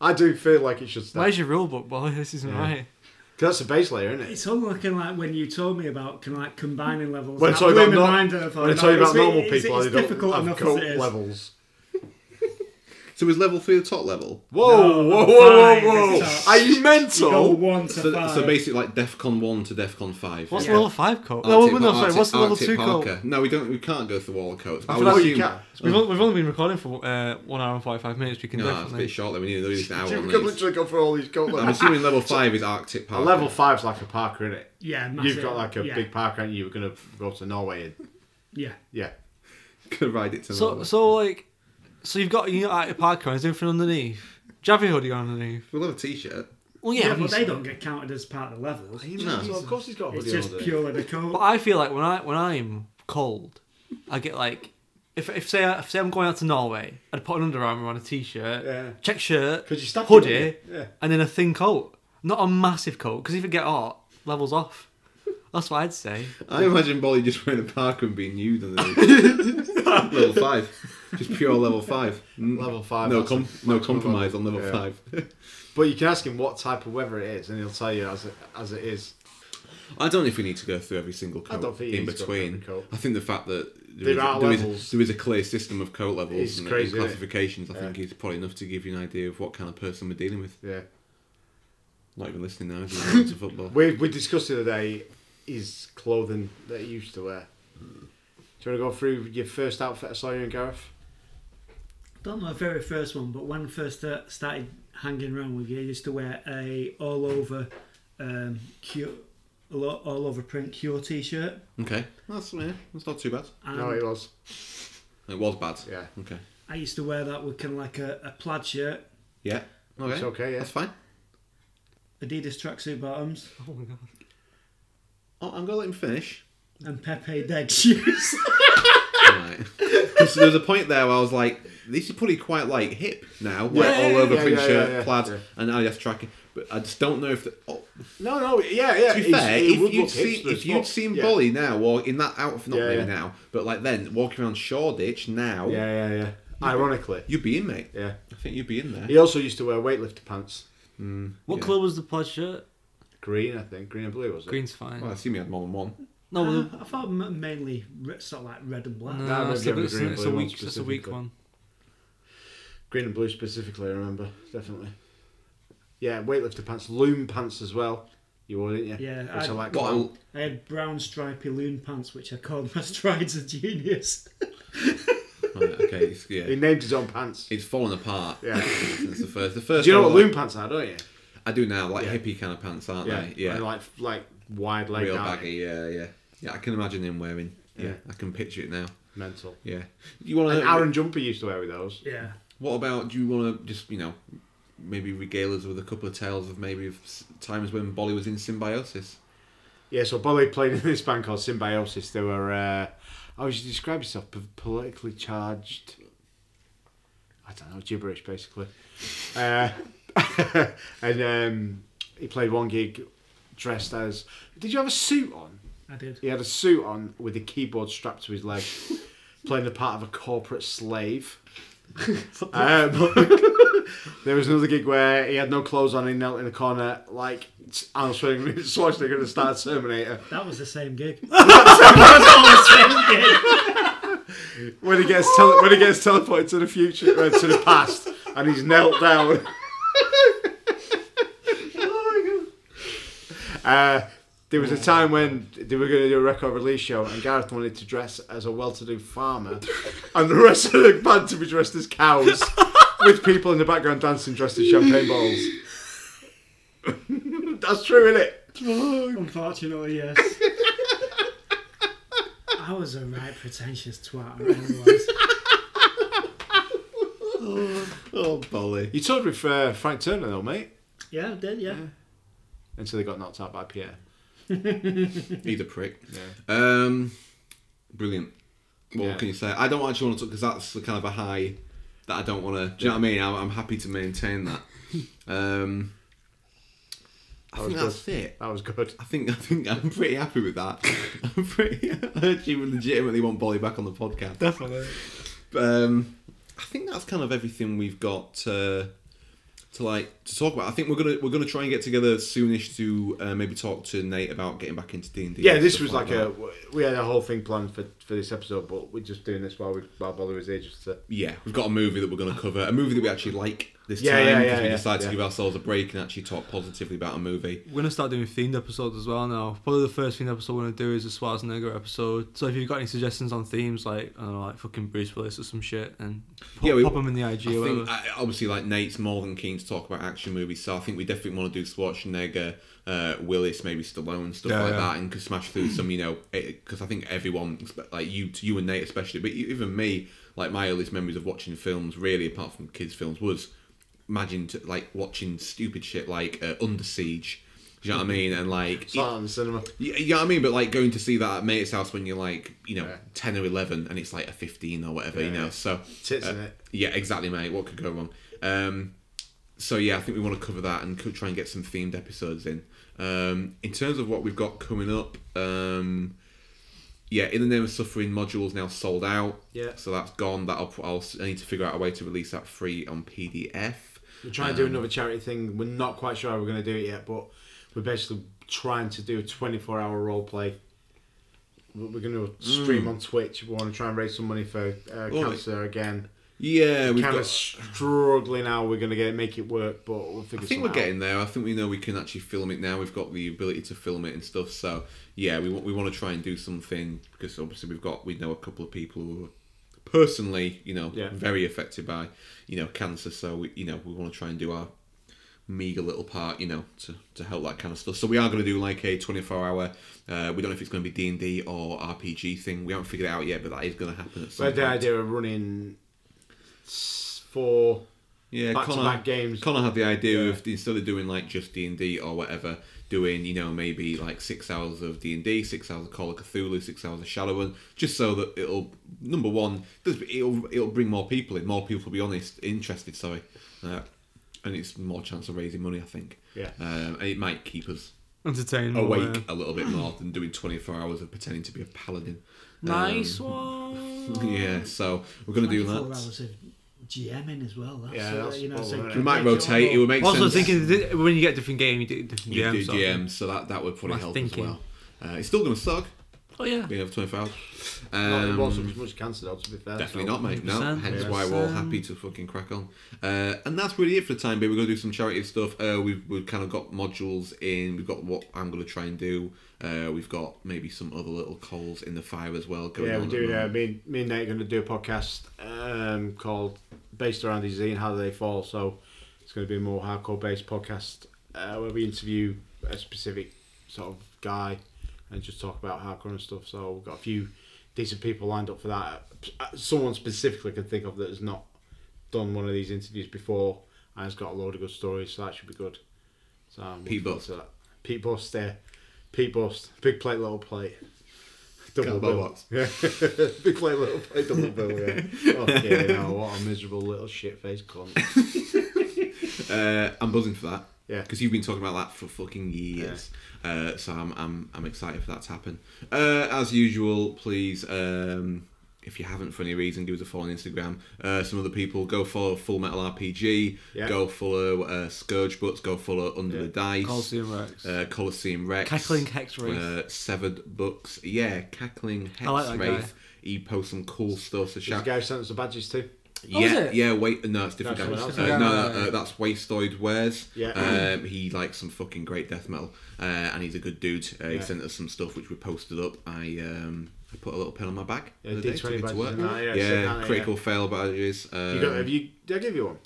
Speaker 5: I do feel like it should stack.
Speaker 2: Where's your rule book, boy? This isn't right.
Speaker 5: 'Cause that's the base layer, isn't it?
Speaker 4: It's all looking like when you told me about kind of like combining levels.
Speaker 5: When I
Speaker 4: that
Speaker 5: tell you
Speaker 4: blew
Speaker 5: about,
Speaker 4: my
Speaker 5: nor-
Speaker 4: mind and I thought,
Speaker 5: when I
Speaker 4: no,
Speaker 5: tell you about
Speaker 4: it's really-
Speaker 5: normal
Speaker 4: it's-
Speaker 5: people,
Speaker 4: it's,
Speaker 5: they don't
Speaker 4: difficult
Speaker 5: have
Speaker 4: enough as
Speaker 5: coat
Speaker 4: it is.
Speaker 5: levels.
Speaker 1: So is level three the top level?
Speaker 5: Whoa,
Speaker 4: No,
Speaker 5: whoa, whoa,
Speaker 4: five
Speaker 5: whoa,
Speaker 4: is
Speaker 5: whoa!
Speaker 4: top.
Speaker 5: Are you
Speaker 4: You go
Speaker 5: mental?
Speaker 4: one to
Speaker 1: So, th-
Speaker 4: five.
Speaker 1: so basically, like DefCon one to DefCon five.
Speaker 2: What's
Speaker 4: Yeah.
Speaker 2: the level five coat?
Speaker 1: Arctic-
Speaker 2: no, no, sorry.
Speaker 1: Arctic-
Speaker 2: What's the level
Speaker 1: Arctic
Speaker 2: two
Speaker 1: Parker.
Speaker 2: coat?
Speaker 1: No, we don't. We can't go through all the coats. I,
Speaker 5: I
Speaker 1: would
Speaker 5: feel like you
Speaker 1: assume.
Speaker 5: can.
Speaker 2: We've, on- we've only been recording for uh, one hour and forty-five minutes. We can
Speaker 1: No, that's a
Speaker 2: definitely.
Speaker 1: bit short. Then we need to do this an hour
Speaker 5: You
Speaker 1: on
Speaker 5: could
Speaker 1: these.
Speaker 5: literally go for all these coat
Speaker 1: I'm
Speaker 5: levels.
Speaker 1: assuming level five is Arctic
Speaker 5: A
Speaker 1: Park.
Speaker 5: level five's like a Parker, isn't it?
Speaker 4: yeah, massive.
Speaker 5: You've got like a
Speaker 4: yeah,
Speaker 5: big park, aren't you? You're gonna go to Norway and
Speaker 4: Yeah.
Speaker 5: yeah.
Speaker 1: Could ride it to
Speaker 2: So,
Speaker 1: Norway.
Speaker 2: so like, so you've got you know, Arctic Parker and everything underneath. Do you have your hoodie on underneath?
Speaker 1: we'll have a T-shirt.
Speaker 2: Well,
Speaker 4: Yeah,
Speaker 2: yeah,
Speaker 4: but they don't get counted as part of the levels.
Speaker 1: No.
Speaker 5: of course he's got
Speaker 4: It's just purely the
Speaker 2: But
Speaker 4: coat.
Speaker 2: I feel like when I when I'm cold, I get like if if say if say I'm going out to Norway, I'd put an Under Armour on a t-shirt,
Speaker 5: Yeah.
Speaker 2: check shirt,
Speaker 5: Because you stack it,
Speaker 2: hoodie,
Speaker 5: don't you? Yeah.
Speaker 2: and then a thin coat, not a massive coat, because if it get hot, levels off. That's what I'd say.
Speaker 1: I imagine Bolly just wearing a parka and being nude underneath. level five, just pure level five. N-
Speaker 5: Level five,
Speaker 1: No,
Speaker 5: that's
Speaker 1: com-
Speaker 5: a-
Speaker 1: no
Speaker 5: that's a
Speaker 1: compromise on
Speaker 5: level.
Speaker 1: level
Speaker 5: Yeah.
Speaker 1: five.
Speaker 5: But you can ask him what type of weather it is, and he'll tell you as it, as it is.
Speaker 1: I don't know if we need to go through every single coat
Speaker 5: I don't think you
Speaker 1: in
Speaker 5: need to go through
Speaker 1: between.
Speaker 5: every coat.
Speaker 1: I think the fact that there is-
Speaker 5: There are
Speaker 1: there is-
Speaker 5: levels.
Speaker 1: there is a clear system of coat levels
Speaker 5: It's
Speaker 1: and,
Speaker 5: crazy, isn't it?
Speaker 1: and classifications, I think
Speaker 5: Yeah.
Speaker 1: is probably enough to give you an idea of what kind of person we're dealing with.
Speaker 5: Yeah.
Speaker 1: Not even listening now, is it? to football.
Speaker 5: We we discussed the other day his clothing that he used to wear. Do you want to go through your first outfit I saw you in, Gareth?
Speaker 4: Don't know the very first one, but when I first uh, started hanging around with you, I used to wear a all over, um, Q, all over print Cure T-shirt.
Speaker 1: Okay, that's yeah, that's not too bad.
Speaker 4: And
Speaker 5: no, it was.
Speaker 1: It was bad.
Speaker 5: Yeah.
Speaker 1: Okay.
Speaker 4: I used to wear that with kind of like a, a plaid shirt,
Speaker 1: Yeah. Okay.
Speaker 5: It's okay, yeah.
Speaker 1: That's fine.
Speaker 4: Adidas tracksuit bottoms,
Speaker 1: Oh, I'm gonna let him finish.
Speaker 4: and Pepe Deg shoes.
Speaker 1: Right. 'Cause there was a point there where I was like, this is probably quite like hip now, like
Speaker 5: Yeah,
Speaker 1: all
Speaker 5: yeah,
Speaker 1: over
Speaker 5: yeah,
Speaker 1: print
Speaker 5: yeah,
Speaker 1: shirt,
Speaker 5: yeah, yeah.
Speaker 1: plaid,
Speaker 5: Yeah.
Speaker 1: and Adidas tracking. But I just don't know if. The, oh,
Speaker 5: No, no, yeah, yeah.
Speaker 1: to be
Speaker 5: he's-
Speaker 1: fair,
Speaker 5: he
Speaker 1: if
Speaker 5: would
Speaker 1: you'd
Speaker 5: look
Speaker 1: seen
Speaker 5: hipster
Speaker 1: if
Speaker 5: as
Speaker 1: you'd
Speaker 5: fuck.
Speaker 1: seen
Speaker 5: yeah.
Speaker 1: Bolly now walk in that outfit, not
Speaker 5: Yeah,
Speaker 1: maybe
Speaker 5: yeah.
Speaker 1: now, but like then walking around Shoreditch now,
Speaker 5: Yeah, yeah, yeah. Ironically,
Speaker 1: you'd be in, mate.
Speaker 5: yeah.
Speaker 1: I think you'd be in there.
Speaker 5: He also used to wear weightlifter pants.
Speaker 2: What
Speaker 1: Yeah.
Speaker 2: colour was the plaid shirt?
Speaker 5: Green, I think. Green and blue, was it?
Speaker 2: Green's fine.
Speaker 1: Well, I assume he had more than one.
Speaker 2: No, Oh, well,
Speaker 4: I thought m- mainly re- sort of like red and black.
Speaker 2: no,
Speaker 5: Nah,
Speaker 2: it's,
Speaker 5: maybe
Speaker 2: a,
Speaker 5: have
Speaker 2: it's,
Speaker 5: a
Speaker 2: a-
Speaker 5: green
Speaker 2: it's a
Speaker 5: blue one
Speaker 2: weak, it's a weak
Speaker 5: specifically.
Speaker 2: one.
Speaker 5: Green and blue specifically, I remember definitely. Yeah, weightlifter pants, loom pants as well. You wore, didn't you?
Speaker 4: Yeah,
Speaker 5: Which I,
Speaker 4: I-
Speaker 5: like.
Speaker 1: What?
Speaker 5: quite-
Speaker 1: a-
Speaker 4: I had brown stripy loon pants, which I called my strides a genius.
Speaker 1: Right, okay, it's, yeah.
Speaker 5: He named his own pants.
Speaker 1: It's fallen apart.
Speaker 5: Yeah.
Speaker 1: That's the first. The first.
Speaker 5: Do you know
Speaker 1: one
Speaker 5: what
Speaker 1: was
Speaker 5: loom pants are? Don't you?
Speaker 1: like- I do now, like
Speaker 5: Yeah.
Speaker 1: hippie kind of pants, aren't
Speaker 5: Yeah,
Speaker 1: they? Yeah,
Speaker 5: And like like wide leg
Speaker 1: real
Speaker 5: out.
Speaker 1: baggy. Yeah, yeah, yeah. I can imagine him wearing. Yeah,
Speaker 5: Yeah.
Speaker 1: I can picture it now.
Speaker 5: mental.
Speaker 1: Yeah, you want
Speaker 5: And
Speaker 1: to?
Speaker 5: Aaron Jumper used to wear with those.
Speaker 4: Yeah.
Speaker 1: What about? Do you want to just you know, maybe regale us with a couple of tales of maybe of s- times when Bolly was in symbiosis?
Speaker 5: Yeah, so Bolly played in this band called Symbiosis. They were, uh, how would you describe yourself? P- politically charged. I don't know, gibberish basically. Uh, and um, he played one gig dressed as. Did you have a suit on?
Speaker 4: I did.
Speaker 5: He had a suit on with a keyboard strapped to his leg, playing the part of a corporate slave. Uh, but- there was another gig where he had no clothes on. He knelt in a corner like Arnold Schwarzenegger Schwarzenegger to start Terminator.
Speaker 4: That was the same gig. that was all the same gig.
Speaker 5: When he gets tele- when he gets teleported to the future uh, to the past, and he's knelt down. Uh, there was a time when they were going to do a record release show, and Gareth wanted to dress as a well-to-do farmer, and the rest of the band to be dressed as cows, with people in the background dancing dressed as champagne bottles. That's true, isn't it?
Speaker 4: Unfortunately, yes. I was a right pretentious twat. I really was.
Speaker 1: Oh, Bolly!
Speaker 5: You toured with uh, Frank Turner though, mate,
Speaker 4: Yeah, I did, yeah.
Speaker 5: until they got knocked out by Pierre.
Speaker 1: He's a prick. Um, brilliant. What
Speaker 5: Yeah.
Speaker 1: can you say? I don't actually want to talk because that's the kind of a high that I don't want to. Do you know what I mean? I'm, I'm happy to maintain that. Um, I
Speaker 5: That was
Speaker 1: think
Speaker 5: good.
Speaker 1: that's it.
Speaker 5: That was good.
Speaker 1: I think I think I'm pretty happy with that. I'm pretty. I actually would legitimately want Bolly back on the podcast.
Speaker 6: Definitely.
Speaker 1: Um, I think that's kind of everything we've got uh, to like to talk about. I think we're gonna we're gonna try and get together soonish to uh, maybe talk to Nate about getting back into D and D.
Speaker 5: Yeah, this was like a we had a whole thing planned for, for this episode, but we're just doing this while we while Bolly was here just to
Speaker 1: yeah. We've got a movie that we're gonna cover, a movie that we actually like this
Speaker 5: Yeah,
Speaker 1: time
Speaker 5: yeah,
Speaker 1: because
Speaker 5: yeah,
Speaker 1: we
Speaker 5: yeah,
Speaker 1: decided to
Speaker 5: yeah.
Speaker 1: give ourselves a break and actually talk positively about a movie.
Speaker 2: We're gonna start doing themed episodes as well now. Probably the first themed episode we're gonna do is a Schwarzenegger episode. So if you've got any suggestions on themes, like I don't know, like fucking Bruce Willis or some shit, and pop,
Speaker 1: Yeah, we-
Speaker 2: pop them in the IG
Speaker 1: I
Speaker 2: or
Speaker 1: think
Speaker 2: whatever.
Speaker 1: I, obviously like Nate's more than keen to talk about action movies, so I think we definitely want to do Schwarzenegger, uh, Willis, maybe Stallone, stuff
Speaker 2: Yeah,
Speaker 1: like
Speaker 2: yeah.
Speaker 1: that, and could smash through some, you know, because I think everyone, like you, you and Nate especially, but e-, even me, like my earliest memories of watching films, really apart from kids' films, was imagine to, like watching stupid shit like uh, Under Siege. Do you know what I mean? And like,
Speaker 5: start on the cinema.
Speaker 1: yeah, you know what I mean, but like going to see that at mate's house when you're like, you know,
Speaker 5: Yeah.
Speaker 1: ten or eleven, and it's like a fifteen or whatever, you
Speaker 5: Yeah,
Speaker 1: know.
Speaker 5: yeah.
Speaker 1: So
Speaker 5: Tits
Speaker 1: uh,
Speaker 5: in it.
Speaker 1: Yeah, exactly, mate. What could go wrong? Um, so yeah, I think we want to cover that and could try and get some themed episodes in. Um, in terms of what we've got coming up, um, yeah, in the name of suffering modules now sold out.
Speaker 5: Yeah.
Speaker 1: So that's gone. That'll I'll, I need to figure out a way to release that free on PDF.
Speaker 5: We're trying
Speaker 1: Um,
Speaker 5: to do another charity thing. We're not quite sure how we're going to do it yet, but we're basically trying to do a 24 hour role play. We're going to stream on Twitch. We want to try and raise some money for uh,
Speaker 1: Oh,
Speaker 5: cancer again.
Speaker 1: Yeah, we've
Speaker 5: kind
Speaker 1: got.
Speaker 5: of struggling how we're going to get it, make it work, but we'll figure
Speaker 1: I think
Speaker 5: something
Speaker 1: we're
Speaker 5: out.
Speaker 1: getting there. I think we know we can actually film it now. We've got the ability to film it and stuff. So yeah, we want we want to try and do something because obviously we've got we know a couple of people who are personally you know
Speaker 5: Yeah.
Speaker 1: very affected by you know cancer. So we you know we want to try and do our meager little part you know to, to help that kind of stuff so we are going to do like a 24 hour uh, we don't know if it's going to be d&d or rpg thing we haven't figured it out yet but that is going to happen at
Speaker 5: We
Speaker 1: some
Speaker 5: had the
Speaker 1: point.
Speaker 5: idea of running s- four
Speaker 1: Yeah,
Speaker 5: Back to
Speaker 1: Connor,
Speaker 5: back games.
Speaker 1: Connor had the idea of instead of doing like just D and D or whatever, doing you know maybe like six hours of D and D, six hours of Call of Cthulhu, six hours of Shadowrun, just so that it'll number one, does- it'll it'll bring more people in, more people will be honest interested, sorry, uh, and it's more chance of raising money, I think.
Speaker 5: Yeah.
Speaker 1: um, and it might keep us
Speaker 2: Entertaining.
Speaker 1: awake Um, a little bit more than doing twenty four hours of pretending to be a paladin.
Speaker 2: Nice
Speaker 1: Um,
Speaker 2: one.
Speaker 1: yeah, so we're gonna do
Speaker 4: 24
Speaker 1: that.
Speaker 4: hours of GMing as well. That's,
Speaker 5: Yeah,
Speaker 4: uh,
Speaker 5: that's
Speaker 4: you know,
Speaker 5: what
Speaker 4: so
Speaker 5: we're
Speaker 1: We might rotate. It would make
Speaker 2: Also
Speaker 1: sense.
Speaker 2: thinking that when you get a different game, you do a different
Speaker 1: You
Speaker 2: game.
Speaker 1: do
Speaker 2: sort of thing.
Speaker 1: GM, so that, that would probably
Speaker 2: My
Speaker 1: help
Speaker 2: thinking.
Speaker 1: as well. Uh, it's still going to suck
Speaker 2: Oh yeah.
Speaker 1: being over 24 hours.
Speaker 5: Not it wasn't
Speaker 1: Um,
Speaker 5: as much cancer, though, to be fair.
Speaker 1: definitely
Speaker 5: so-
Speaker 1: not, mate. No,
Speaker 2: 100%.
Speaker 1: hence why we're all happy to fucking crack on. Uh, and that's really it for the time being. We're going to do some charity stuff. Uh, we've, we've kind of got modules in. We've got what I'm going to try and do. Uh, we've got maybe some other little coals in the fire as well going
Speaker 5: Yeah,
Speaker 1: on.
Speaker 5: we're
Speaker 1: at the
Speaker 5: doing. Uh,
Speaker 1: moment.
Speaker 5: me, and- me and Nate are going to do a podcast um, called "Based Around His Z and How Do They Fall." So it's going to be a more hardcore based podcast uh, where we interview a specific sort of guy and just talk about hardcore and stuff. So we've got a few decent people lined up for that. Uh, Someone specifically I can think of that has not done one of these interviews before and has got a load of good stories, so that should be good. So I'm
Speaker 1: Pete
Speaker 5: looking forward
Speaker 1: Bust.
Speaker 5: to that. Pete Bust, yeah. Pete Bust. Big plate, little plate. Double
Speaker 1: Combo
Speaker 5: bill.
Speaker 1: box.
Speaker 5: Yeah. Big plate, little plate, double bill, yeah. Okay, no, what a miserable little shit faced cunt.
Speaker 1: Uh, I'm buzzing for that.
Speaker 5: Yeah.
Speaker 1: Because you've been talking about that for fucking years. Uh, so I'm, I'm, I'm excited for that to happen. Uh, as usual, please, um, if you haven't for any reason, give us a follow on Instagram. Uh, some other people, go follow Full Metal RPG.
Speaker 5: Yeah.
Speaker 1: Go follow uh, Scourge Butts. Go follow Under
Speaker 5: Yeah.
Speaker 1: the Dice.
Speaker 5: Coliseum Rex.
Speaker 1: Uh, Coliseum Rex.
Speaker 2: Cackling Hex Wraith.
Speaker 1: Uh, Severed Books. Yeah, Cackling Hex
Speaker 2: like that guy.
Speaker 1: Wraith. He posts some cool stuff. So
Speaker 5: There's a
Speaker 1: shout
Speaker 5: guy who sent us the badges too.
Speaker 1: yeah,
Speaker 6: is it?
Speaker 1: yeah. Wait, no, it's different.
Speaker 5: That's
Speaker 1: guy.
Speaker 5: someone
Speaker 1: Uh,
Speaker 5: else.
Speaker 1: no,
Speaker 6: Yeah.
Speaker 1: uh, that's Wastoid Wares.
Speaker 5: Yeah.
Speaker 1: um, he likes some fucking great death metal, uh, and he's a good dude. Uh, He
Speaker 5: Yeah.
Speaker 1: sent us some stuff which we posted up. I um, I put a little pin on my back.
Speaker 5: Yeah,
Speaker 1: the other day,
Speaker 5: D20
Speaker 1: took it to
Speaker 5: badges
Speaker 1: work.
Speaker 5: and that, yeah,
Speaker 1: yeah,
Speaker 5: so can't-
Speaker 1: critical fail badges. Um,
Speaker 5: You got, have you? Did I give you one?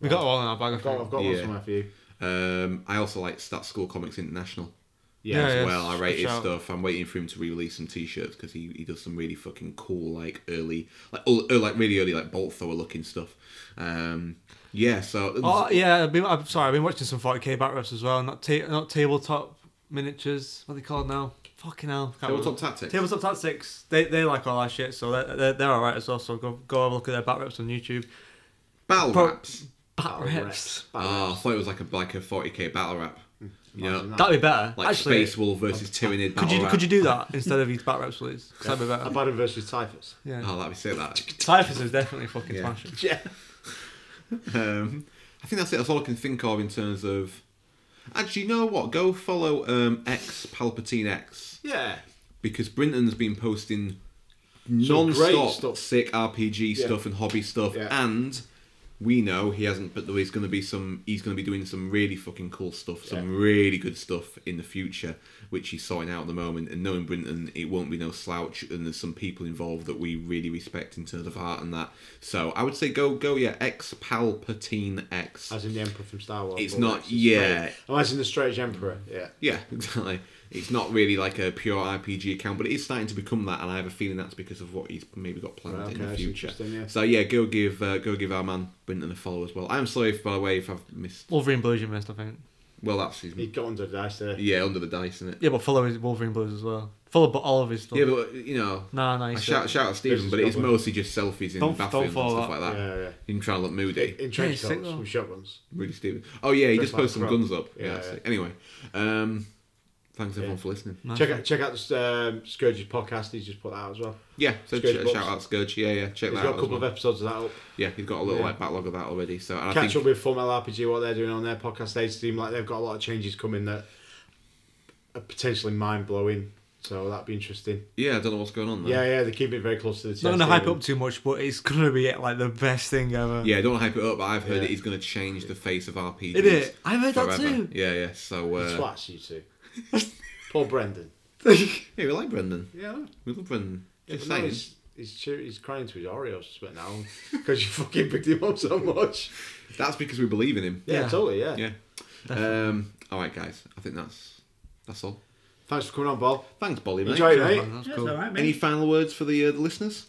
Speaker 2: We got one in our bag. I
Speaker 5: I've got, I've
Speaker 2: think.
Speaker 5: got
Speaker 1: Yeah.
Speaker 5: one somewhere for you.
Speaker 1: um, I also like Stat School Comics International.
Speaker 5: Yeah.
Speaker 1: as
Speaker 2: yeah,
Speaker 1: well. I rate
Speaker 2: good
Speaker 1: his
Speaker 2: shout.
Speaker 1: stuff. I'm waiting for him to release some t-shirts because he, he does some really fucking cool like early like oh, oh, like really early like bolt thrower looking stuff. Um, yeah, so
Speaker 2: Oh yeah, I've been, I'm sorry. I've been watching some 40k back reps as well. Not ta- not tabletop miniatures. What are they called now? Fucking hell. can't remember.
Speaker 1: tabletop tactics.
Speaker 2: Tabletop Tactics, they, they like all that shit, so they're, they're, they're alright as well. So go, go have a look at their back reps on YouTube.
Speaker 1: Battle
Speaker 2: Pro-
Speaker 1: raps. Oh,
Speaker 2: Back reps.
Speaker 1: Ah, I thought it was like a like a forty k battle rap. You know,
Speaker 5: that.
Speaker 2: That'd be better.
Speaker 1: like
Speaker 2: Actually,
Speaker 1: Space Wolf versus Tyranid.
Speaker 2: could
Speaker 1: battle
Speaker 2: you
Speaker 1: rap.
Speaker 2: could you do that instead of these back reps, please? 'Cause that'd be better.
Speaker 5: Abaddon versus Typhus.
Speaker 2: Yeah.
Speaker 1: Oh, that'd be sick. That.
Speaker 2: Typhus is definitely fucking
Speaker 1: Yeah.
Speaker 2: smashing.
Speaker 5: Yeah.
Speaker 1: Um, I think that's it. That's all I can think of in terms of. Actually, you know what? Go follow um, X Palpatine X
Speaker 5: Yeah.
Speaker 1: because Brinton's been posting
Speaker 5: Some great
Speaker 1: non-stop
Speaker 5: stuff.
Speaker 1: sick RPG
Speaker 5: Yeah.
Speaker 1: stuff and hobby stuff,
Speaker 5: Yeah.
Speaker 1: and we know he hasn't. But there's going to be some. He's going to be doing some really fucking cool stuff, some really good stuff in the future, which he's sorting out at the moment. And knowing Brinton, it won't be no slouch. And there's some people involved that we really respect in terms of art and that. So I would say go go yeah, ex Palpatine X.
Speaker 5: As in the Emperor from Star Wars.
Speaker 1: It's
Speaker 5: but
Speaker 1: not-
Speaker 5: it's
Speaker 1: yeah.
Speaker 5: Straight, oh, as in the Strange Emperor. Yeah.
Speaker 1: Yeah, exactly. It's not really like a pure RPG account, but it is starting to become that, and I have a feeling that's because of what he's maybe got planned
Speaker 5: Right, okay,
Speaker 1: in the
Speaker 5: that's
Speaker 1: future.
Speaker 5: interesting, yeah.
Speaker 1: So yeah, go give uh, go give our man Brinton a follow as well. I'm sorry, if, by the way, if I've missed.
Speaker 2: Wolverine Blues, you missed, I think.
Speaker 1: Well, that's his.
Speaker 5: He got under the dice there.
Speaker 1: Yeah, under the dice, isn't it?
Speaker 2: Yeah, but follow his Wolverine Blues as well. Follow bu- all of his stuff.
Speaker 1: Yeah, but you know,
Speaker 2: nah, nah.
Speaker 1: I
Speaker 2: he's
Speaker 1: shout
Speaker 2: sick.
Speaker 1: shout out Stephen,
Speaker 5: Business
Speaker 1: but it's
Speaker 5: got work.
Speaker 1: mostly just selfies in
Speaker 2: Don't- don't
Speaker 1: bathrooms and
Speaker 2: follow
Speaker 1: stuff
Speaker 2: that.
Speaker 1: like
Speaker 5: Yeah.
Speaker 1: that.
Speaker 5: yeah,
Speaker 1: You can try and look
Speaker 5: In,
Speaker 1: moody.
Speaker 5: in trench
Speaker 2: Yeah, sick
Speaker 5: coats
Speaker 2: though.
Speaker 5: with shotguns.
Speaker 1: Really, Stephen. Oh yeah, he
Speaker 5: Just
Speaker 1: just
Speaker 5: like
Speaker 1: posted some
Speaker 5: the
Speaker 1: guns
Speaker 5: front.
Speaker 1: up. Yeah.
Speaker 5: Yeah,
Speaker 1: that's
Speaker 5: yeah.
Speaker 1: it. Anyway, um, thanks everyone
Speaker 5: Yeah.
Speaker 1: for listening.
Speaker 2: Nice
Speaker 5: Check
Speaker 2: one.
Speaker 5: out check out the um, Scourge's podcast. He's just put that out as well.
Speaker 1: Yeah, so
Speaker 5: Scourge
Speaker 1: sh-
Speaker 5: Box.
Speaker 1: shout out Scourge. Yeah, yeah, check that
Speaker 5: He's got a
Speaker 1: out. as
Speaker 5: couple
Speaker 1: well.
Speaker 5: of episodes of that up.
Speaker 1: Yeah, he's got a little
Speaker 5: Yeah.
Speaker 1: like backlog of that already. So and I
Speaker 5: Catch
Speaker 1: think
Speaker 5: up with Full Metal RPG. What they're doing on their podcast. They seem like they've got a lot of changes coming that are potentially mind blowing. So that'd be interesting.
Speaker 1: yeah, I don't know what's going on. There.
Speaker 5: Yeah, yeah. They keep it very close to the.
Speaker 2: Not
Speaker 5: chest,
Speaker 2: gonna hype
Speaker 5: even.
Speaker 2: up too much, but it's gonna be like the best thing ever.
Speaker 1: Yeah, don't hype it up. But I've heard
Speaker 5: Yeah.
Speaker 1: it is going to change the face of RPGs.
Speaker 2: Is it? I've heard that
Speaker 1: forever.
Speaker 2: too.
Speaker 1: Yeah, yeah. So uh,
Speaker 5: Twats, you two. Poor Brendan.
Speaker 1: yeah, we like Brendan.
Speaker 5: Yeah.
Speaker 1: We love Brendan. Just
Speaker 5: but no,
Speaker 1: saying.
Speaker 5: he's, he's, cheer- he's crying to his Oreos right now because you fucking picked him up so much.
Speaker 1: That's because we believe in him.
Speaker 5: Yeah,
Speaker 2: Yeah.
Speaker 5: totally. Yeah.
Speaker 1: Yeah. Um, all right, guys. I think that's that's all.
Speaker 5: Thanks for coming on, Bob.
Speaker 1: Thanks, Bolly. Mate.
Speaker 5: Enjoy it, mate.
Speaker 2: Man, that's
Speaker 4: Yeah,
Speaker 2: cool.
Speaker 4: it's all right, mate.
Speaker 1: Any final words for the, uh, the listeners?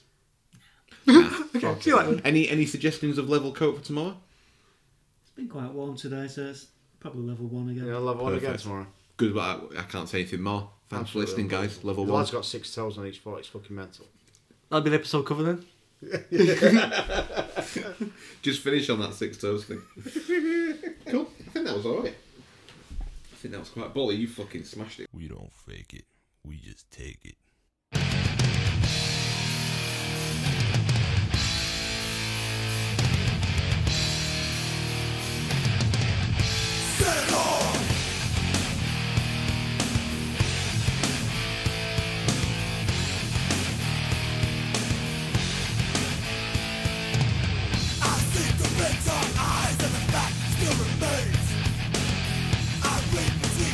Speaker 2: Okay, see you later.
Speaker 1: Any any suggestions of level coat for tomorrow?
Speaker 4: It's been quite warm today, so it's probably level one again.
Speaker 5: Yeah, I'll have one again
Speaker 1: Perfect.
Speaker 5: tomorrow.
Speaker 1: Good. But I, I can't say anything more. Thanks for
Speaker 5: Absolutely
Speaker 1: listening, guys.
Speaker 5: unbelievable.
Speaker 1: Level
Speaker 5: the
Speaker 1: one.
Speaker 5: lad's got six toes on each foot. It's fucking mental.
Speaker 2: That'll be the episode cover then.
Speaker 1: Just finish on that six toes thing. cool. I think that was all right. I think that was quite. Bolly, you fucking smashed it.
Speaker 8: We don't fake it. We just take it.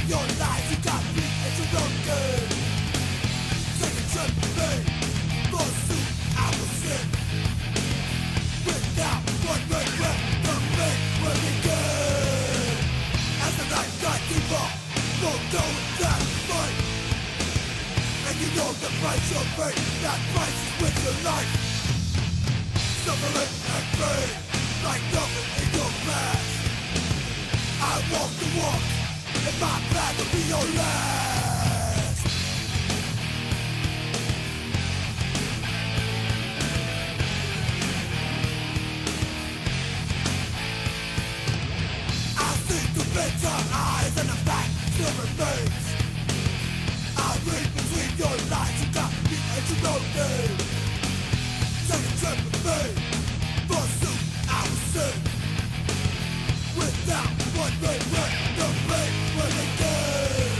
Speaker 9: Your lies, you got me at your own good Don't defend your fate, that fights with your life. Suffering and pain, like nothing in your past. I walk the walk, and my path will be your last. I see through bitter eyes, and the fact still remains. I read between your lines, you got me at your own name. Take a trip with me, for soon I will sing. Without one regret, the pain will begin.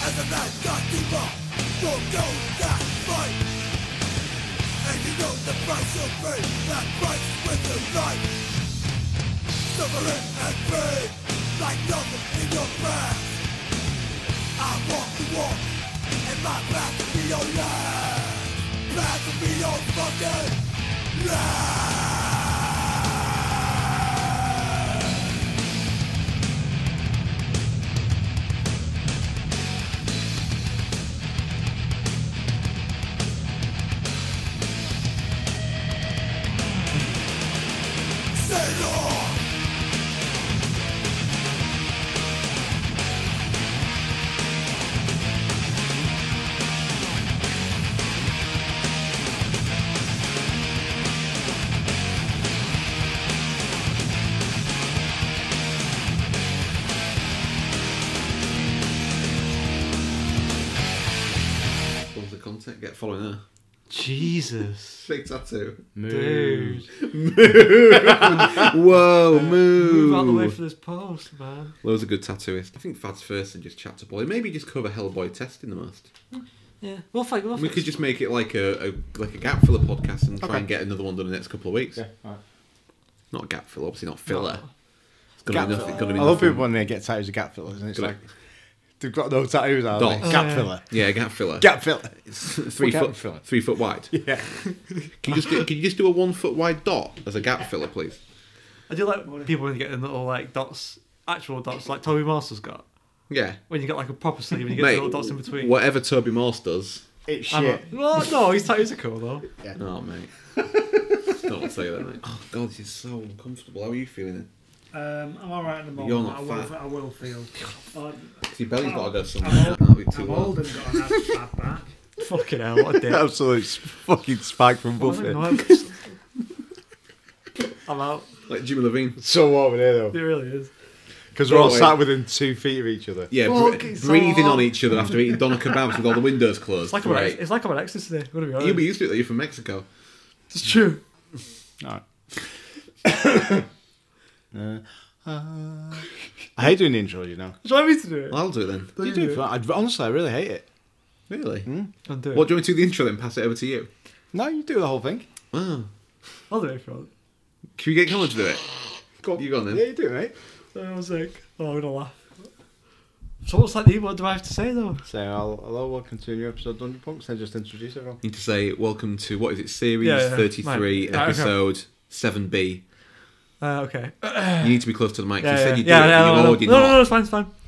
Speaker 9: As the night got deeper, you'll go that fight. And you know the price you'll pay, that price with your life. Suffering and pain, like nothing in your past. I walk the walk, and my path will be your last. Path will be your fucking last. Sailor,
Speaker 1: What was the content? Get following there.
Speaker 2: Jesus,
Speaker 1: Big tattoo.
Speaker 2: dude,
Speaker 1: Whoa,
Speaker 2: move out the way
Speaker 1: move.
Speaker 2: for this post, man.
Speaker 1: Loads of good tattooists. I think Fads first and just chapter boy. Maybe just cover Hellboy testing the most.
Speaker 2: Yeah, we'll fight. We'll
Speaker 1: We
Speaker 2: fix
Speaker 1: could just make it like a, a like a gap filler podcast and try
Speaker 5: Okay.
Speaker 1: and get another one done in the next couple of weeks.
Speaker 5: Yeah, alright.
Speaker 1: Not gap filler, obviously not filler. It's gonna
Speaker 5: Gap
Speaker 1: be nothing.
Speaker 5: filler. Oh.
Speaker 1: Gonna be
Speaker 5: I love
Speaker 1: nothing.
Speaker 5: people when they get tattoos of gap fillers, and it's
Speaker 1: Gonna-
Speaker 5: like they've got no tattoos out.
Speaker 1: Dots.
Speaker 5: Gap filler,
Speaker 1: Yeah, gap filler.
Speaker 5: gap filler.
Speaker 1: three
Speaker 5: gap
Speaker 1: foot
Speaker 5: filler?
Speaker 1: three foot wide.
Speaker 5: Yeah,
Speaker 1: Can you just do, can you just do a one foot wide dot as a gap filler, please?
Speaker 2: I do like people when they get the little like dots, actual dots, like Toby Master's got.
Speaker 1: Yeah.
Speaker 2: When you get like a proper sleeve and you get the little dots in between.
Speaker 1: Whatever Toby Morse does.
Speaker 5: it's
Speaker 2: I'm
Speaker 5: shit.
Speaker 2: like, well, no, his tattoos are cool though.
Speaker 1: Oh mate. Don't say that, mate. Oh god, this is so uncomfortable. How are you feeling?
Speaker 4: Um, I'm all right at the moment.
Speaker 1: You're not
Speaker 4: I, will,
Speaker 1: fat.
Speaker 4: I will feel. I'm,
Speaker 1: Your belly's got to go
Speaker 4: I'm
Speaker 1: somewhere.
Speaker 4: old-
Speaker 1: That'll be too
Speaker 4: I'm
Speaker 1: loud.
Speaker 4: old and got an ab- ab back.
Speaker 2: Fucking hell, what a dick.
Speaker 5: Absolute s- fucking spike from Buffett.
Speaker 2: I'm out.
Speaker 1: Like Jimmy Levine.
Speaker 5: So over there though,
Speaker 2: It really is.
Speaker 5: because we're all
Speaker 1: Don't
Speaker 5: sat
Speaker 1: wait.
Speaker 5: within two feet of each other.
Speaker 1: Yeah,
Speaker 2: Fuck,
Speaker 1: bre-
Speaker 2: it's so
Speaker 1: breathing
Speaker 2: hot.
Speaker 1: on each other after eating doner kebabs with all the windows closed.
Speaker 2: It's like I'm
Speaker 1: right.
Speaker 2: on, it's like I'm on ecstasy. I'm gonna be honest.
Speaker 1: You'll be used to it. though, You're from Mexico.
Speaker 2: it's true.
Speaker 5: Alright. Uh, uh, I hate doing the intro, you know.
Speaker 2: Do you want me to do it?
Speaker 1: I'll do it then.
Speaker 5: You do. I, honestly, I really hate it.
Speaker 1: Really?
Speaker 2: I'll do it.
Speaker 1: What do you want me to do the intro then? Pass it over to you.
Speaker 5: No, you do the whole thing.
Speaker 1: Wow.
Speaker 2: I'll do it if you want.
Speaker 1: Can we get Colin to do it? You go on then.
Speaker 5: Yeah, you do, mate.
Speaker 2: I was like, oh, I'm gonna laugh. So what's that name? What do I have to say though?
Speaker 5: So, hello, hello, welcome to a new episode of Dungeon Punks. Then just introduce everyone.
Speaker 1: Need to say welcome to what is it? Series
Speaker 2: Yeah, yeah,
Speaker 1: thirty-three,
Speaker 2: mine. Right, okay.
Speaker 1: episode seven B.
Speaker 2: Uh, okay.
Speaker 1: You need to be close to the mic.
Speaker 2: Yeah,
Speaker 1: you
Speaker 2: yeah,
Speaker 1: said you
Speaker 2: yeah,
Speaker 1: did it,
Speaker 2: yeah,
Speaker 1: and
Speaker 2: no,
Speaker 1: you already
Speaker 2: no, no, no,
Speaker 1: not.
Speaker 2: no, it's fine, it's fine.